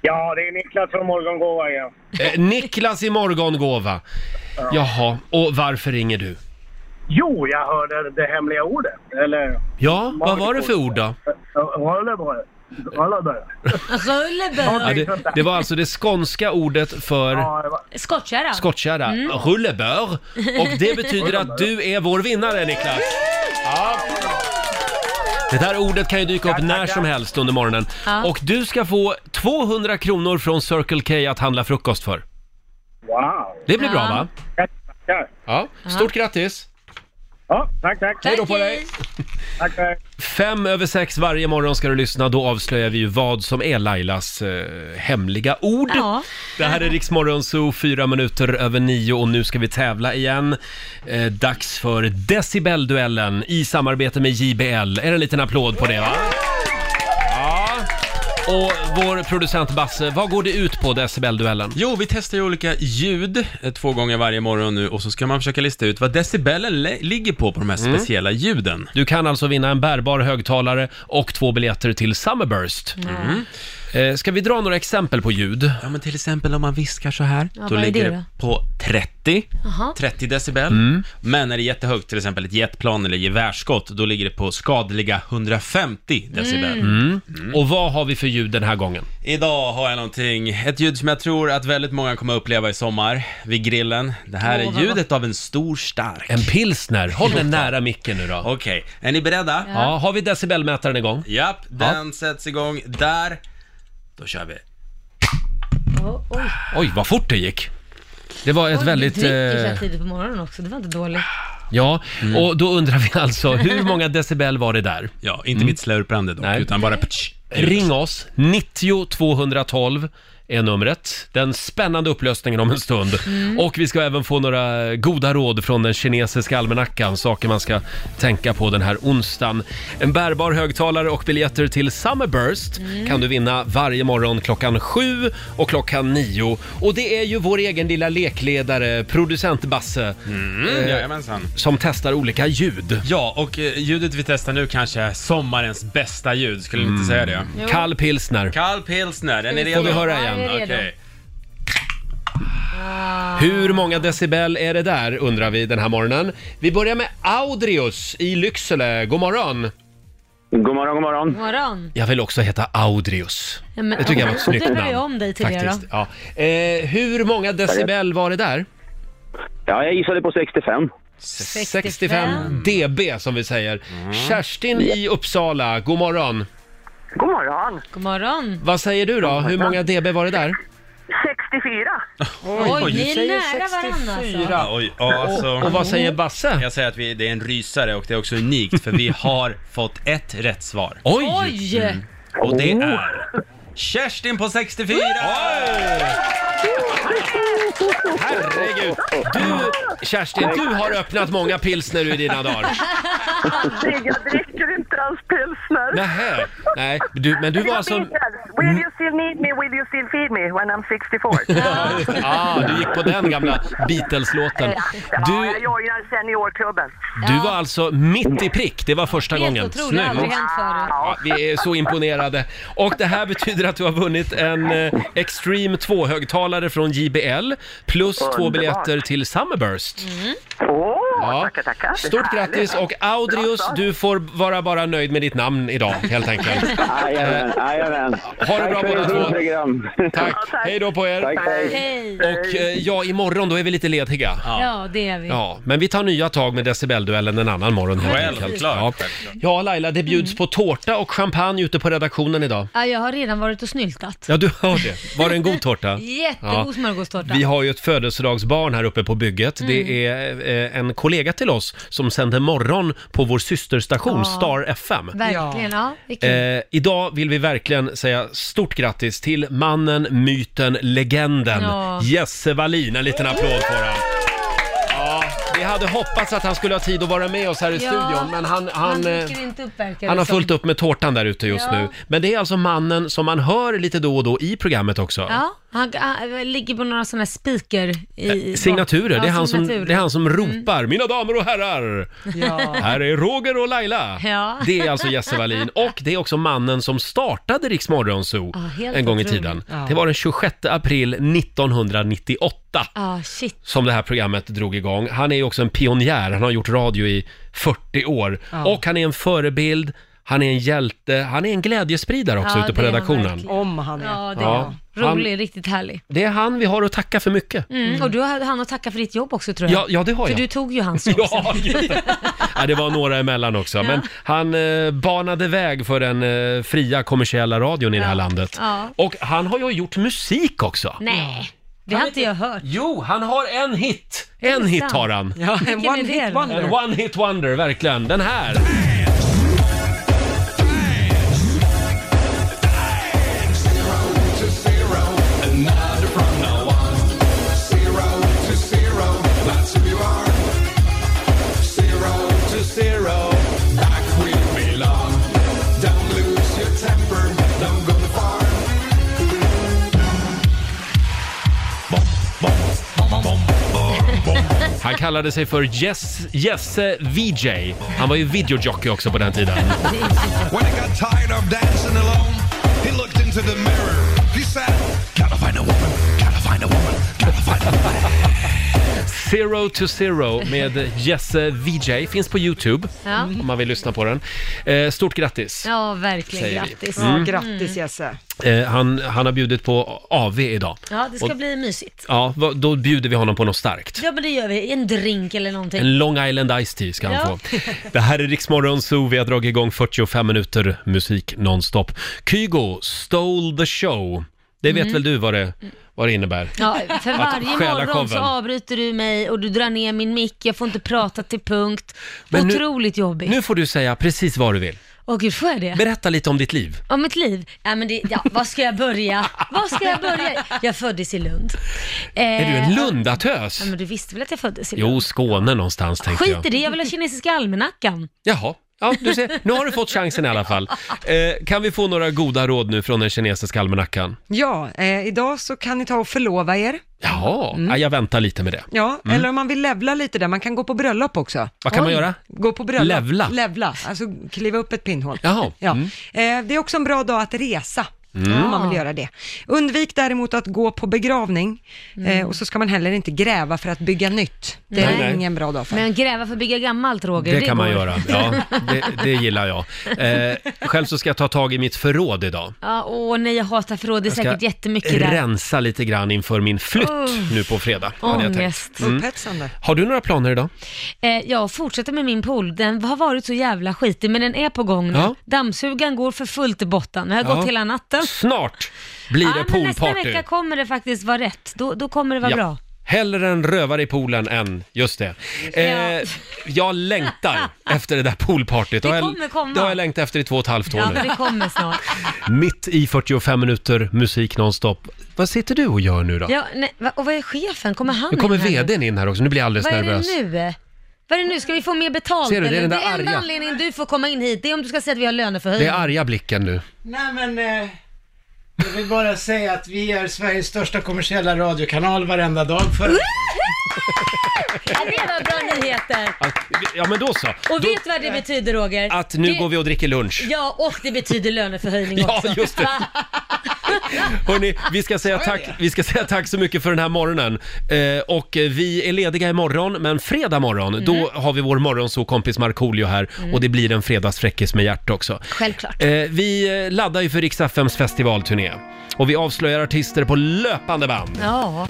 Speaker 14: Ja, det är Niklas från Morgongåva igen.
Speaker 1: Eh, Niklas i morgongåva. Jaha, och varför ringer du?
Speaker 14: Jo, jag hörde det hemliga ordet. Eller...
Speaker 1: Ja, vad var det för ord då?
Speaker 14: Röllebö. Röllebö.
Speaker 1: Ja,
Speaker 2: Rullebör.
Speaker 1: det, det var alltså det skånska ordet för
Speaker 2: Skottkärra.
Speaker 1: skottkärra,
Speaker 2: Mm.
Speaker 1: rullebör. Och det betyder att du är vår vinnare Niklas. Ja. Det där ordet kan ju dyka upp när som helst under morgonen.
Speaker 14: Ja.
Speaker 1: Och du ska få 200 kronor från Circle K att handla frukost för.
Speaker 14: Wow!
Speaker 1: Det blir bra va?
Speaker 14: Ja.
Speaker 1: Ja, stort grattis!
Speaker 14: Ja, tack, tack.
Speaker 1: Hej då på dig.
Speaker 14: Tack, tack.
Speaker 1: Fem över sex varje morgon ska du lyssna, då avslöjar vi ju vad som är Lailas eh, hemliga ord.
Speaker 2: Ja.
Speaker 1: Det här är Riksmorgon Zoo, fyra minuter över nio och nu ska vi tävla igen. Eh, dags för Decibelduellen i samarbete med JBL. Är det en liten applåd på det va? Ja. Och vår producent Basse, vad går det ut på Decibelduellen?
Speaker 6: Jo, vi testar ju olika ljud eh, två gånger varje morgon nu och så ska man försöka lista ut vad decibelen le- ligger på på de här
Speaker 1: Mm.
Speaker 6: speciella ljuden.
Speaker 1: Du kan alltså vinna en bärbar högtalare och två biljetter till Summerburst.
Speaker 6: Mm.
Speaker 1: Eh, Ska vi dra några exempel på ljud?
Speaker 6: Ja, men till exempel om man viskar så här,
Speaker 2: Ja,
Speaker 6: då
Speaker 2: vad är
Speaker 6: ligger
Speaker 2: det
Speaker 6: det på 30.
Speaker 2: Jaha.
Speaker 6: 30 decibel.
Speaker 1: Mm.
Speaker 6: Men är det jättehögt, till exempel ett jetplan eller gevärsskott, då ligger det på skadliga 150 decibel.
Speaker 1: Mm. Och vad har vi för ljud den här gången?
Speaker 6: Idag har jag någonting, ett ljud som jag tror att väldigt många kommer att uppleva i sommar, vid grillen. Det här
Speaker 1: Åh,
Speaker 6: är
Speaker 1: vad
Speaker 6: ljudet av en stor stark.
Speaker 1: En pilsner. Håll den nära micken nu då.
Speaker 6: Okej, är ni beredda?
Speaker 1: Ja. har vi decibelmätaren igång?
Speaker 6: Japp, den sätts igång där. Då kör vi.
Speaker 2: Oh, oj.
Speaker 1: Oj, vad fort det gick. Det var ett
Speaker 2: Oj,
Speaker 1: väldigt...
Speaker 2: Du dricker så här
Speaker 1: Eh,
Speaker 2: tidigt på morgonen också, det var inte dåligt.
Speaker 1: ja,
Speaker 6: Mm.
Speaker 1: och då undrar vi alltså, hur många decibel var det där? Mm.
Speaker 6: Ja, inte mitt slurprande dock, utan bara... Ptsch,
Speaker 1: Ring oss, 90 212 är numret. Den spännande upplösningen om en stund.
Speaker 6: Mm.
Speaker 1: Och vi ska även få några goda råd från den kinesiska almanackan, saker man ska tänka på den här onsdagen. En bärbar högtalare och biljetter till Summerburst kan du vinna varje morgon klockan sju och klockan nio. Och det är ju vår egen lilla lekledare, producent Basse, eh,
Speaker 6: Mm, jajamensan.
Speaker 1: som testar olika ljud.
Speaker 6: Ja, och eh, ljudet vi testar nu kanske är sommarens bästa ljud, skulle ni inte säga det?
Speaker 1: Jo. Mm. Kall pilsner.
Speaker 6: Kall pilsner, den är
Speaker 1: Får
Speaker 6: redo.
Speaker 1: vi höra igen? Ja, jag är redo.
Speaker 6: Okej.
Speaker 1: Hur många decibel är det där undrar vi den här morgonen. Vi börjar med Audrius i Lycksele. God morgon!
Speaker 10: God morgon, god morgon.
Speaker 2: God morgon.
Speaker 1: Jag vill också heta Audrius.
Speaker 2: Ja, men-
Speaker 1: det tycker jag var ett
Speaker 2: Då
Speaker 1: snyggt
Speaker 2: döper
Speaker 1: namn.
Speaker 2: jag om dig till det då.
Speaker 1: Faktiskt, Ja. Eh, hur många decibel var det där?
Speaker 10: Ja, jag gissade på 65.
Speaker 1: 65 dB som vi säger. Kerstin i Uppsala, god morgon.
Speaker 15: God morgon.
Speaker 2: God morgon.
Speaker 1: Vad säger du då? Hur många dB var det där?
Speaker 12: 64.
Speaker 2: Oj, Oj, ni är säger nära varandra alltså.
Speaker 6: Ja, oj, ja, alltså,
Speaker 1: Och- och vad säger Basse?
Speaker 6: Jag säger att vi, det är en rysare och det är också unikt för vi har fått ett rätt svar. Mm.
Speaker 1: Oj!
Speaker 2: Oj!
Speaker 6: Och det är Kerstin på 64!
Speaker 1: Herregud! Du, Kerstin, du har öppnat många pilsner i dina dagar.
Speaker 12: Aldrig, jag dricker inte alls pilsner.
Speaker 1: Nähä. Nej, du, men du var alltså...
Speaker 12: Will you still need me, will you still feed me when I'm 64?
Speaker 1: Ah, du gick på den gamla Beatles-låten.
Speaker 12: Ja,
Speaker 1: Du,
Speaker 12: jag joinar seniorklubben.
Speaker 1: du var alltså mitt i prick, det var första
Speaker 12: Helt
Speaker 1: gången.
Speaker 12: otroligt, aldrig hänt förut.
Speaker 1: Ja, vi är så imponerade. Och det här betyder att du har vunnit en eh, Extreme 2-högtalare från JBL plus två
Speaker 13: Underbart.
Speaker 1: biljetter till Summerburst.
Speaker 12: Åh,
Speaker 1: Ja.
Speaker 12: tackar, tackar.
Speaker 1: Stort
Speaker 12: Det är
Speaker 1: grattis och
Speaker 12: härligt.
Speaker 1: Audrius,
Speaker 12: Bra start.
Speaker 1: du får vara bara nöjd med ditt namn idag helt enkelt. Eh,
Speaker 10: Jajamän, jajamän.
Speaker 1: Ha det
Speaker 10: Tack
Speaker 1: bra
Speaker 10: för
Speaker 1: båda
Speaker 10: ett
Speaker 1: två.
Speaker 10: roligt program.
Speaker 1: Tack.
Speaker 10: Ja, tack.
Speaker 1: Hej då på er.
Speaker 10: Tack, hej. Hej.
Speaker 1: Och eh, ja, imorgon då är vi lite lediga.
Speaker 2: Ja, det är vi.
Speaker 1: Ja, men vi tar nya tag med decibelduellen en annan morgon helt
Speaker 6: Självklart,
Speaker 1: enkelt. Ja. ja, Laila, det bjuds på tårta och champagne ute på redaktionen idag.
Speaker 2: Ja, jag har redan varit och snyltat.
Speaker 1: Ja, du hör det. Var det en god tårta?
Speaker 2: Jättegod smörgåstårta.
Speaker 1: Vi har ju ett födelsedagsbarn här uppe på bygget.
Speaker 2: Mm.
Speaker 1: Det är eh, en kollega till oss som sänder morgon på vår systerstation
Speaker 2: Ja.
Speaker 1: Star FM.
Speaker 2: Verkligen, ja. vilken-
Speaker 1: Eh, idag vill vi verkligen säga stort grattis till mannen, myten, legenden
Speaker 2: Ja.
Speaker 1: Jesse Wallin. En liten applåd för honom. Ja, vi hade hoppats att han skulle ha tid att vara med oss här i
Speaker 2: Ja,
Speaker 1: studion, men han, han,
Speaker 2: han,
Speaker 1: eh,
Speaker 2: dyker inte upp, verkar
Speaker 1: han
Speaker 2: det
Speaker 1: har
Speaker 2: som.
Speaker 1: fullt upp med tårtan där ute just
Speaker 2: liksom- Ja.
Speaker 1: nu. Men det är alltså mannen som man hör lite då och då i programmet också.
Speaker 2: Ja, han, han ligger på några sådana här speaker i...
Speaker 1: Eh, Signaturer,
Speaker 2: Ja,
Speaker 1: det är, han som,
Speaker 2: signaturer. Mm.
Speaker 1: det är han som ropar “Mina damer och herrar,
Speaker 2: Ja.
Speaker 1: här är Roger och Laila”.
Speaker 2: Ja.
Speaker 1: Det är alltså Jesse Wallin och det är också mannen som startade Rix Morgon Zoo
Speaker 2: Ja, helt
Speaker 1: en gång i
Speaker 2: otroligt.
Speaker 1: tiden.
Speaker 2: Ja.
Speaker 1: Det var den 26 april 1998
Speaker 2: Ja, shit.
Speaker 1: som det här programmet drog igång. Han är ju också en pionjär, han har gjort radio i 40 år.
Speaker 3: Ja.
Speaker 1: Och han är en förebild, han är en hjälte, han är en glädjespridare också
Speaker 2: Ja,
Speaker 1: ute på
Speaker 2: det är han
Speaker 1: redaktionen.
Speaker 2: verkligen.
Speaker 3: Om han är.
Speaker 2: Ja, det är
Speaker 1: Ja.
Speaker 2: han. Rolig, riktigt härlig.
Speaker 1: Det är han vi har att tacka för mycket.
Speaker 2: Mm. Och du har han att tacka för ditt jobb också tror jag.
Speaker 1: Ja, ja, det har
Speaker 2: för
Speaker 1: jag.
Speaker 2: du tog ju hans jobb.
Speaker 1: Ja, just det. ja, det var några emellan också. Men han eh, banade väg för den eh, fria kommersiella radion i det här landet.
Speaker 2: Ja.
Speaker 1: Och han har ju gjort musik också.
Speaker 2: Nej, det har inte jag hört.
Speaker 1: Jo, han har en hit. En
Speaker 2: det
Speaker 1: hit
Speaker 2: sant?
Speaker 1: har han.
Speaker 2: Ja, en Mm. Vilken one är det hit då? wonder.
Speaker 1: En one hit wonder, verkligen. Den här. Han kallade sig för Jess, Jesse VJ. Han var ju videojockey också på den tiden.
Speaker 13: When he got tired of dancing alone, he looked into the mirror. He said, Gotta find a woman, gotta find a woman, gotta find a woman.
Speaker 1: Zero to Zero med Jesse VJ. Finns på YouTube
Speaker 2: Ja.
Speaker 1: om man vill lyssna på den. Eh, stort grattis!
Speaker 2: Ja, verkligen.
Speaker 1: Säger vi.
Speaker 2: Grattis.
Speaker 1: Mm.
Speaker 3: Ja, grattis Jesse.
Speaker 1: Eh, han, han har bjudit på AV idag.
Speaker 2: Ja, det ska
Speaker 1: Och-
Speaker 2: bli mysigt.
Speaker 1: Ja, vad- då bjuder vi honom på något starkt.
Speaker 2: Ja, men det gör vi. En drink eller någonting.
Speaker 1: En Long Island Ice Tea ska han
Speaker 2: Ja.
Speaker 1: få. Det här är Riksmorgon Zoo. Vi har dragit igång 45 minuter musik nonstop. Kygo stole the show. Det vet
Speaker 2: Mm.
Speaker 1: väl du vad det, vad det innebär?
Speaker 2: Ja, för
Speaker 1: Att
Speaker 2: varje
Speaker 1: stjäla
Speaker 2: morgon så
Speaker 1: showen.
Speaker 2: avbryter du mig och du drar ner min mick, jag får inte prata till punkt.
Speaker 1: Men nu-
Speaker 2: Otroligt jobbigt.
Speaker 1: Nu får du säga precis vad du vill.
Speaker 2: Åh gud, får jag det?
Speaker 1: Berätta lite om ditt liv.
Speaker 2: Om mitt liv? Ja, men det, ja, var ska jag börja? Var ska jag börja? Jag föddes i Lund. Eh,
Speaker 1: Är du en
Speaker 2: Ja,
Speaker 1: lundatös?
Speaker 2: men du visste väl att jag föddes i Lund?
Speaker 1: Alltså. Jo, Skåne någonstans tänkte jag.
Speaker 2: Skit i det, jag vill ha kinesiska almanackan.
Speaker 1: Jaha. Ja, du ser. Nu har du fått chansen i alla fall. Eh, kan vi få några goda råd nu från den kinesiska almanackan?
Speaker 3: Ja, eh, idag så kan ni ta och förlova er.
Speaker 1: Jaha,
Speaker 2: Mm.
Speaker 1: ja, jag väntar lite med det.
Speaker 3: Ja,
Speaker 1: Mm.
Speaker 3: eller om man vill levla lite där, man kan gå på bröllop också.
Speaker 1: Vad kan man göra?
Speaker 3: Gå på bröllop.
Speaker 1: Levla?
Speaker 3: Levla, alltså kliva upp ett pinnhål.
Speaker 1: Jaha.
Speaker 3: Ja. Eh, det är också en bra dag att resa.
Speaker 1: Mm.
Speaker 3: Om man vill göra det. Undvik däremot att gå på begravning
Speaker 2: Mm.
Speaker 3: eh, och så ska man heller inte gräva för att bygga nytt. Det
Speaker 1: Nej,
Speaker 3: är
Speaker 1: nej.
Speaker 3: ingen bra dag för.
Speaker 2: Men gräva för att bygga gammalt, Roger.
Speaker 1: Det kan man
Speaker 2: går.
Speaker 1: göra. Ja, det, det gillar jag. Eh, själv så ska jag ta tag i mitt förråd idag.
Speaker 2: Ja, åh nej, jag hatar förråd. Det är
Speaker 1: Jag ska
Speaker 2: säkert jättemycket där.
Speaker 1: rensa lite grann inför min flytt
Speaker 2: Oh.
Speaker 1: nu på fredag. hade jag tänkt.
Speaker 2: Ångest.
Speaker 1: Mm. Har du några planer idag?
Speaker 2: Eh, jag fortsätter med min pool. Den har varit så jävla skitig, men den är på gång nu.
Speaker 1: Ja.
Speaker 2: Dammsugaren går för fullt i botten. Den har
Speaker 1: Ja.
Speaker 2: gått hela natten.
Speaker 1: Snart blir det
Speaker 2: men nästa
Speaker 1: poolparty.
Speaker 2: vecka kommer det faktiskt vara rätt. Då, då kommer det vara
Speaker 1: Ja.
Speaker 2: bra.
Speaker 1: Hellre en rövare i poolen än, just det. Eh, jag längtar efter det där poolpartyt. Det,
Speaker 2: kommer komma.
Speaker 1: det har jag längtat efter i två och ett halvt år
Speaker 2: Ja,
Speaker 1: nu.
Speaker 2: det kommer snart.
Speaker 1: Mitt i 45 minuter musik nonstop. Vad sitter du och gör nu då?
Speaker 2: Ja, nej, va- och vad är chefen? Kommer han
Speaker 1: nu kommer
Speaker 2: in här nu?
Speaker 1: vdn in här också, nu blir jag alldeles
Speaker 2: Vad är
Speaker 1: nervös.
Speaker 2: det nu? Vad är det nu? Ska vi få mer betalt?
Speaker 1: Ser du, det är
Speaker 2: eller?
Speaker 1: den där
Speaker 2: det är enda
Speaker 1: arga.
Speaker 2: anledningen du får komma in hit, det är om du ska säga att vi har
Speaker 1: Det
Speaker 2: löneförhöjning.
Speaker 1: är arga blicken nu.
Speaker 15: Nej men, eh, jag vill bara säga att vi är Sveriges största kommersiella radiokanal varenda dag. För...
Speaker 2: Ja, det var bra nyheter!
Speaker 1: Ja men då så.
Speaker 2: Och vet du vad det betyder Roger?
Speaker 1: Att nu
Speaker 2: Eh, det...
Speaker 1: går vi och dricker lunch.
Speaker 2: Ja, och det betyder löneförhöjning
Speaker 1: Ja,
Speaker 2: också.
Speaker 1: just det.
Speaker 2: Va?
Speaker 1: Hörni, vi ska, säga tack, vi ska säga tack så mycket för den här morgonen. Eh, och eh, vi är lediga imorgon, men fredag morgon, då har vi vår morgonsokompis Markoolio här
Speaker 2: Mm.
Speaker 1: och det blir en fredagsfräckis med hjärt också.
Speaker 2: Självklart.
Speaker 1: Eh, vi eh, laddar ju för Rix FMs festivalturné och vi avslöjar artister på löpande band.
Speaker 2: Ja.